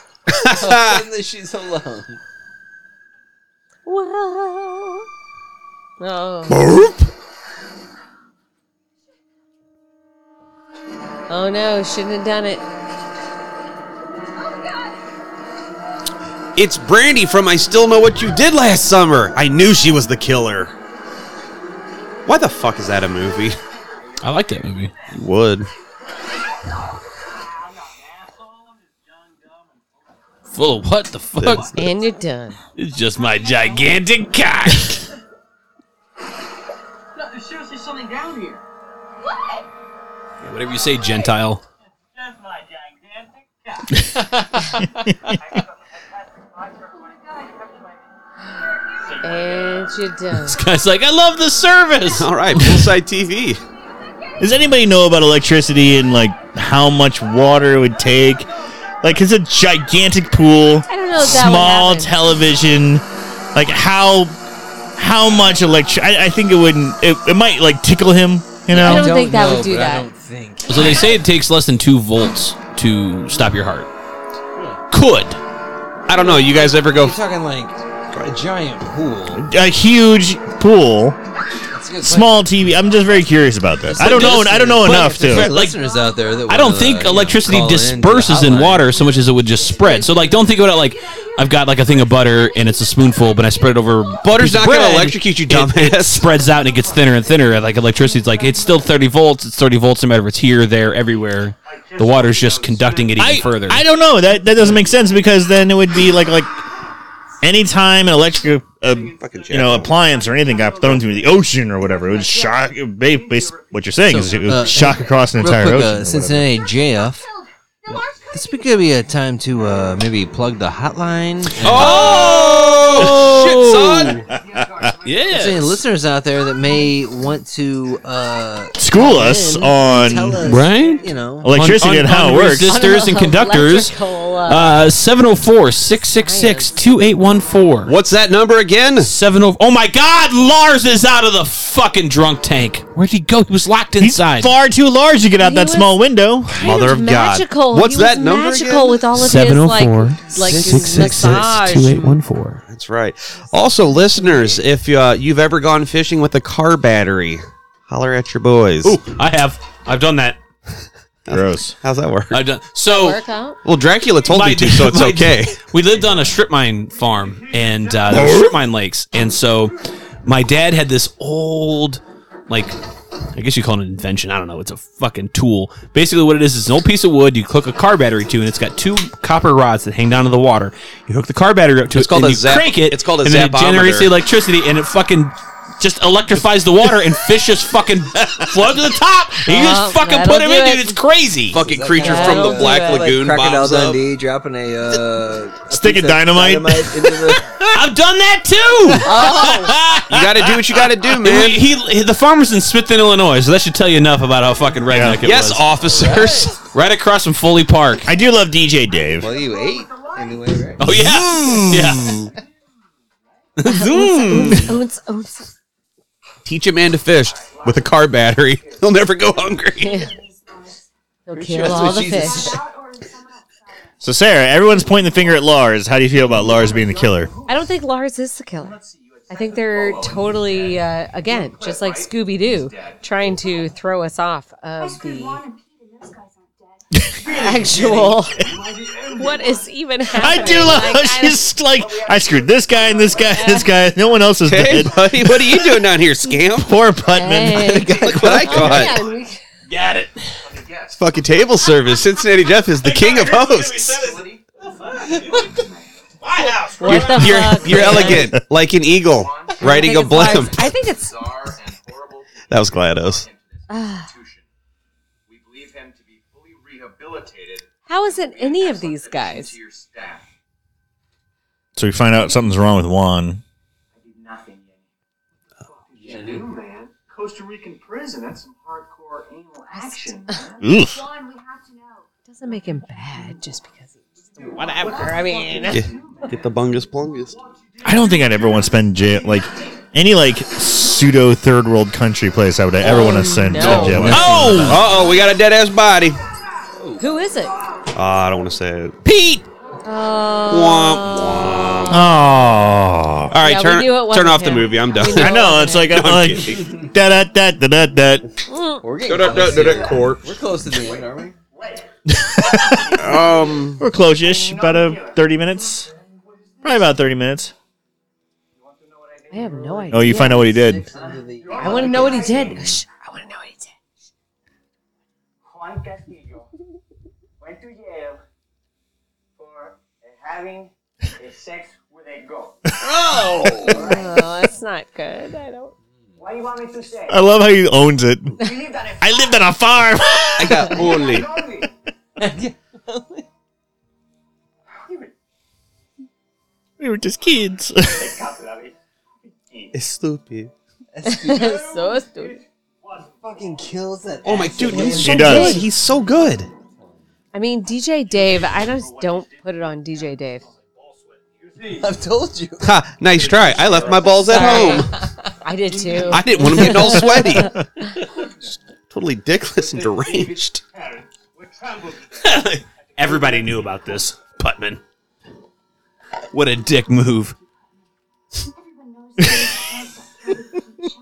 Ah.
Suddenly she's alone.
Whoa. Oh. Oh no! Shouldn't have done it.
It's Brandy from I Still Know What You Did Last Summer. I knew she was the killer. Why the fuck is that a movie?
I like that movie.
You would.
Full of what the fuck?
And you're done.
It's just my gigantic cock.
No, there's seriously something down here.
Whatever you say, Gentile.
That's my gigantic cat.
And you're done.
This guy's like, I love the service.
All right, Poolside TV.
Does anybody know about electricity and like how much water it would take? Like it's a gigantic pool,
I don't know if that would
small
happen.
television. Like how how much electric? I, I think it wouldn't. It, it might like tickle him, you
I
know.
don't think that would
know,
do
but
that.
I don't think.
So they say it takes less than two volts to stop your heart. Could.
I don't know. You guys ever go?
You're talking like a giant pool.
A huge pool,
That's a good
small TV. I'm just very curious about that. I don't know. I don't know enough
There's
to.
listeners out there that
I don't
wanna,
think
you know,
electricity
call in to the
disperses in
hotline.
water so much as it would just spread. So like, don't think about it like I've got like a thing of butter and it's a spoonful, but I spread it over
Butter's
piece of
not gonna
bread,
electrocute you,
it- It,
dumbass.
spreads out and it gets thinner and thinner. Like electricity's like it's still thirty volts. It's thirty volts no matter if it's here, there, everywhere. The water's just conducting it even
I,
further.
I don't know. That that doesn't make sense because then it would be like like anytime an electric uh, you know appliance or anything got thrown through the ocean or whatever, it would shock. it would ba- bas- what you're saying is it would
Uh,
shock across an
Real
entire
quick,
ocean. or
uh,
whatever.
Cincinnati JF.
Killed. The large
This could be a time to uh, maybe plug the hotline.
Oh, shit, son.
There's any
yeah.
listeners out there that may want to uh,
School us
in, tell
on
us,
Right?
You know,
electricity and how it works.
Resistors and conductors.
Electrical, uh,
Uh, 704 666 2814.
What's that number again?
70 Oh my god, Lars is out of the fucking drunk tank. Where'd he go? He was locked
He's
inside.
far too large to get out
He
that
was-
small window.
Mother
He
of
was
God.
Magical.
What's
He was
that number
Magical
again?
with all of
oh
his like, like massage.
2814.
That's right. Also, listeners, if uh, you've ever gone fishing with a car battery, holler at your boys.
I have. I've done that.
Gross.
How's that work?
I've done. So.
Work out.
Well, Dracula told me to,
dude-
so it's
my-
okay.
We lived on a strip mine farm, and uh, there were strip mine lakes, and so my dad had this old, like, I guess you call it an invention. I don't know. It's a fucking tool. Basically, what it is is an old piece of wood you hook a car battery to, and it's got two copper rods that hang down to the water. You hook the car battery up to
It's
it,
called
and
a
you
zap-
crank it.
it's called a
and then it generates
zapometer.
the electricity, and it fucking. Just electrifies the water and fish just fucking float to the top. And you just
Oh,
fucking put him
that'll do
in,
it.
dude. It's crazy.
Fucking creature from the
Yeah,
Black
like
Lagoon
Crocodile
bobs up.
Dundee dropping a uh, a
Stick of
piece
dynamite.
into the.
I've done that too.
Oh.
You got to do what you got to do,
And
man.
we- he, he- the farmer's in Smithton, Illinois, so that should tell you enough about how fucking redneck it
Yes,
was.
officers.
right across from Foley Park.
I do love DJ Dave.
Well, you ate. anyway, right?
Oh yeah,
Mmm.
yeah. Zoom.
Teach a man to fish with a car battery. He'll never go hungry.
He'll
sure
kill
that's
all
what
the
Jesus
fish.
So Sarah, everyone's pointing the finger at Lars. How do you feel about Lars being the killer?
I don't think Lars is the killer. I think they're totally, uh, again, just like Scooby Doo, trying to throw us off of the
and Pete and those guys aren't dead.
actual. what is even happening?
I do love
Like,
how
I don't-
she's like, I screwed this guy and this guy and this guy. No one else is
hey,
dead.
buddy, what are you doing down here, scam?
Poor Putman.
Hey.
Look what I got.
Man,
Got it.
It's fucking table service. Cincinnati Jeff is the king of hosts.
what the
You're,
fuck?
you're
man?
elegant, like an eagle
I
riding
think
a
it's Lars.
blimp.
I think it's
That was GLaDOS.
We believe him to be fully rehabilitated.
how is it any of these guys?
Your staff.
So we find out something's wrong with Juan.
I did nothing, Yanny. What the fuck did you do, man? Costa Rican prison. That's some hardcore anal action, man.
Oof.
Juan, we have to know.
Doesn't make him bad just because he's whatever. I mean,
Get, get the bungus plungus.
I don't think I'd ever want to spend jail like any like pseudo third world country place. I would ever want to send
Oh, no.
to jail.
Oh, uh oh, we got a dead ass body.
who is it?
Oh, I don't want to say it. Pete. Womp, womp.
Oh.
All right,
Oh, Yeah, we
turn
knew it wasn't
turn off the
him.
movie. I'm done.
I know. It's like I'm like da da da da da da.
We're getting close to the- We're
Corpse.
close to the end, aren't we?
Um,
We're close-ish. About a thirty minutes. Probably about thirty minutes.
I have no idea.
Oh, you find out what he did.
Into the-
I want to know what he did. Shh, I want to know what he did.
Juan Castillo went to jail for uh, having a sex with a goat.
Oh, that's not good. I don't.
What do you want me to say?
I love how he owns it.
You lived on a
I lived on a farm.
I got only.
only.
we were just kids.
It's stupid.
so stupid.
Fucking kills that.
Oh my dude, he's so
He does.
good. He's so good.
I mean, DJ Dave. I just don't put it on DJ Dave.
I've told you.
Ha! Nice try. I left my balls at home.
I did too.
I didn't want them getting all sweaty. totally dickless and deranged.
Everybody knew about this, Putman. What a dick move.
Everyone knows there's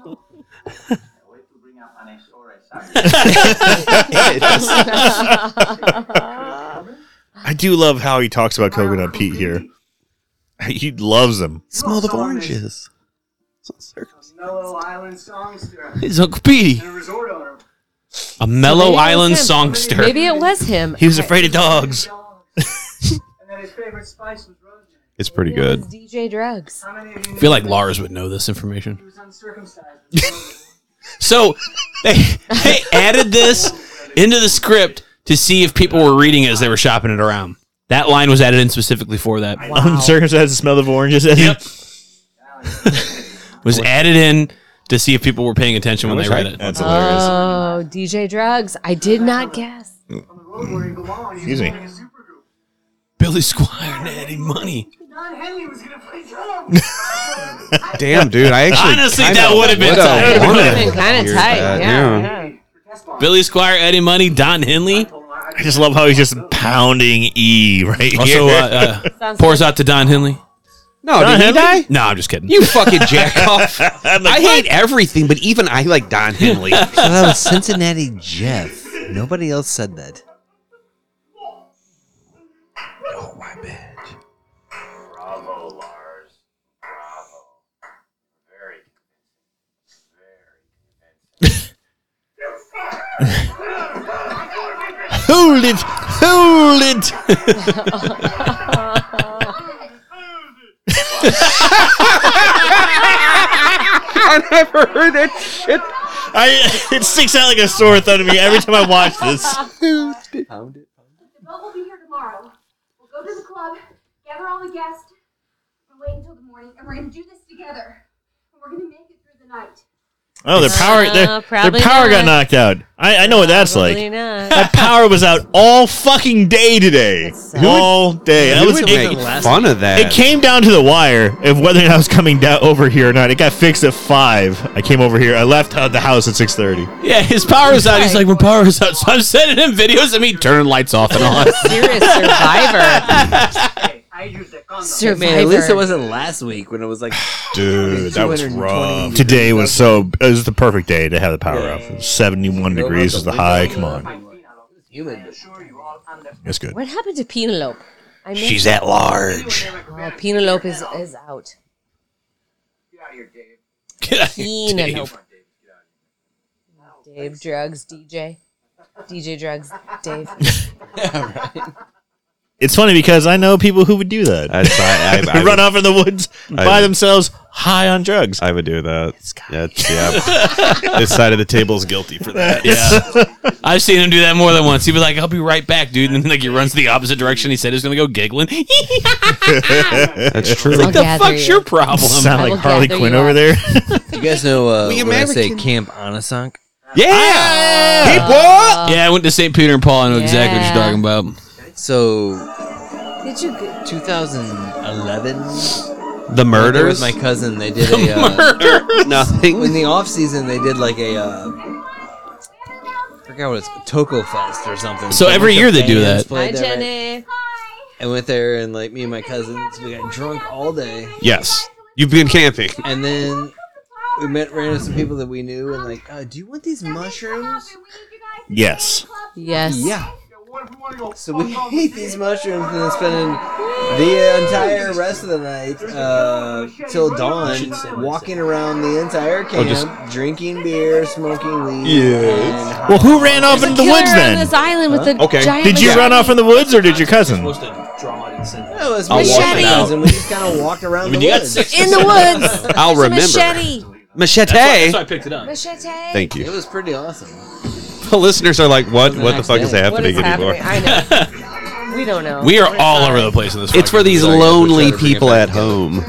a
I do love how he talks about coconut Pete here. He loves him.
Smell of oranges. It's not circus.
Mellow Island songster
He's Uncle Petey,
and a resort owner.
a mellow
Maybe it was
island
him.
songster.
Maybe it was him.
He was afraid of dogs.
And then his favorite spice was rosemary.
It's pretty
Maybe it was DJ Drugs.
How many of you
I
know
feel like Lars would know this information.
he was uncircumcised?
So they, they added this into the script to see if people were reading it as they were shopping it around. That line was added in specifically for that.
Uncircumcised the smell of oranges.
Yep. was added in to see if people were paying attention when they read it.
That's hilarious.
Oh, DJ Drugs. I did not guess.
on the road where he belonged. He
Excuse
was
me.
forming a supergroup.
Billy Squire and Eddie Money.
Don Henley was gonna play drum.
Damn, dude. I actually
Honestly,
kinda
that would've been
would've
tight. That would've
wanted
been
to
Kind of
hear
tight.
that,
Yeah.
Billy Squire, Eddie Money, Don Henley.
I just love how he's just pounding E right here.
Also, uh, uh, pours out to Don Henley.
No,
Don
did he
Henley?
die?
No, I'm just kidding.
You fucking jack off. I hate everything, but even I like Don Henley.
So that was Cincinnati Jeff. Nobody else said that.
Bravo, Lars. Bravo. Very
hold it, hold it.
I never heard it. it
I, it sticks out like a sore thumb to me every time I watch this.
The boat will be here tomorrow. We'll go to the club, gather all the guests, and wait until the morning, and we're gonna do this together. And we're gonna make it through the night.
Oh, their power
Uh,
their,
probably
their power
not.
got knocked out. I, I know what that's
Probably
like.
not.
That power was out all fucking day today. All day. That
Who
was
would
it,
make fun of that?
it came down to the wire of whether or not I was coming down over here or not. It got fixed at five. I came over here. I left uh, the house at six thirty.
Yeah, his power's out. He's like, my power's out. So I'm sending him videos of me turning lights off and on.
Serious survivor.
Hey, I use the condom.
survivor.
Man, at least it wasn't last week when it was like
Dude, that was
220.
rough. Today was so. It was the perfect day to have the power up. Seventy-one degrees is the high. Come on,
human.
Sure, you all understand.
it's good.
What happened to Penelope? I miss
She's at large.
oh, Penelope is, is out.
Get out of here, Dave.
Get out of here, Dave.
Penelope. Dave drugs DJ. DJ drugs Dave.
It's funny because I know people who would do that.
I'd buy- I, I,
They run off in the woods by
would-
themselves, high on drugs.
I would do that. That's, yeah. this side of the table is guilty for that.
Yeah. I've seen him do that more than once. He'd be like, I'll be right back, dude. And then like he runs the opposite direction. He said he's gonna go giggling.
That's true.
like
I'll
the
gather
fuck's
you.
your problem?
Sound
I
like
will
Harley
gather
Quinn
you
over
up.
there.
You guys know uh,
We
when I say
American-
Camp Anasunk?
yeah.
Hey, what?
yeah, I went to St. Peter and Paul. I know exactly what you're
Ah. Yeah.
talking about.
So
Did you g-
2011
The
There
murders?
was my cousin. They did a uh,
Nothing.
in the off season. They did like a uh, I forgot what it's Toco Fest or something.
So every
the
year they do
bands
that.
played there, right?
Jenny.
I went there and like me and my cousins, we got drunk all day,
Yes. You've been camping.
and then we met ran into some people that we knew and like, uh, do you want these mushrooms?
Yes.
Yes.
Yeah.
Yeah, what if we want to go
So we
fuck off
ate these mushrooms and then spending the entire rest of the night uh, till dawn walking around the entire
Oh,
camp, drinking beer, smoking weed.
Yes.
and-
Well, who ran off into the
Killer
woods
on
then?
this island with the
Okay.
giant
Did you
machete.
run off in the woods or did your cousin?
It was
walk it
I'll
out.
machetes, and we just kind of walked around the
you got
woods.
six-
in the woods?
I'll
There's a
remember.
Machete.
Machete.
I picked it up.
Machete.
Thank
It
you.
was pretty awesome.
The listeners are like, what?
the
What the
next
fuck is
day.
What
happening
is
anymore?
happening? I know. we don't know.
We are all over the place in this.
It's
fucking
for these
video.
lonely
try to bring it
people
back
at home.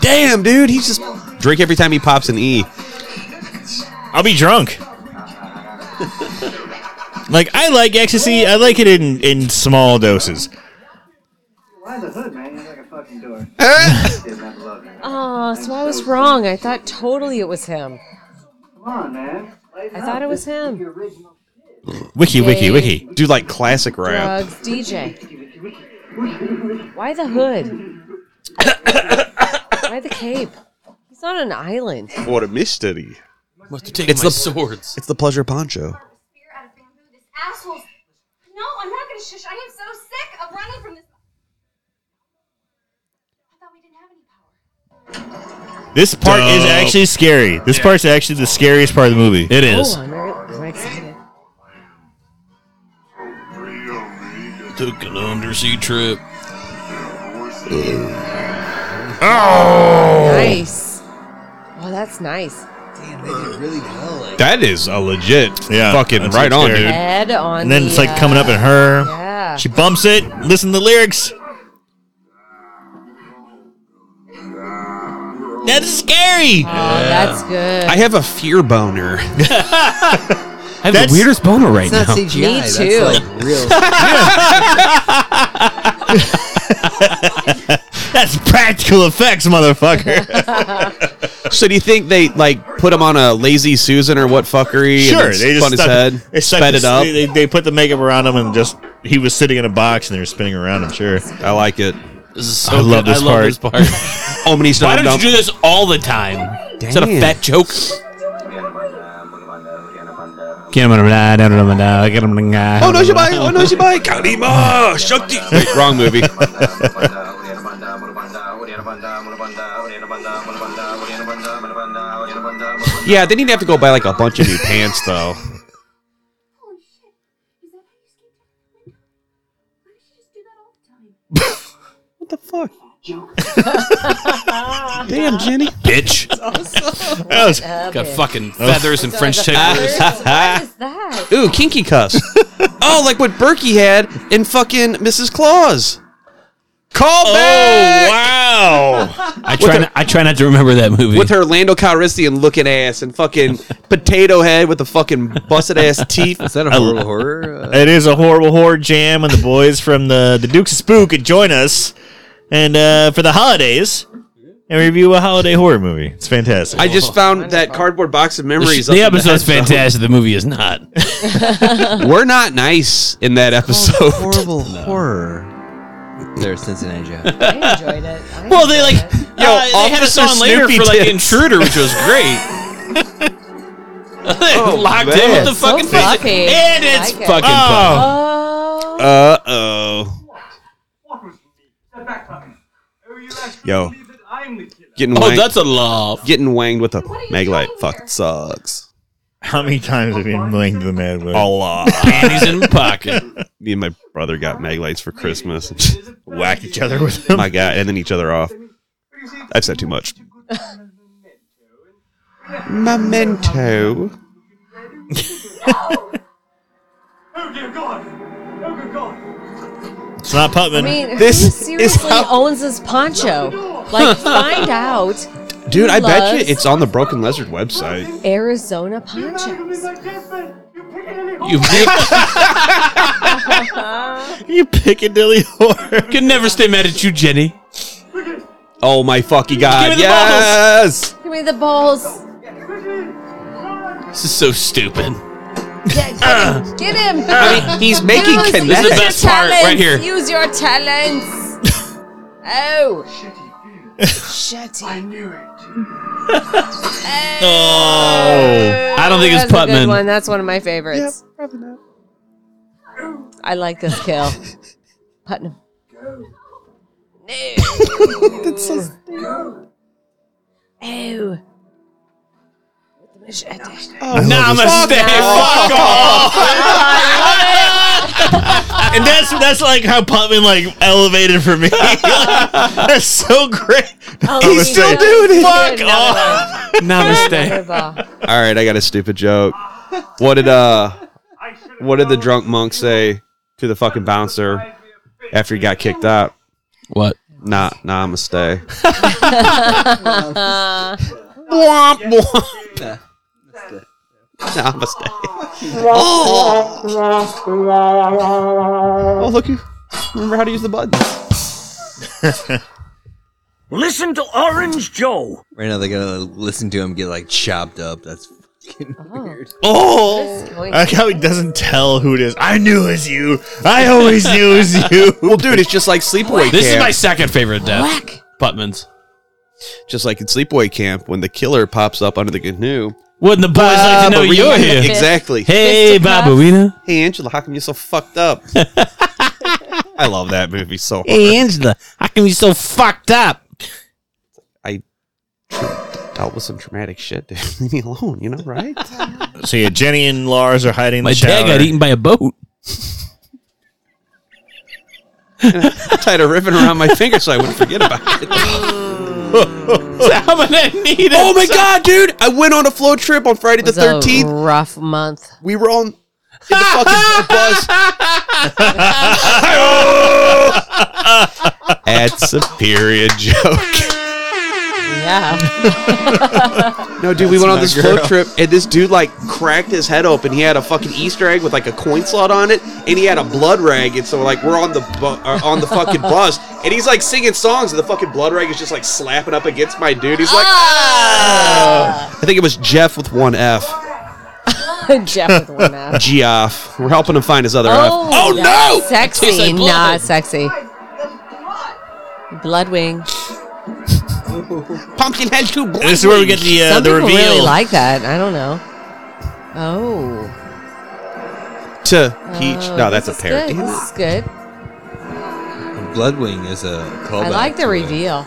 Damn, dude, he's just drink every time he pops an E.
I'll be drunk. like I like ecstasy. I like it in in small doses.
Why the hood, man? You're like a fucking door. Did not love you.
Oh, so I was wrong. I thought totally it was him.
Come on, man. Lighten
I
up.
thought it was
This is The
him.
original.
Wiki, wiki, wiki.
Do like classic rap.
Drugs, DJ. Why the hood? Why the cape? He's on an island.
What a mystery!
Must have taken
It's
my
the-
swords.
It's the pleasure poncho.
Spear out of bamboo. This asshole's. No, I'm not gonna shush. I am so sick of running from this. I thought we didn't have any power.
This part is actually scary. This part's actually the scariest part of the movie.
It
Oh,
is.
I'm, very- I'm excited.
Took an undersea trip.
Nice. Oh, that's nice.
Damn, they did really well. Like,
That is a legit,
Yeah,
fucking
that's
right on,
scary.
dude.
Head on.
And then
the,
it's like
uh,
coming up at her.
Yeah.
She bumps it. Listen to the lyrics. That's scary.
Oh, that's good.
I have a fear boner.
I have
That's-
the weirdest boner right
it's not
now.
CGI.
Me
that's
too.
like real.
That's practical effects, motherfucker.
so do you think they like put him on a lazy Susan or what fuckery?
sure,
and
they
then
just
spun his
stuck-
head,
they stuck
sped
the-
it up.
They, they put the makeup around him and just he was sitting in a box and they were spinning around. I'm sure.
I like it.
This is so
I love
good.
this
I love this part.
Omni
Why don't you do this all the time? Is that a
Damn.
fat joke?
Oh no, she bike! Oh no, she bike! Kalima, Shakti. Wait, wrong movie. yeah, they need to have to go buy like a bunch of new pants though.
Holy shit. Is that how you escaped out of the window? Why does she just do that all the time?
What the fuck? Damn, Jenny.
Bitch.
That was-
Got fucking feathers and French tickles.
what is that?
Ooh, kinky cuffs. oh, like what Berkey had in fucking Mrs. Claus. Call
Oh
back
wow! I try. not, I try not to remember that movie.
with her Lando Calrissian looking ass and fucking potato head with the fucking busted ass teeth.
Is that a horror? horror? Uh,
It is a horrible horror jam, and the boys from the the Dukes of Spook could join us, and uh, for the holidays, and review a holiday horror movie. It's fantastic.
I just found that cardboard box of
The,
memories.
sh- the
up in
episode's
that episode.
fantastic. The movie is not.
We're not nice in that episode.
horrible horror. There, Cincinnati Jeff.
I enjoyed it. I
Well, they like.
enjoyed it.
Yo, they had us
Officer
on later
Snoopy
for like
tits.
Intruder, which was great. They locked in with
man.
the
So
fucking face.
fluffy.
and
I
it's
like it.
Oh, fucking. fun.
Oh,
Uh oh.
What was me? Step back, puppy. Oh, you actually
Yo.
believe that I'm the killer.
Getting
Oh,
wanged,
that's a love.
getting wanged with a
are you
maglite.
doing
Fuck
here?
it sucks.
How many times have you been linked to the Mad Lib?
lot.
Panties in the pocket.
Me and my brother got maglites for Christmas.
Whack each other with them.
my God, and then each other off. I've said too much. Memento.
Oh, dear God. Oh, good God.
It's not Putman.
I mean,
This
who
is
seriously
how-
owns this poncho? Like, find out.
Dude, I bet
Loves
you it's on the Broken Lizard website.
Arizona ponchos.
You
you Piccadilly whore.
can never stay mad at you, Jenny.
Oh my fucking
Give
god!
me the balls.
Yes.
Give me the balls.
This is so stupid.
Yeah, get him. Get him.
He's making
Use-
This is the
use
connections.
best
your
part right
talents.
here.
Use your talents. oh. Shitty.
Oh, I don't think it's
That's a good
Putman.
one. That's one of my favorites. I like this kill. Putnam. No. That's so stupid. Ew.
Oh.
Namaste. Fuck off.
And that's that's like how Putman like elevated for me. that's so great.
He's
still
doing it.
Fuck off.
Namaste.
All right, I got a stupid joke. What did uh, what did the drunk monk say to the fucking bouncer after he got kicked out?
What?
Nah, nah, I'm gonna stay.
Womp womp.
Nah, I'm gonna stay. Oh, oh look, you remember how to use the buttons.
Listen to Orange Joe.
Right now, they gotta listen to him get like chopped up. That's fucking weird.
Oh,
I like how he doesn't tell who it is. I knew it was you. I always knew it was you.
well, dude, it's just like sleepaway.
This is
camp.
my second favorite death. Putman's.
just like in sleepaway camp when the killer pops up under the canoe.
Wouldn't the boys like to know
Baba
you're
Rita.
here?
Exactly.
Hey, Babuina.
Hey, Angela, how come you're so fucked up? I love that movie so hard.
Hey, Angela. How come you so fucked up?
Dealt with some traumatic shit, dude. Leave me alone, you know, right?
So yeah, Jenny and Lars are hiding in
My
the shower.
dad got eaten by a boat.
Tied a ribbon around my finger so I wouldn't forget about it. oh my god, dude! I went on a float trip on Friday the
It's a
13th.
rough month.
We were on in the fucking bus at Superior Joke.
Yeah.
No, dude, we went on this float trip, and this dude like cracked his head open. He had a fucking Easter egg with like a coin slot on it, and he had a blood rag. And so like we're on the bu- uh, on the fucking bus, and he's like singing songs, and the fucking blood rag is just like slapping up against my dude. He's like, "Ah!" I think it was Jeff with one F.
Jeff with one F.
Geoff. We're helping him find his other F.
Oh,
no! It tastes
Sexy,
like blood.
not sexy. Bloodwing.
Pumpkin head too. Blood
This is where we get the uh,
Some
the
people
reveal.
really like that. I don't know. Oh,
to peach.
Oh,
no, that's a
this is
pear.
Good. This
Damn
is
it.
good.
Bloodwing is a callback.
I like the
to a-
reveal.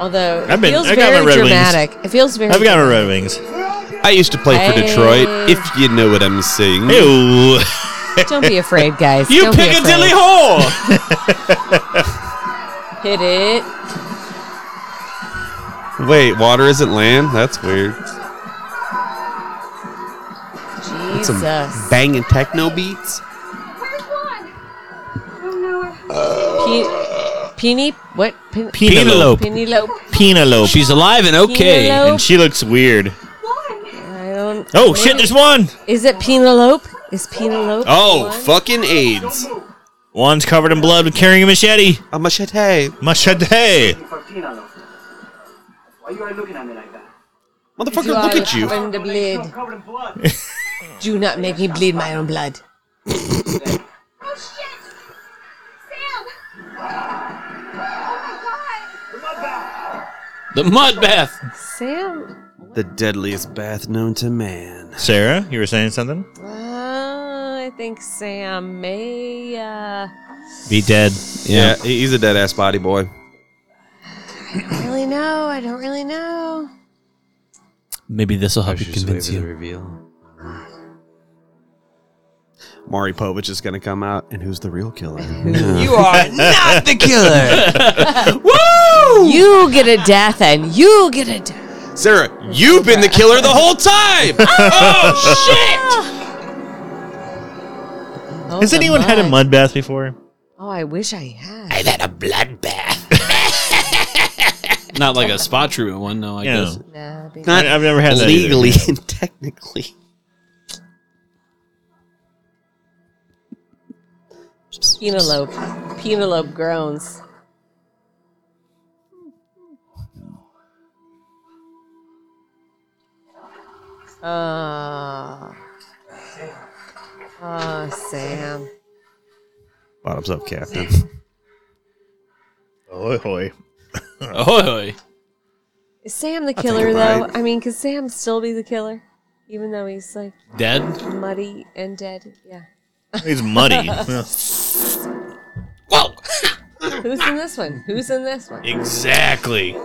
Although it
I've been-
feels
I've gotten
very
the Red Wings.
dramatic. It feels very.
I've got a Red Wings.
I used to play for
Hey.
Detroit, if you know what I'm saying.
Ew.
Don't be afraid, guys.
You
Don't be
Piccadilly
afraid.
whore.
Hit it.
Wait, water isn't land? That's weird.
Jesus.
Banging techno beats.
Where's one?
Pe- Peony? What? Pen-
Penelope.
Penelope.
Penelope.
She's alive and okay.
Penelope.
And she looks weird.
I don't.
Oh shit, there's one.
Is it Penelope? Is Penelope?
Oh, fucking AIDS.
One's covered in blood, carrying a machete.
A machete.
Machete.
Why you are looking at me like that?
Motherfucker, look at you.
When the bleed.
Covered in blood.
Do not make me bleed my own blood.
Oh shit! Sam! Oh
The mud bath.
Sam.
The deadliest bath known to man.
Sarah, you were saying something?
Uh, Ah, I think Sam may. Uh,
Be dead.
Yeah, he- he's a dead ass body boy.
I don't really know. I don't really know.
Maybe this will help you
Just wait
convince
for the
you.
reveal.
Maury Povich is gonna come out, and who's the real killer?
You are not the killer.
You get a death, and you get a death.
Sarah, you've been the killer the whole time. oh shit!
Oh,
Has
the
anyone had a mud bath before?
Oh, I wish I had.
I've had a blood bath. Not like a spa treatment one, no, I
Yeah.
guess.
Nah, it'd be-
Not
I- I've never had that either.
legally and technically.
Penelope. Penelope groans. Uh, oh, Sam.
Bottoms up, Captain.
Oy hoy.
Ahoy.
Is Sam the
think
killer,
you're
though?
right.
I mean, could Sam still be the killer? Even though he's like
Dead?
muddy and dead? Yeah.
He's muddy.
Whoa!
Who's in this one? Who's in this one?
Exactly.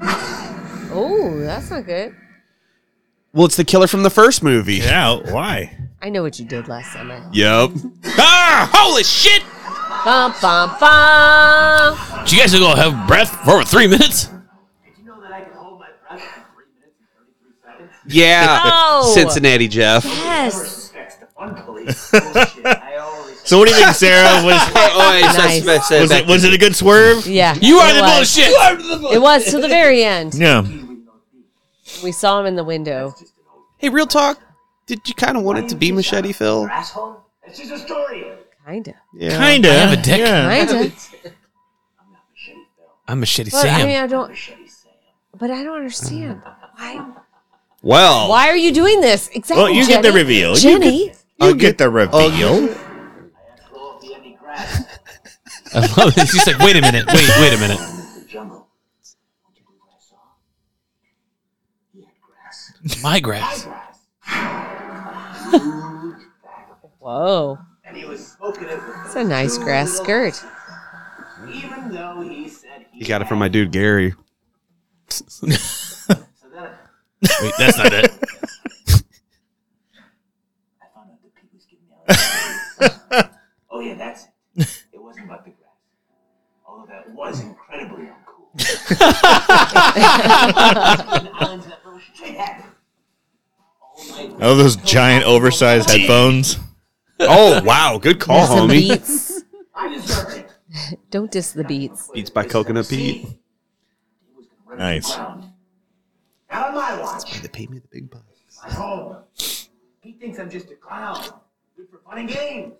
Oh, that's not good.
Well, it's the killer from the first movie.
yeah, why?
I know what you did last summer.
Yep. Ah! Holy shit!
Bum, bum, bum.
Do you guys go have breath for over three minutes?
Yeah.
Oh.
Cincinnati Jeff.
Yes.
So what do you think, Sarah? Was,
oh, it's
Nice.
was,
suspect-
it,
suspect-
was it a good swerve?
Yeah.
You are
it
the
was.
bullshit!
It was to the very end.
Yeah.
We saw him in the window.
Hey, real talk. Did you kind of want it to be Machete Phil?
Asshole. It's just a story.
Kinda.
Yeah.
Kinda.
I have a dick.
Yeah.
Kinda.
I'm Machete
But I
Sam.
mean, I don't. But I don't understand. Why?
Well,
Why are you doing this? Exactly.
Well, you get the
Jenny.
reveal.
Jenny.
You get, you get the reveal.
I love this. He's like, wait a minute, wait, wait a minute. My grass.
Whoa.
And he was smoking it with
It's a nice grass skirt.
even though he said he
you got it from my dude Gary.
So then I
Wait, that's not it.
found out the pig was giving me allergies. Oh yeah, that's it. It wasn't about the grass. Although that was incredibly uncool. And Alan's that little shit hat. Oh my
Oh, those giant oversized headphones.
Oh wow, good call,
Some
homie.
beats.
I deserve it.
Don't diss the beats.
Beats by Coconut Pete.
Nice.
Not on my watch.
They paid me the big bucks.
My home. He thinks I'm just a clown. Good for fun and games.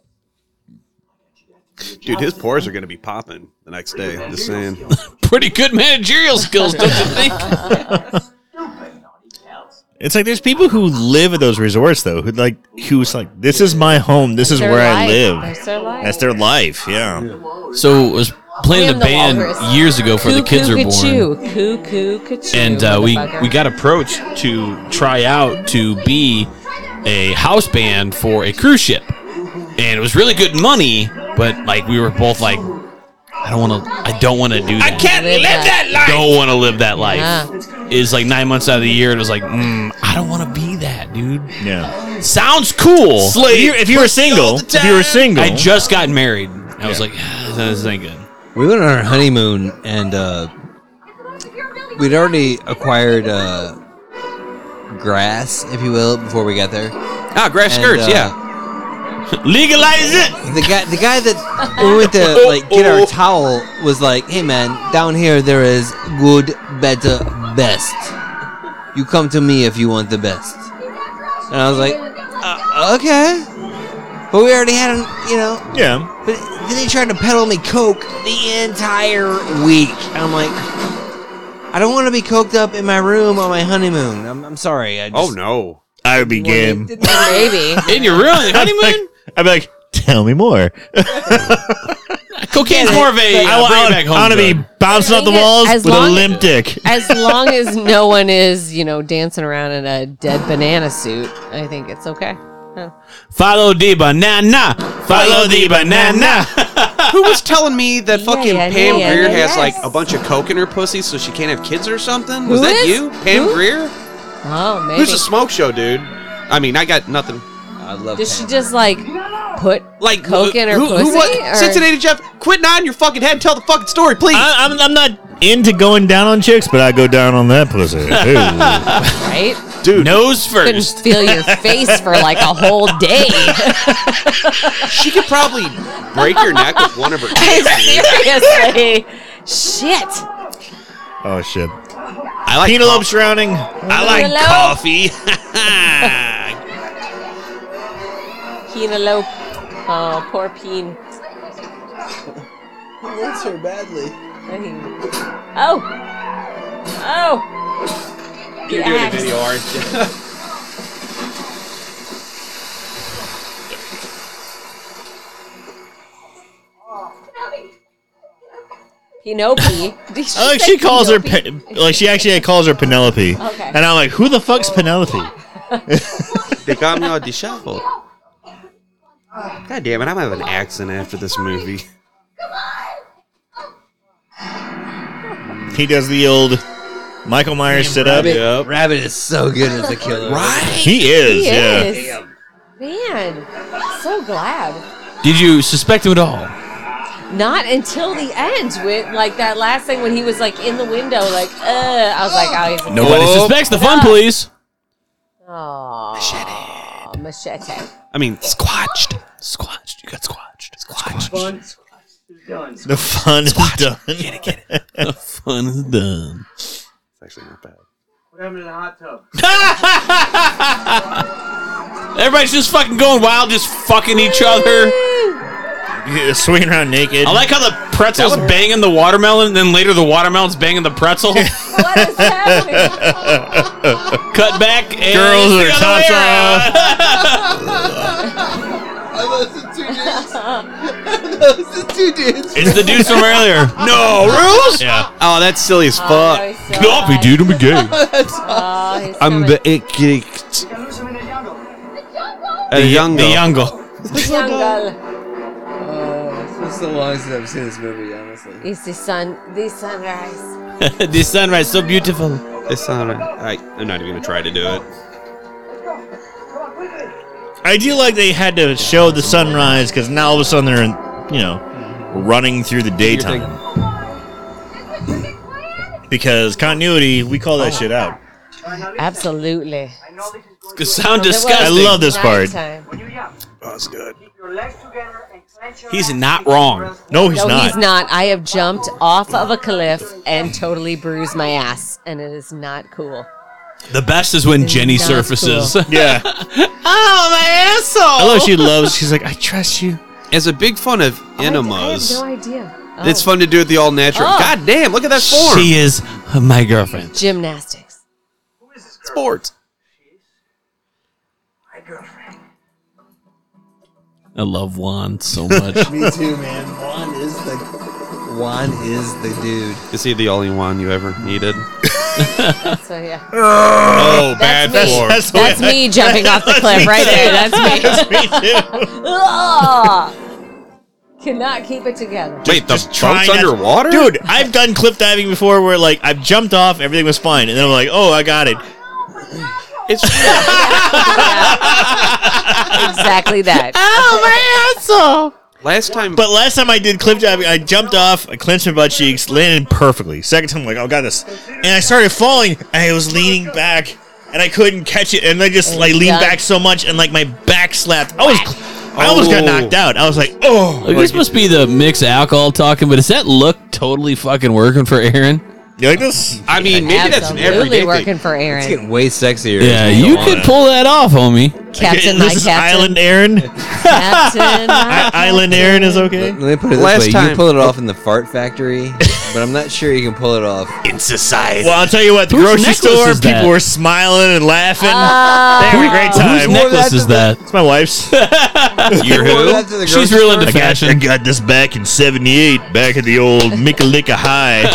Dude, his pores are gonna be popping the next day. I'm just saying.
Pretty good managerial skills, don't you think?
It's like there's people who live at those resorts though, who like who's like, this is my home, this is
Their
where I
life.
live.
That's their life.
That's their life. Yeah.
So I was playing in a
Liam the
band
Walrus.
years ago for the kids are
Cuckoo,
born.
cuckoo, cuckoo, cuckoo,
and uh, we
motherfucker.
we got approached to try out to be a house band for a cruise ship, and it was really good money. But like we were both like, I don't want to, I don't want to do that. I can't
Live live that.
life. Don't want to live that life.
Yeah.
Is like nine months out of the year, and it was like, mm, I don't want to be that, dude.
Yeah.
Sounds cool.
If you, if you were single, if you were single,
I just got married. I was like, this ain't good.
We went on our honeymoon and uh, we'd already acquired uh, grass, if you will, before we got there.
Ah, grass
And,
skirts,
uh,
yeah. Legalize it.
The guy, the guy that we went to like get our towel was like, "Hey man, down here there is good, better, best. You come to me if you want the best." And I was like, uh, "Okay," but we already had, an, you know.
Yeah.
But then he tried to peddle me coke the entire week. And I'm like, I don't want to be coked up in my room on my honeymoon. I'm, I'm sorry. I just,
Oh no.
I would be game.
Maybe.
In your room,
I'd be
honeymoon.
like, I'd be like, tell me more.
Cocaine's more of a
I
uh,
want,
bring it
I
back home.
want to be
drug.
bouncing off the
As
walls with
long
a
as-
limp dick.
As long as no one is, you know, dancing around in a dead banana suit, I think it's okay.
Follow the banana. Follow the banana.
Who was telling me that
Yeah,
fucking
yeah,
Pam
yeah,
Greer
yeah,
has
yes.
like a bunch of coke in her pussy so she can't have kids or something? Was
Who
that
is?
you? Pam
Who?
Greer?
Oh, maybe.
Who's a smoke show, dude? I mean, I got nothing.
I love
Does she
Pam.
just like put
Like
coke in her pussy? or- Uh,
Cincinnati Jeff, quit nodding your fucking head and tell the fucking story, please.
I, I'm, I'm not into going down on chicks, but I go down on that pussy. Ew.
Right?
dude,
Nose
Couldn't
first.
feel your face for like a whole day.
she could probably break your neck with one of her.
Seriously. Shit.
oh shit!
I like
Penelope shrouding. I like
Penelope.
coffee.
Penelope. Oh, poor Peen.
He wants her badly.
Oh. Oh.
You're doing a video, aren't you?
Penelope.
I like Oh, she calls her Pe- like she actually calls her Penelope.
Okay.
And I'm like, who the fuck's Penelope?
They got me all disheveled. God damn it, I'm having an accent after this movie.
He does the old Michael Myers sit up.
Rabbit, Rabbit is so good as a killer. Right?
He is.
He
yeah.
is. Man, so glad.
Did you suspect him at all?
Not until the end with like that last thing when he was like in the window, like uh, I was like, oh, he's a
Nobody suspects the fun police.
Aw, machete.
I mean, squatched.
Squatched. You got squatched.
The fun is done. Get it, get it.
The fun is done.
It's actually not bad.
What happened in the hot tub?
Everybody's just fucking going wild, just fucking each other.
swinging around naked.
I like how the pretzel's banging the watermelon, and then later the watermelon's banging the pretzel.
What is happening?
Cut back. And
Girls with their
the other
tops
way
are
around. It's the dudes from earlier. No rules. Yeah.
Oh, that's silly as fuck.
Oh, he's so hot.
I'm gay.
Oh, he's
I'm
coming.
the ick. A young
The young girl.
jungle.
Uh, it's been so long since I've seen this movie, honestly.
It's the sun, the sunrise.
the sunrise so beautiful.
It's not. I, I'm not even gonna try to do it.
I do like they had to show the sunrise because now all of a sudden they're, in, you know, running through the daytime. Because continuity, we call that shit out.
Absolutely.
Could sound
I
disgusting.
love this part.
Nighttime.
Oh, He's not wrong.
No, he's
No,
not.
he's not. I have jumped off of a cliff and totally bruised my ass, and it is not cool.
The best is when Jenny
That's
surfaces.
Yeah.
oh my asshole!
I love she loves. She's like, I trust you.
As a big fun of enemas,
I, I have no idea. Oh.
it's fun to do it the all natural.
Oh.
God damn! Look at that form.
She is my girlfriend.
Gymnastics.
Sports.
I love Juan so much.
Me too, man. Juan is the Juan is the dude.
Is he the only one you ever needed?
So yeah,
Oh,
that's me.
form.
That's,
That's me jumping off the cliff right there. That's me.
me too.
Ugh. Cannot keep it together.
Wait, the
Just
boat's
trying not-
underwater,
Dude, I've done cliff diving before where like I've jumped off, everything was fine, and then I'm like, oh, I got it.
It's
Exactly that.
last time.
But last time I did cliff diving, I jumped off, I clenched my butt cheeks, landed perfectly. Second time, I'm like, oh, I got this. And I started falling, and I was leaning back, and I couldn't catch it, and I just like leaned
Oh, Yeah.
back so much, and like my back slapped. I was, I almost got knocked out. I was like, oh.
Look, this must be the mix of alcohol talking, but is that look totally fucking working for Aaron?
You like this?
I mean, maybe that's an
Absolutely
everyday
working
thing.
for
It's
Aaron.
getting way sexier.
Yeah, you could pull that off, homie.
Captain, my
this is
captain.
Island Aaron.
Captain,
I-
my
Island Aaron is okay.
Let me put it this
Last
way:
time-
you pull it off in the fart factory, but I'm not sure you can pull it off.
in society.
Well, I'll tell you what. The
Whose
grocery
necklace
store,
is
people
that?
were smiling and laughing.
Uh,
they had a great
Whose
time.
necklace is that?
It's my wife's.
You're
that to
who?
the
She's
grocery
real
store?
into
I got, I
fashion.
got this back in '78, back at the old Mikalicka High,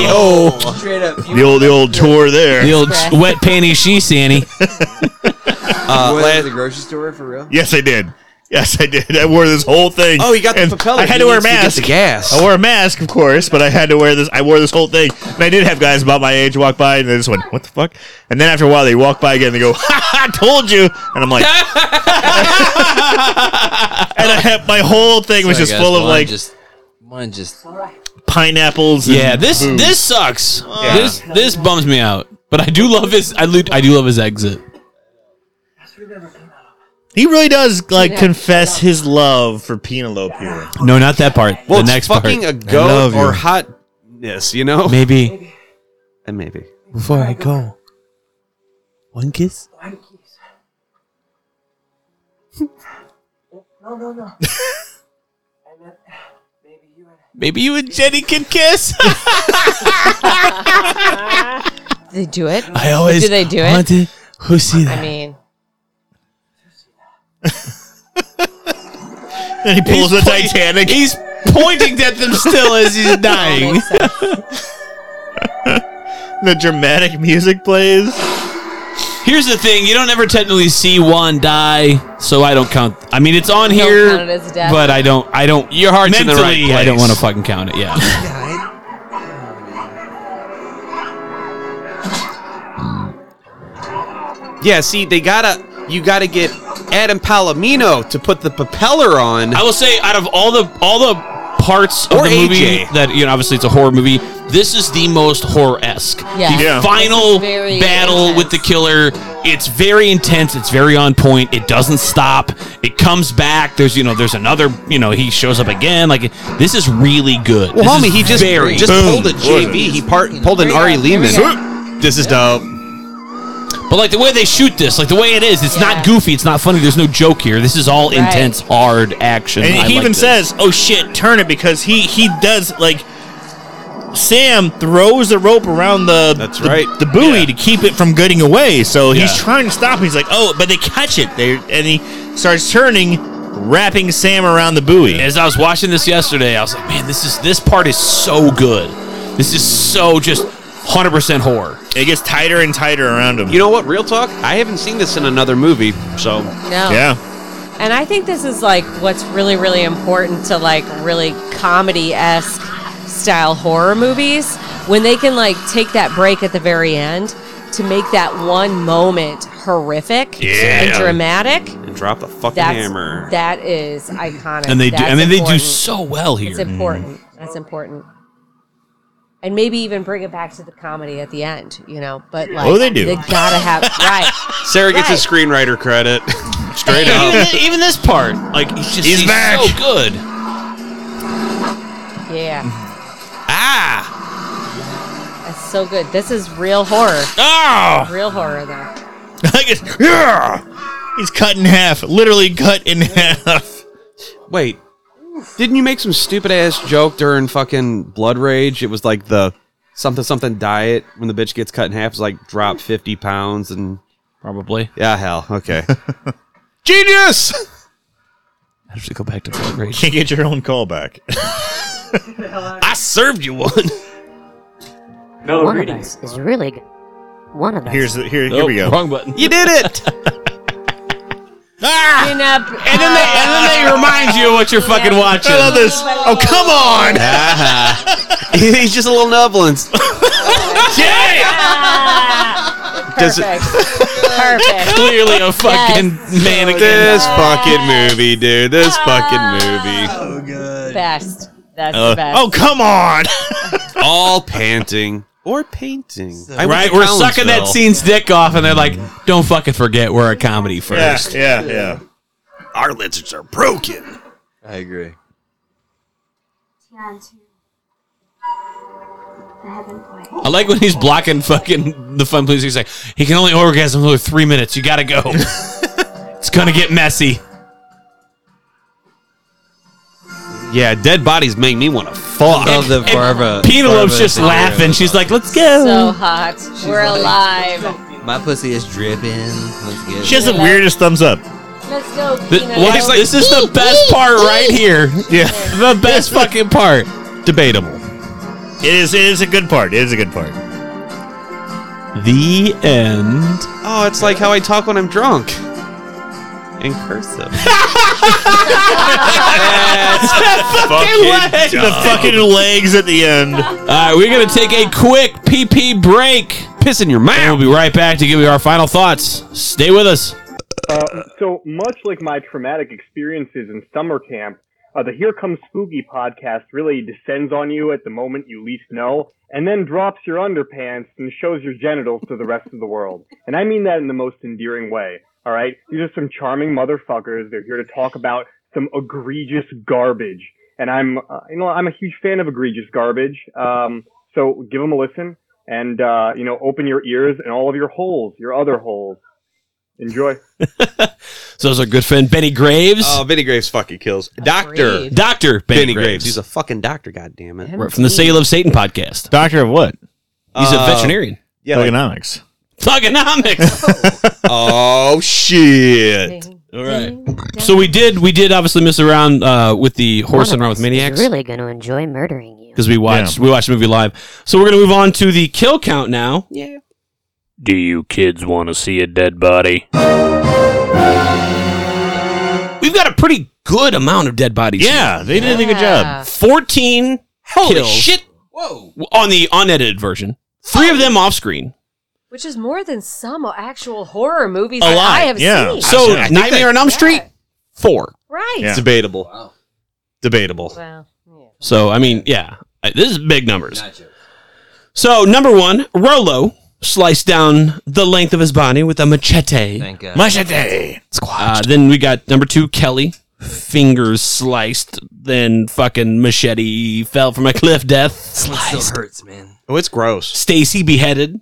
Oh, straight up.
the old the old tour there.
The old wet panty she sandy.
Uh,
last-
the grocery store for real?
Yes, I did. Yes, I did. I wore this whole thing.
Oh, you got the
And
propeller.
I had
He
to wear a
needs
mask. Oh,
to get the gas.
I wore a mask, of course, but I had to wear this. I wore this whole thing, and I did have guys about my age walk by, and they just went, "What the fuck?" And then after a while, they walk by again, and they go, "Ha, ha, "I told you," and I'm like, and I had my whole thing was
Sorry,
just
guys,
full of
one
like
just one just
pineapples. and
Yeah, this
booze.
this sucks. This this bums me out. But I do love his. I, lo- I do love his exit.
he really does like confess his love for Penelope here.
No, not that part.
well,
the
it's
next
fucking
part.
a goat or hotness, you know?
Maybe
And maybe.
before I go, one kiss.
No, no, no. and then maybe you and
Maybe you and Jenny can kiss.
They do it.
I always
Do they do it?
wanted who see
I
that.
mean,
And he pulls the
point-
Titanic.
He's pointing at them still as he's dying.
the dramatic music plays.
Here's the thing: you don't ever technically see Juan die, so I don't count. I mean, it's on here,
count it as a death.
but I don't. I don't. Your heart's in the right.
Mentally,
place. I don't
yes.
want to fucking count it. Yeah.
Yeah, see, they gotta. You gotta get Adam Palomino to put the propeller on.
I will say, out of all the all the parts of
Or
the movie
AJ.
that you know, obviously it's a horror movie. This is the most horror esque.
Yeah.
The
Yeah.
final
This is very
battle
intense.
with the killer. It's very intense. It's very on point. It doesn't stop. It comes back. There's you know there's another you know he shows up again. Like this is really good.
Well,
this
homie,
is
he just
very
just
Boom.
pulled a JV. He part, pulled an Ari Lehman. This is dope.
But like the way they shoot this, like the way it is, it's
Yeah.
not goofy. It's not funny. There's no joke here. This is all
Right.
intense, hard action.
And
I
he
like
even
this.
says, "Oh shit, turn it," because he he does like. Sam throws the rope around the
That's
the-
right.
the, buoy
Yeah.
to keep it from getting away. So
Yeah.
he's trying to stop. it. He's like, "Oh," but they catch it. They and he starts turning, wrapping Sam around the buoy.
As I was watching this yesterday, I was like, man, this is this part is so good. This is so just 100% horror.
It gets tighter and tighter around him.
You know what? Real talk. I haven't seen this in another movie, so
no.
yeah,
And I think this is like what's really, really important to like really comedy esque style horror movies when they can like take that break at the very end to make that one moment horrific and dramatic.
and drop the fucking
That's
hammer.
that is iconic.
And they do
That's
I mean they do
important.
so well here.
It's important. That's important. And maybe even bring it back to the comedy at the end, you know. But like,
Oh, they do.
They gotta have right.
Sarah gets
Right.
a screenwriter credit. Straight
even,
up.
thi- even this part, like it's just
He's
he's
back.
so good.
Yeah,
Ah!
Ah!
that's so good. This is real horror.
oh,
Real horror, though.
I guess, yeah, he's cut in half, literally cut in half.
Wait. Didn't you make some stupid ass joke during fucking Blood Rage? It was like the something something diet when the bitch gets cut in half. It's like drop 50 pounds and.
Probably.
Yeah, hell. Okay. Genius!
I have to go back to Blood Rage.
Can't get your own call back.
I served you one.
One of us is really good. One of us.
Here's the, here here we go.
Wrong button.
You did it!
Ah!
Clean up.
And then they and then they remind you of what you're fucking watching.
I love this. Oh come on!
He's just a little Nublins. Does it-
perfect. perfect.
Clearly a fucking mannequin.
This fucking movie, dude. This fucking movie.
Best. That's
Uh,
the best.
oh come on!
All panting or painting. I went
Right,
to
we're sucking that
Collinsville.
scene's dick off, and they're like, "Don't fucking forget, we're a comedy first.
yeah, yeah.
Our lizards are broken.
I agree.
Tian too. The heaven boy.
I like when he's blocking fucking the fun police. He's like, he can only orgasm for three minutes. You gotta go. it's gonna get messy.
Yeah, dead bodies make me want to fuck.
Love the Barbara.
Penelope's
Barbara
just
Sinclair.
laughing. She's like, let's go.
So hot. We're
like-
alive.
My pussy is dripping. Let's get
She has
it.
the weirdest thumbs up.
Let's go.
Th-
Peanut.
like, this is the best part right here.
Yeah.
The best fucking part. Debatable.
It is. It is a good part. It is a good part.
The end.
Oh, it's like how I talk when I'm drunk. In cursive.
Fucking the
Uh,
fucking legs at the end.
All right, we're gonna take a quick PP break.
Piss in your
And
mouth.
we'll be right back to give you our final thoughts. Stay with us.
Uh, so much like my traumatic experiences in summer camp, uh, the Here Comes Spooky podcast really descends on you at the moment you least know, and then drops your underpants and shows your genitals to the rest of the world. And I mean that in the most endearing way. All right, these are some charming motherfuckers. They're here to talk about some egregious garbage, and I'm, uh, you know, I'm a huge fan of egregious garbage. Um, so give them a listen, and uh, you know, open your ears and all of your holes, your other holes. Enjoy.
So those our good friend Benny Graves,
Oh, Benny Graves fucking kills. Doctor
Agreed.
Doctor Benny,
Benny Graves.
Graves.
He's a fucking doctor. God damn it.
Right, from the Sale of Satan podcast.
Doctor of what?
He's a
Uh,
veterinarian.
Yeah. like-
Economics.
Thugonomics.
oh shit.
All right. So we did we did obviously miss around uh, with the horse and around with maniacs
Is really going to enjoy murdering you.
because we watched we watched the movie live. So we're gonna move on to the kill count now.
Do you kids want to see a dead body?
We've got a pretty good amount of dead bodies.
Yeah, they did a good
Yeah.
job.
fourteen
Holy
kills
shit.
on the unedited version. Three of them off screen.
Which is more than some actual horror movies
A
that
lot,
I have
yeah.
seen.
So
I think
Nightmare on Elm Street, four.
right.
Yeah.
Debatable. Debatable.
Well, yeah.
So I mean, yeah, I- this is big numbers. So number one, Rolo sliced down the length of his body with a machete.
Thank God.
Machete.
Uh, then we got number two, Kelly, fingers sliced, then fucking machete fell from a cliff. Death
It
sliced.
still hurts, man.
Oh, it's gross.
Stacy beheaded.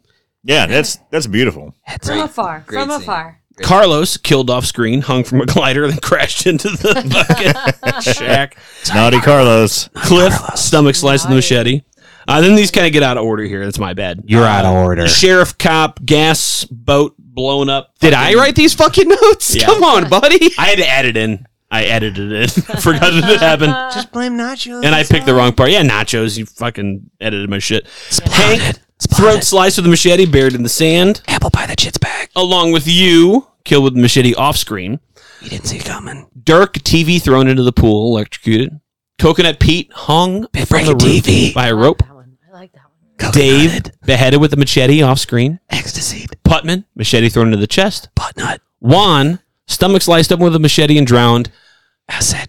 Yeah, that's that's beautiful.
From afar.
great
From
scene.
afar.
Carlos killed off screen, hung from a glider, then crashed into the fucking shack.
Naughty Carlos.
Cliff, stomach slice with the machete. Uh, then these kind of get out of order here. That's my bad. Uh,
You're out of order.
Sheriff, cop, gas boat blown up.
Did I write these fucking notes?
Yeah.
Come on, buddy.
I had to add it in. I edited it. Forgot that it happened.
Just blame Nacho.
And I picked the wrong part. Yeah, nachos. You fucking edited my shit. Hank, throat sliced with a machete, buried in the sand. Apple pie that shit's back. Along with you, killed with machete off screen.
You didn't see it coming.
Dirk, TV thrown into the pool, electrocuted. Coconut Pete hung from the roof by a rope.
That one. I like that one.
Dave beheaded with a machete off screen.
Ecstasy.
Putman machete thrown into the chest.
Butt nut.
Juan stomach sliced up with a machete and drowned.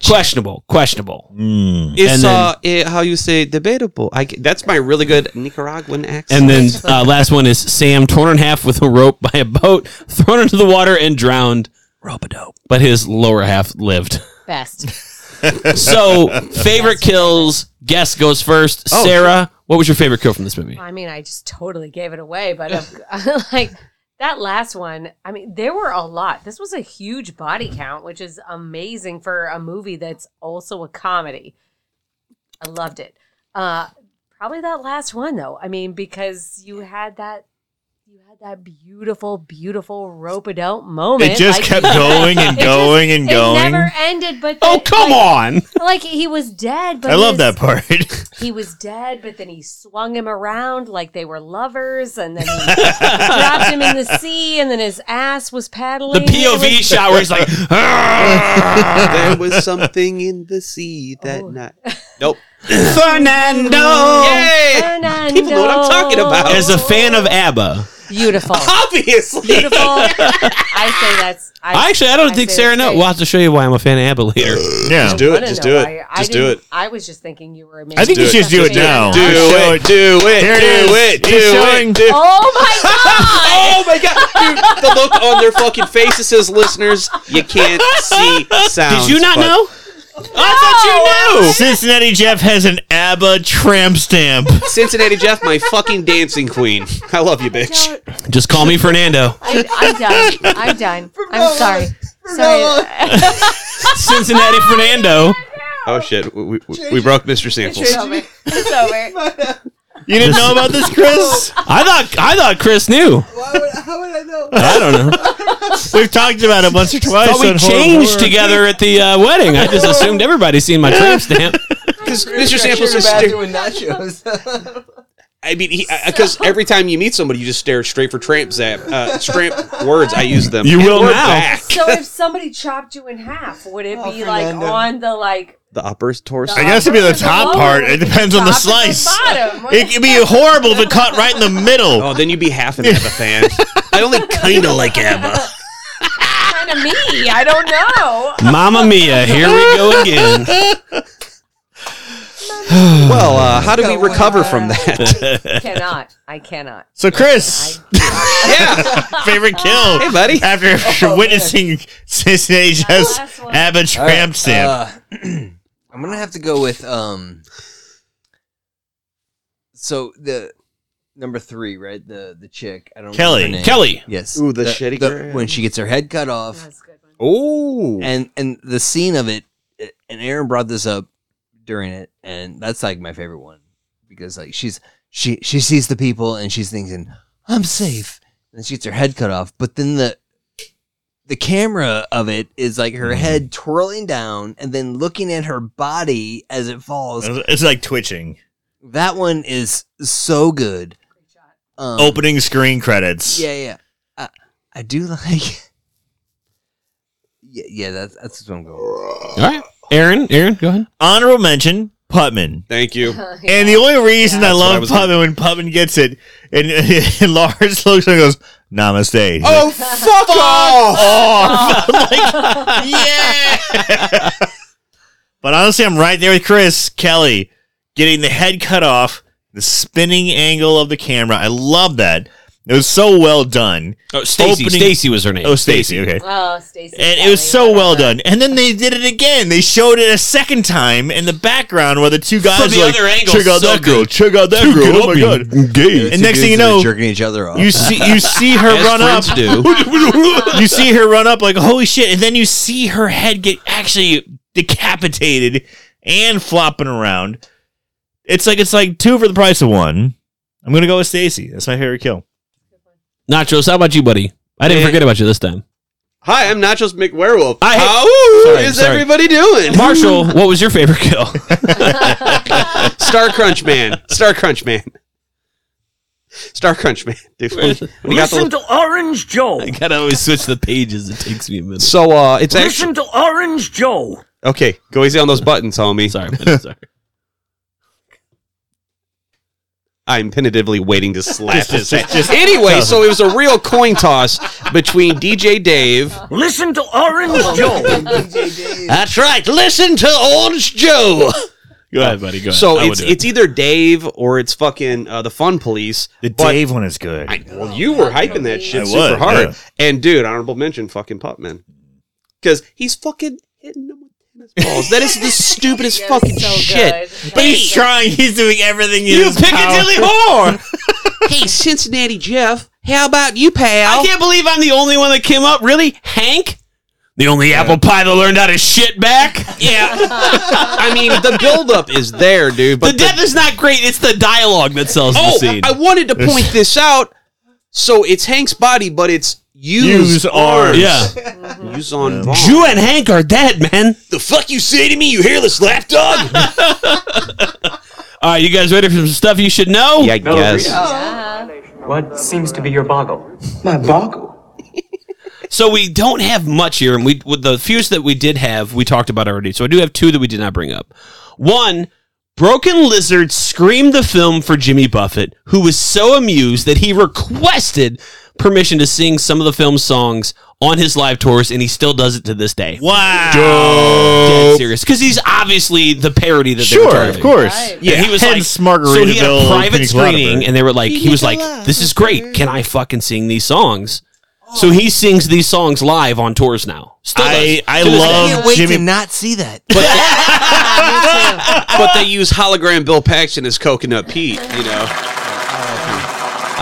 Questionable, questionable.
Mm.
It's
And then-
uh, eh, how you say debatable. I, c- that's my really good Nicaraguan accent.
And then uh, last one is Sam torn in half with a rope by a boat, thrown into the water and drowned. Robodope. But his lower half lived.
Best.
So favorite kills. Guess goes first.
Oh.
Sarah, what was your favorite kill from this movie?
I mean, I just totally gave it away, but uh, like that last one, I mean, there were a lot. This was a huge body count, which is amazing for a movie that's also a comedy. I loved it. Uh, probably that last one though. I mean, because you had that. You had that beautiful, beautiful rope a dope moment.
It just
like-
kept going and
It just-
going and
It
going.
never ended, but
Oh
the-
come
like-
on!
Like he was dead, but
I love
his-
that part.
he was dead, but then he swung him around like they were lovers, and then he dropped him in the sea, and then his ass was
The
paddling.
POV
It
shot where he's like,
there was something in the sea that
Oh.
night. Nope.
Fernando.
was Fernando.
Oh.
People know what I'm talking about.
As a fan of ABBA,
Beautiful.
Obviously.
Beautiful. I say that's.
I actually, I don't think
say
Sarah
that's
knows.
great.
We'll have to show you why I'm a fan of Abba later.
Yeah. Just
do
I
it.
don't
Just
know
do
why.
it.
I
Just do
didn't-
it.
I was just thinking you were.
I think you should do it now.
Do
Show
it. Do it.
Here it
do
is.
it. Do
He's
it.
showing.
Do
Oh my god!
Oh my god, dude! The look on their fucking faces says, "Listeners, you can't see sound."
Did you not know? I thought you knew.
Cincinnati Jeff has an ABBA tramp stamp.
Cincinnati Jeff, my fucking dancing queen. I love you, bitch.
Just call me Fernando.
I, I'm done. I'm done. I'm sorry. Sorry.
Cincinnati Fernando.
Oh shit, we, we, we broke Mr. Samples.
It's over. It's over.
You didn't know about this, Chris?
I thought I thought Chris knew.
How would I know?
I don't know.
We've talked about it once or twice.
thought we
on Horror
changed
Horror.
together at the uh, wedding. I just assumed everybody's seen my tramp stamp.
Because Mr. Samples just
bad
stare.
doing nachos.
I mean, because every time you meet somebody, you just stare straight for tramp zap. Uh, tramp words. I use them.
You
And
will
we're
now.
back.
So if somebody chopped you in half, would it be like
Fernando.
on the like?
The upper torso.
I guess it'd be the top
lower,
part. It depends on the
top and
slice.
bottom. What
It could be horrible if it cut right in the middle.
Oh, then you'd be half an ABBA fan. I only kind of like ABBA.
kind of me? I don't know.
Mamma mia, here we go again.
Well, uh, how do we
Go
recover
on.
from that?
cannot. I cannot.
So, Chris,
yeah.
favorite kill
Hey, buddy.
after
Oh,
witnessing Cincinnati Jeff's
last one.
ABBA tramp stamp.
Uh, I'm gonna have to go with um. So the number three, right? The the chick. I don't
Kelly.
Know her name.
Kelly.
Yes.
Ooh, the shitty girl.
when she gets her head cut off,
That's a good one.
Oh.
and and the scene of it, and Aaron brought this up during it, and that's like my favorite one because like she's she she sees the people and she's thinking I'm safe, and she gets her head cut off, but then the the camera of it is like her head twirling down and then looking at her body as it falls.
it's like twitching.
That one is so good. Um,
Opening screen credits.
Yeah, yeah. I, I do like. Yeah, yeah. That's that's what I'm going. with.
All right. Aaron, Aaron, go ahead.
Honorable mention, Putman.
Thank you.
And the only reason I
That's what I
love
was
Putman when Putman gets it, and, and Lars looks and goes, Namaste. He's like,
Oh, fuck off!
"Oh." I'm like, yeah. but honestly, I'm right there with Chris Kelly getting the head cut off, the spinning angle of the camera. I love that. It was so well done.
Oh, Stacy.
Opening-
Stacy was her name.
Oh, Stacy. Okay.
Oh, Stacey.
And it was so well done. And then they did it again. They showed it a second time in the background where the two guys
the
were like,
other angle,
check out
so
that girl, check out that girl. Oh my god,
Yeah,
And
two
next thing
dudes
you
that are
know,
jerking each other off.
you see you see her
As
run up.
friends do.
you see her run up like holy shit, and then you see her head get actually decapitated and flopping around. It's like it's like two for the price of one. I'm gonna go with Stacy. That's my favorite kill.
Nachos, how about you, buddy? I didn't
Yeah.
forget about you this time.
Hi, I'm Nachos McWerewolf.
I-
How
Sorry,
is
sorry.
everybody doing?
Marshall, what was your favorite kill?
Star Crunch Man. Star Crunch Man. Star Crunch Man. Dude, when- when you got the-
Listen to Orange Joe.
I gotta always switch the pages. It takes me a minute.
so, uh, it's actually.
Listen to Orange Joe.
Okay, go easy on those buttons, homie.
Sorry, buddy, sorry.
I'm penitently waiting to slap his head.
just-
Anyway, so it was a real coin toss between DJ Dave.
Listen to
Oh,
Orange Joe.
That's right. Listen to Orange Joe.
Go ahead, buddy. Go ahead. I
So
will
it's
do
it's either Dave or it's fucking uh, the Fun Police.
The
but-
Dave one is good.
I, well, you were hyping that shit
I
super
was,
hard.
yeah.
And dude, honorable mention, fucking Putman, because he's fucking hitting them with tennis balls. That is the stupidest fucking shit.
but he's trying. He's doing everything. in his
Piccadilly
power.
whore!
Hey, Cincinnati Jeff, how about you, pal?
I can't believe I'm the only one that came up. Really, Hank? The only apple pie that learned how to shit back? Yeah.
I mean, the buildup is there, dude.
the
But
death is not great. It's the dialogue that sells
oh,
the scene.
I wanted to point this out. So it's Hank's body, but it's use
Use arms.
arms.
yeah. Mm-hmm.
use on yeah.
Drew and Hank are dead, man.
The fuck you say to me, you hairless lapdog?
All right, you guys ready for some stuff you should know?
yeah, I guess.
What seems to be your boggle?
My boggle.
So we don't have much here, and we with the few that we did have, we talked about already. So I do have two that we did not bring up. One Broken Lizard screamed the film for Jimmy Buffett, who was so amused that he requested permission to sing some of the film's songs on his live tours, and he still does it to this day.
Wow.
Dead serious. Because he's obviously the parody that they
Sure,
were
of
targeting.
course. Right.
Yeah, he was
Hence
like, so he had a
Margaritaville,
private
Pina Colada
screening,
Bird.
and they were like, he was like, this is great. Can I fucking sing these songs? So he sings these songs live on tours now. Still
I,
does.
I
To this day.
love Jimmy.
not see that.
but they use hologram Bill Paxton as Coconut Pete, you know.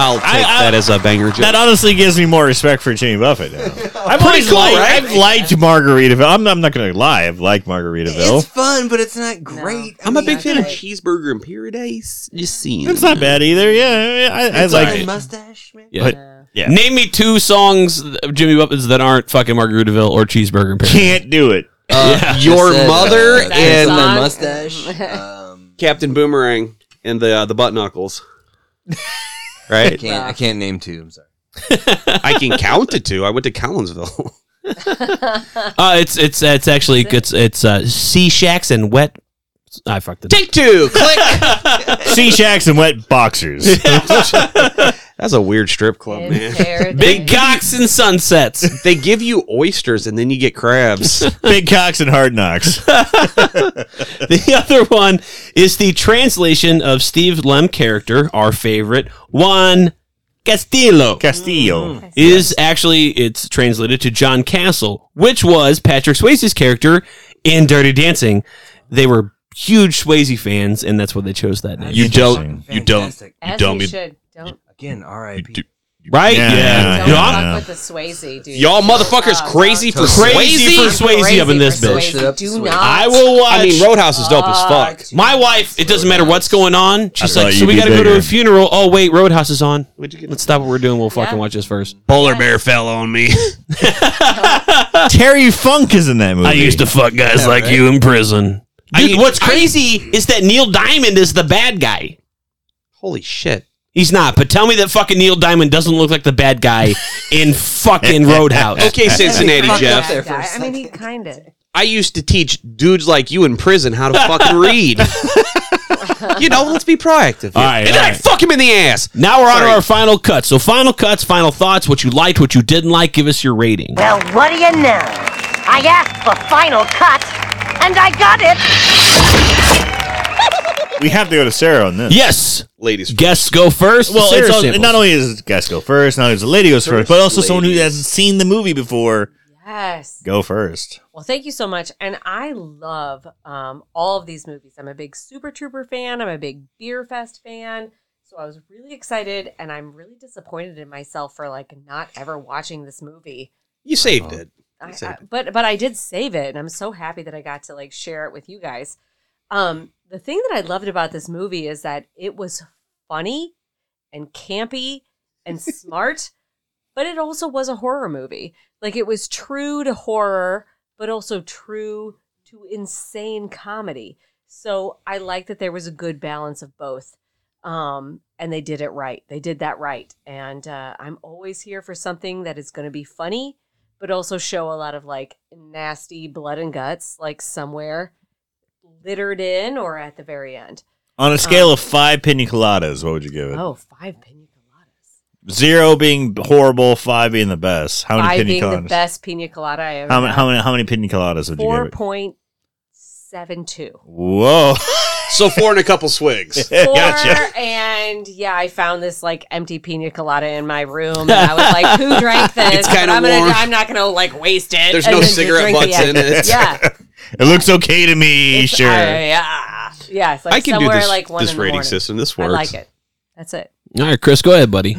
I'll take
I- I-
that as a banger joke.
that honestly gives me more respect for Jimmy Buffett. now. I've
Pretty
always
cool,
liked,
right?
I've liked Margaritaville. I'm, I'm not going to lie. I've liked Margaritaville.
It's
It's,
fun, but it's not great.
I'm a big fan of
I-
cheeseburger and paradise. Just seeing.
not bad either. Yeah, I, I
It's
like
Fucking
it.
mustache. Man.
Yeah.
But, yeah.
Name me two songs of Jimmy Buffett's that aren't fucking Margaritaville or Cheeseburger and Paradise.
Can't do it.
Your
Said, uh,
mother
that
and
song.
uh,
mustache. Um,
Captain Boomerang and the uh, the butt knuckles.
I
Right,
can't. I can't name two. I'm sorry.
I can count it to. I went to Collinsville.
Uh, it's it's it's actually it's it's uh, Sea Shacks and Wet. I fucked it. up.
Take two, click.
Sea shacks and wet boxers.
That's a weird strip club, man.
Big cocks and sunsets.
They give you oysters and then you get crabs.
Big cocks and hard knocks.
the other one is the translation of Steve Lem character, our favorite Juan Castillo,
Castillo.
is actually it's translated to John Castle, which was Patrick Swayze's character in Dirty Dancing. They were huge Swayze fans, and that's why they chose that name.
You don't.
You don't.
As you should. Don't,
Again, R.I.P.
right?
Yeah.
Yeah.
Yeah.
don't
You know, I'm
fuck
yeah.
with the Swayze, dude.
Y'all motherfuckers
Oh,
crazy for
crazy
Swayze?
for Swayze up in this
for
bitch.
Swayze.
Swayze. Do not.
I will watch.
I mean, Roadhouse is dope as fuck.
My wife, it doesn't matter what's going on. She's
I
like,
thought
so we
you'd
got to
be
go to
bigger.
a funeral. Oh wait, Roadhouse is on. Let's stop what we're doing. We'll fucking
Yeah.
watch this first.
Polar bear fell on me.
Terry Funk is in that movie.
fuck guys like you in prison. Dude, what's crazy is that Neil Diamond is the bad guy.
Holy shit.
He's not, but tell me that fucking Neil Diamond doesn't look like the bad guy in fucking Roadhouse.
Okay, Cincinnati
Fuck
Jeff.
up there for a
Guy. I mean, he kind of.
I used to teach dudes like you in prison how to fucking read. you know, let's be proactive.
All right,
and
all
then I
right.
fuck him in the ass.
Now we're on to
Sorry.
our final cut. So final cuts, final thoughts, what you liked, what you didn't like, give us your rating.
Well, what do you know? I asked for final cut, and I got it.
We have to go to Sarah on this.
Yes.
Ladies.
Guests go first.
Well,
Sarah
it's all,
Samples.
not only is guest go first, not only is the lady goes first, but also someone who
lady.
hasn't seen the movie before
Yes.
go first.
Well, thank you so much. And I love um, all of these movies. I'm a big Super Trooper fan. I'm a big Beer Fest fan. So I was really excited, and I'm really disappointed in myself for like not ever watching this movie.
You saved it.
I,
Save
I- but but I did save it, and I'm so happy that I got to like share it with you guys. Um, the thing that I loved about this movie is that it was funny and campy and smart, but it also was a horror movie. Like it was true to horror, but also true to insane comedy. So I like that there was a good balance of both. Um, and they did it right. They did that right. And uh, I'm always here for something that is going to be funny, but also show a lot of like nasty blood and guts, like somewhere littered in or at the very end.
On a scale of five pina coladas, what would you give it?
Uh-huh. Oh, five pina coladas.
Zero being horrible, five being the best. How many
Five
pina
being
coladas?
the best pina colada I ever
How many? How many? How many pina coladas would you
Four
give it?
point seven two.
Whoa!
So four and a couple swigs.
Four
Gotcha.
and yeah, I found this like empty pina colada in my room, and I was like, "Who drank this?"
It's kinda
But I'm gonna-
warm.
I'm not gonna like waste it.
There's
and
no
then just
cigarette
drink the
butts
end.
in it.
Yeah,
It looks okay to me.
It's-
sure.
I- yeah, yeah. It's like
I can do
somewhere
this,
like one
this
in the
rating
morning.
system. This
I
works.
like it. That's it.
All right, Chris, go ahead, buddy.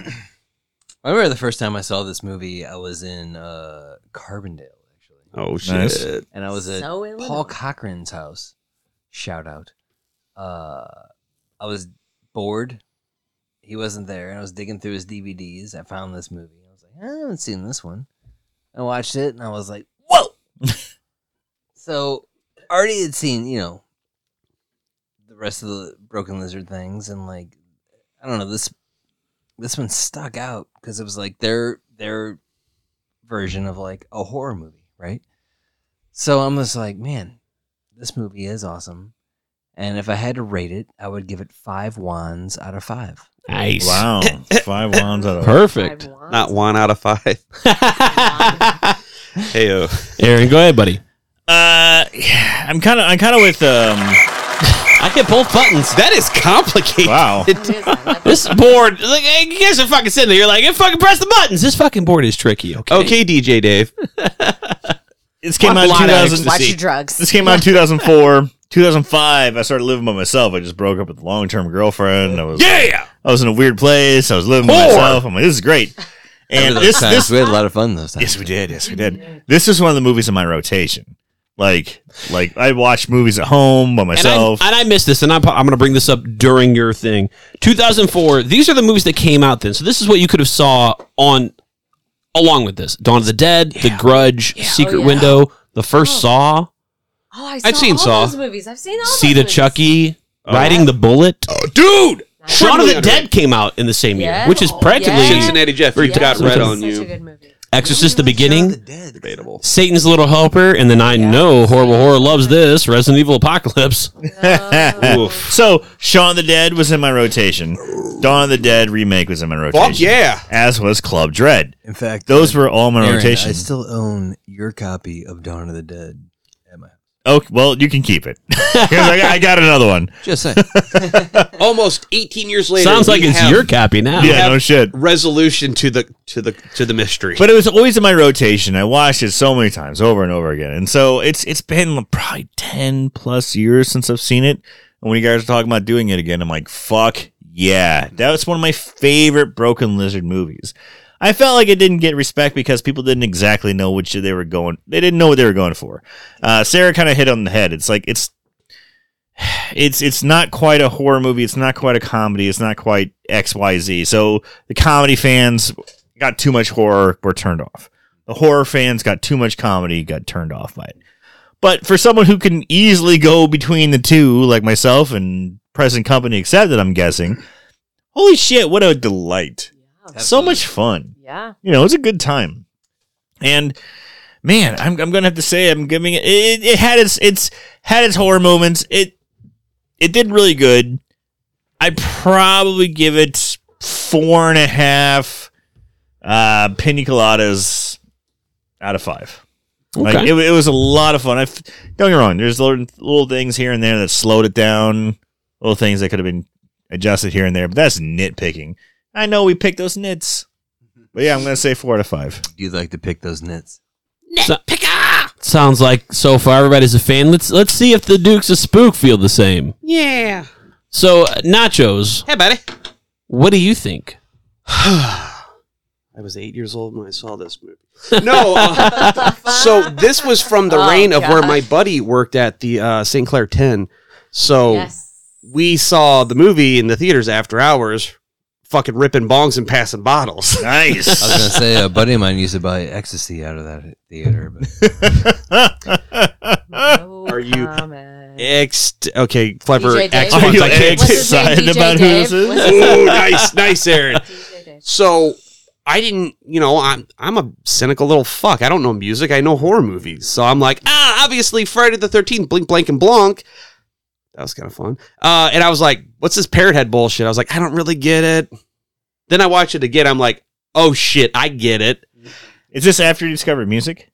I remember the first time I saw this movie. I was in uh, Carbondale actually,
Oh, shit.
Nice.
and I was at
So Illinois.
Paul Cochran's house. Shout out. Uh, I was bored. He wasn't there, and I was digging through his DVDs. I found this movie. I was like, "Eh, I haven't seen this one. I watched it, and I was like, whoa. so, already had seen you know the rest of the Broken Lizard things, and like I don't know this this one stuck out because it was like their their version of like a horror movie, right? So I'm just like, man, this movie is awesome. And if I had to rate it, I would give it five wands out of five.
Nice.
Wow. Five wands out of
Perfect.
Not one out of five. hey, uh,
Aaron, go ahead, buddy.
Uh, yeah, I'm kind of I'm kind of with um.
I hit both buttons.
That is complicated.
Wow.
this board, like, hey, you guys are fucking sitting there. You're like, hey, fucking press the buttons. This fucking board is tricky. Okay.
Okay, DJ Dave.
This came out in
Lot of
2000.
ecstasy. Watch your
drugs.
This came out in 2004. 2005, I started living by myself. I just broke up with a long-term girlfriend. I was
yeah.
I was in a weird place. I was living by
Whore.
myself. I'm like, this is great. And
Remember those
this,
times?
this
we had a lot of fun those times.
Yes, we did. Yes, we did. This is one of the movies in my rotation. Like, like I watch movies at home by
And I,
myself.
and I missed this, and I'm, I'm going to bring this up during your thing. 2004. These are the movies that came out then. So this is what you could have saw on, along with this: Dawn of the Dead, The Grudge, Secret
Oh, yeah.
Window, the first Saw,
Oh, I
I've seen
all
Saw.
those movies. I've seen all
Seed
those
of
movies.
Chucky, Riding the Bullet. Oh, dude! Shaun of the Dead came out in the same year,
Yeah.
which is practically
Yeah.
Cincinnati Jeff, you got
Something.
red on you.
Exorcist, the beginning,
Debatable.
Satan's Little Helper, and then I know Horrible Horror loves this Resident Evil Apocalypse.
so Shaun of the Dead was in my rotation. Dawn of the Dead remake was in my rotation.
yeah.
As was Club Dread.
In fact,
Those were all my
Aaron,
rotation.
I still own your copy of Dawn of the Dead.
Okay, Oh, well, you can keep it. 'Cause I, got, I got another one.
Just saying.
Almost 18 years later.
Sounds like
we
it's
have
your copy now.
Yeah, no shit.
Resolution to the to the to the mystery.
But it was always in my rotation. I watched it so many times, over and over again, and so it's it's been probably ten plus years since I've seen it. And when you guys are talking about doing it again, I'm like, fuck yeah, that was one of my favorite Broken Lizard movies. I felt like it didn't get respect because people didn't exactly know which they were going. They didn't know what they were going for. Uh, Sarah kind of hit on the head. It's like it's it's it's not quite a horror movie. It's not quite a comedy. It's not quite X Y Z. So the comedy fans got too much horror, were turned off. The horror fans got too much comedy, got turned off by it. But for someone who can easily go between the two, like myself and present company accepted, I'm guessing, holy shit, what a delight! so much fun.
Yeah.
You know, it was a good time. And man, I'm, I'm gonna have to say I'm giving it, it. It had its its had its horror moments. It it did really good. I probably give it four and a half uh, pina coladas out of five. Like
Okay.
it, it was a lot of fun. I f- don't get me wrong. There's little, little things here and there that slowed it down. Little things that could have been adjusted here and there, but that's nitpicking. I know we picked those nits. But yeah, I'm gonna say four out of five.
You'd like to pick those nits.
Sounds like so far everybody's a fan. Let's let's see if the Dukes of Spook feel the same.
Yeah.
So uh, Nachos,
Hey, buddy.
what do you think?
I was eight years old when I saw this movie. No. uh, so this was from the
Oh,
reign of where
God.
my buddy worked at the uh, St. Clair 10. So
Yes.
we saw the movie in the theaters after hours, fucking ripping bongs and passing bottles.
I was gonna
Nice.
say a buddy of mine used to buy ecstasy out of that theater, but
Are you ext? Okay, clever
DJ Dave?
ex.
Are
I
you
can't.
ex- What's his name, excited DJ about who Dave? this is? What's his
Ooh, Oh, nice, nice, Aaron. So I didn't, you know, I'm I'm a cynical little fuck. I don't know music. I know horror movies. So I'm like, ah, obviously Friday the Thirteenth, Blink, Blank, and Blanc. That was kind of fun. Uh, and I was like, what's this parrot head bullshit? I was like, I don't really get it. Then I watched it again. I'm like, oh shit, I get it.
Is this after you discovered music?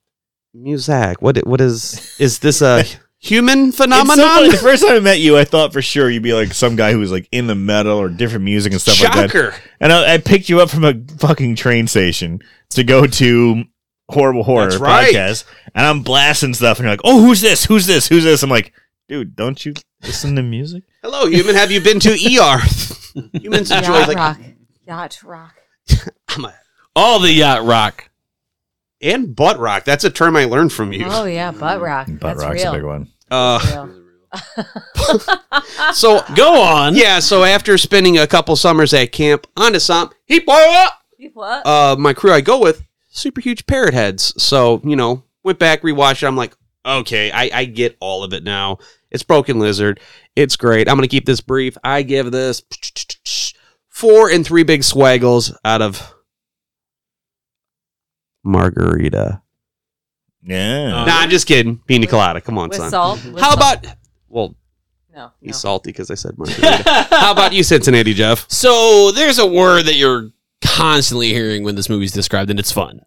Music. What? What is? Is this a human
It's so
phenomenon?
funny. the first time I met you, I thought for sure you'd be like some guy who was like in the metal or different music and stuff like that.
Shocker.
And I, I picked you up from a fucking train station to go to Horrible Horror
That's right.
podcast, and I'm blasting stuff, and you're like, "Oh, who's this? Who's this? Who's this?" I'm like, "Dude, don't you listen to music?"
Hello, human. Have you been to ER? Humans enjoy
Yacht
like
rock. Yacht rock.
All the yacht rock.
and butt rock. That's a term I learned from you.
Oh yeah, butt rock.
Mm-hmm. Butt
That's
rock's
real.
a big one.
Uh,
Real.
so
Go on.
Uh, yeah, so after spending a couple summers at camp on to some heap up,
People up.
uh, my crew I go with super huge parrot heads. So you know, went back rewatched. it. I'm like, okay, I, I get all of it now. It's Broken Lizard. It's great. I'm gonna keep this brief. I give this four and three big swaggles out of margarita.
Yeah.
Nah, I'm just kidding. Pina colada. Come on,
with
son.
salt. With
How
salt.
about well,
No.
He's salty because I said margarita. How about you, Cincinnati Jeff?
So there's a word that you're constantly hearing when this movie's described, and it's fun,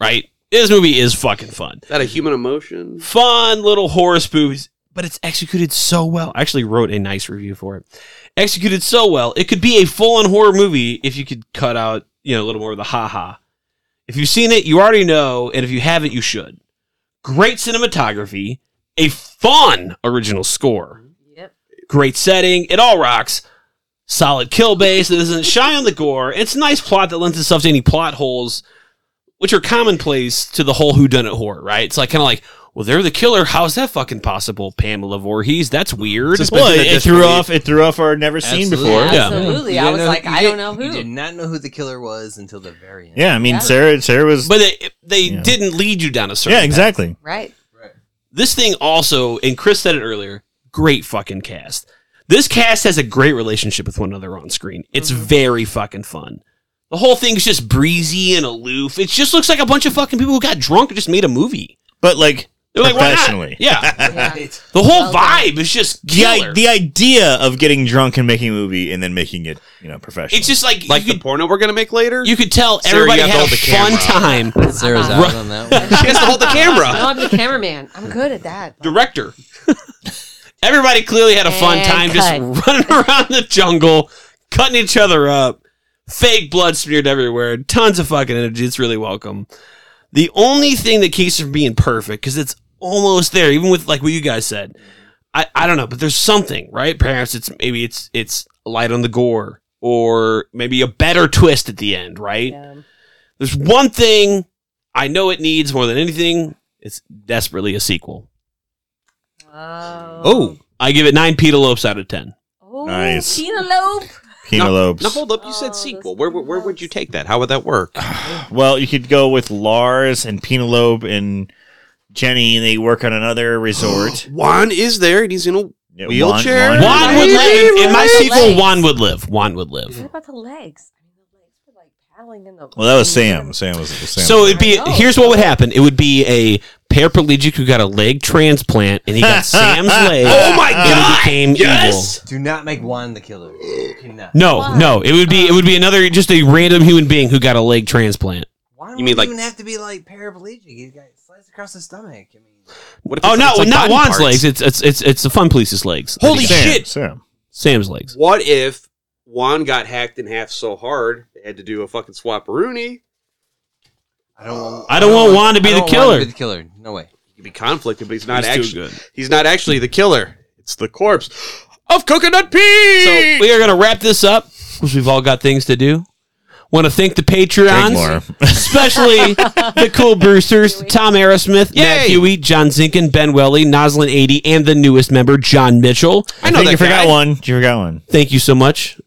right? This movie is fucking fun.
Is that a human emotion?
Fun little horror movies, but it's executed so well. I actually wrote a nice review for it. Executed so well, it could be a full-on horror movie if you could cut out, you know, a little more of the ha-ha. If you've seen it, you already know, and if you haven't, you should. Great cinematography, a fun original score great setting. It all rocks. Solid kill base that isn't shy on the gore. It's a nice plot that lends itself to any plot holes, which are commonplace to the whole whodunit horror, right? It's like kind of like, well, they're the killer. How's that fucking possible, Pamela Voorhees? That's weird.
Well, it, it threw off. It threw off our never seen before.
Absolutely. I was like, I don't know who.
You did not know who the killer was until the very end.
Yeah, I mean, Sarah. Sarah was.
But they, they didn't lead you down a certain.
yeah,
path.
exactly.
Right.
This thing also, and Chris said it earlier, great fucking cast. This cast has a great relationship with one another on screen. It's
Mm-hmm.
very fucking fun. The whole thing's just breezy and aloof. It just looks like a bunch of fucking people who got drunk and just made a movie.
But like
They're like, why not?
professionally.
Yeah. The whole vibe is just
The, I-
killer.
the idea of getting drunk and making a movie and then making it, you know, professional.
it's just like
Like the porno we're gonna make later?
you could tell
Sarah,
everybody
you have to
had a
hold the
fun time.
Sarah's
Ru-
out on that one.
She has to hold the
Uh-uh. No,
camera.
I'm the cameraman. I'm good at that.
Director. Everybody clearly had a fun
And
time just
cut.
running around the jungle, cutting each other up, fake blood smeared everywhere, tons of fucking energy. It's really welcome. The only thing that keeps it from being perfect, because it's almost there, even with like what you guys said. I, I don't know, but there's something, right? Perhaps it's maybe it's it's light on the gore, or maybe a better twist at the end, right? There's one thing I know it needs more than anything. It's desperately a sequel.
Oh.
I give it nine petalopes out of ten.
Oh,
Nice.
Penelope.
Penalopes.
Now hold up, you said sequel. Where, where where would you take that? How would that work?
Well, you could go with Lars and Penelope and Jenny, and they work on another resort.
Juan is there and he's in a
Yeah,
wheelchair.
Juan- Juan-
Juan would live. In my
Legs.
sequel, Juan would live. Juan would live.
What about the legs? I mean, the legs were like paddling in the.
well, that was Sam. Sam was Sam.
So it'd be
I know.
here's what would happen. It would be a paraplegic who got a leg transplant and he got Sam's leg.
Oh my
And
God!
it became
Yes!
evil.
Do not make Juan the killer. You cannot.
No, no. It would be it would be another just a random human being who got a leg transplant.
Juan
You mean
wouldn't
like-
even have to be like paraplegic? He's got slides across the stomach. I mean,
What if
Oh
it's-
no,
it's like
not
body
Juan's
parts?
legs. It's it's it's it's the fun police's legs.
Holy
Sam,
shit!
Sam.
Sam's legs.
What if Juan got hacked in half so hard they had to do a fucking swaparoonie?
I don't want.
I don't want Juan to be
I
the
don't want
killer.
to be the killer. No way.
He could be conflicted, but he's not
He's too
actually.
good.
He's not actually the killer. It's the corpse of Coconut Pete.
So we are gonna wrap this up because we've all got things to do. Want to thank the
Drink
Patreons.
more.
especially the cool Brewsters, Tom Aerosmith, Matt
Yay.
Huey, John Zinkin, Ben Welly, Noslin 80, and the newest member, John Mitchell.
I know
I think
that
you forgot
guy.
one. You forgot one.
Thank you so much.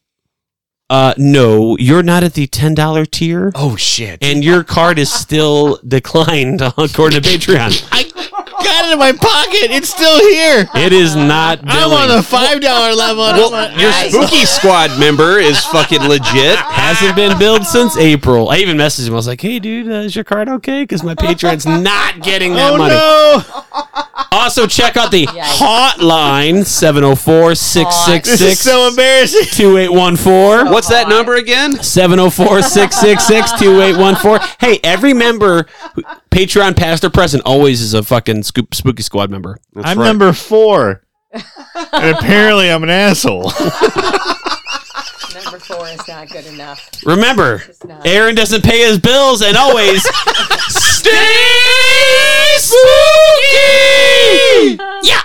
Uh, no, you're not at the $10 tier,
Oh shit.
and your card is still declined according to Patreon.
I got it in my pocket. It's still here.
It is not billing.
five dollar level.
Well, your spooky squad member is fucking legit.
Hasn't been billed since April. I even messaged him. I was like, hey, dude, uh, is your card okay? Because my Patreon's not getting that money.
Oh, no!
Also, check out the hotline 704
This is
666
so embarrassing.
2814.
What's that number again?
704 666 2814. Hey, every member, who- Patreon past or present, always is a fucking scoop, spooky squad member.
I'm number four, and apparently I'm an asshole.
Number four is not good enough.
Remember,
not.
Aaron doesn't pay his bills and always stay spooky! Yeah!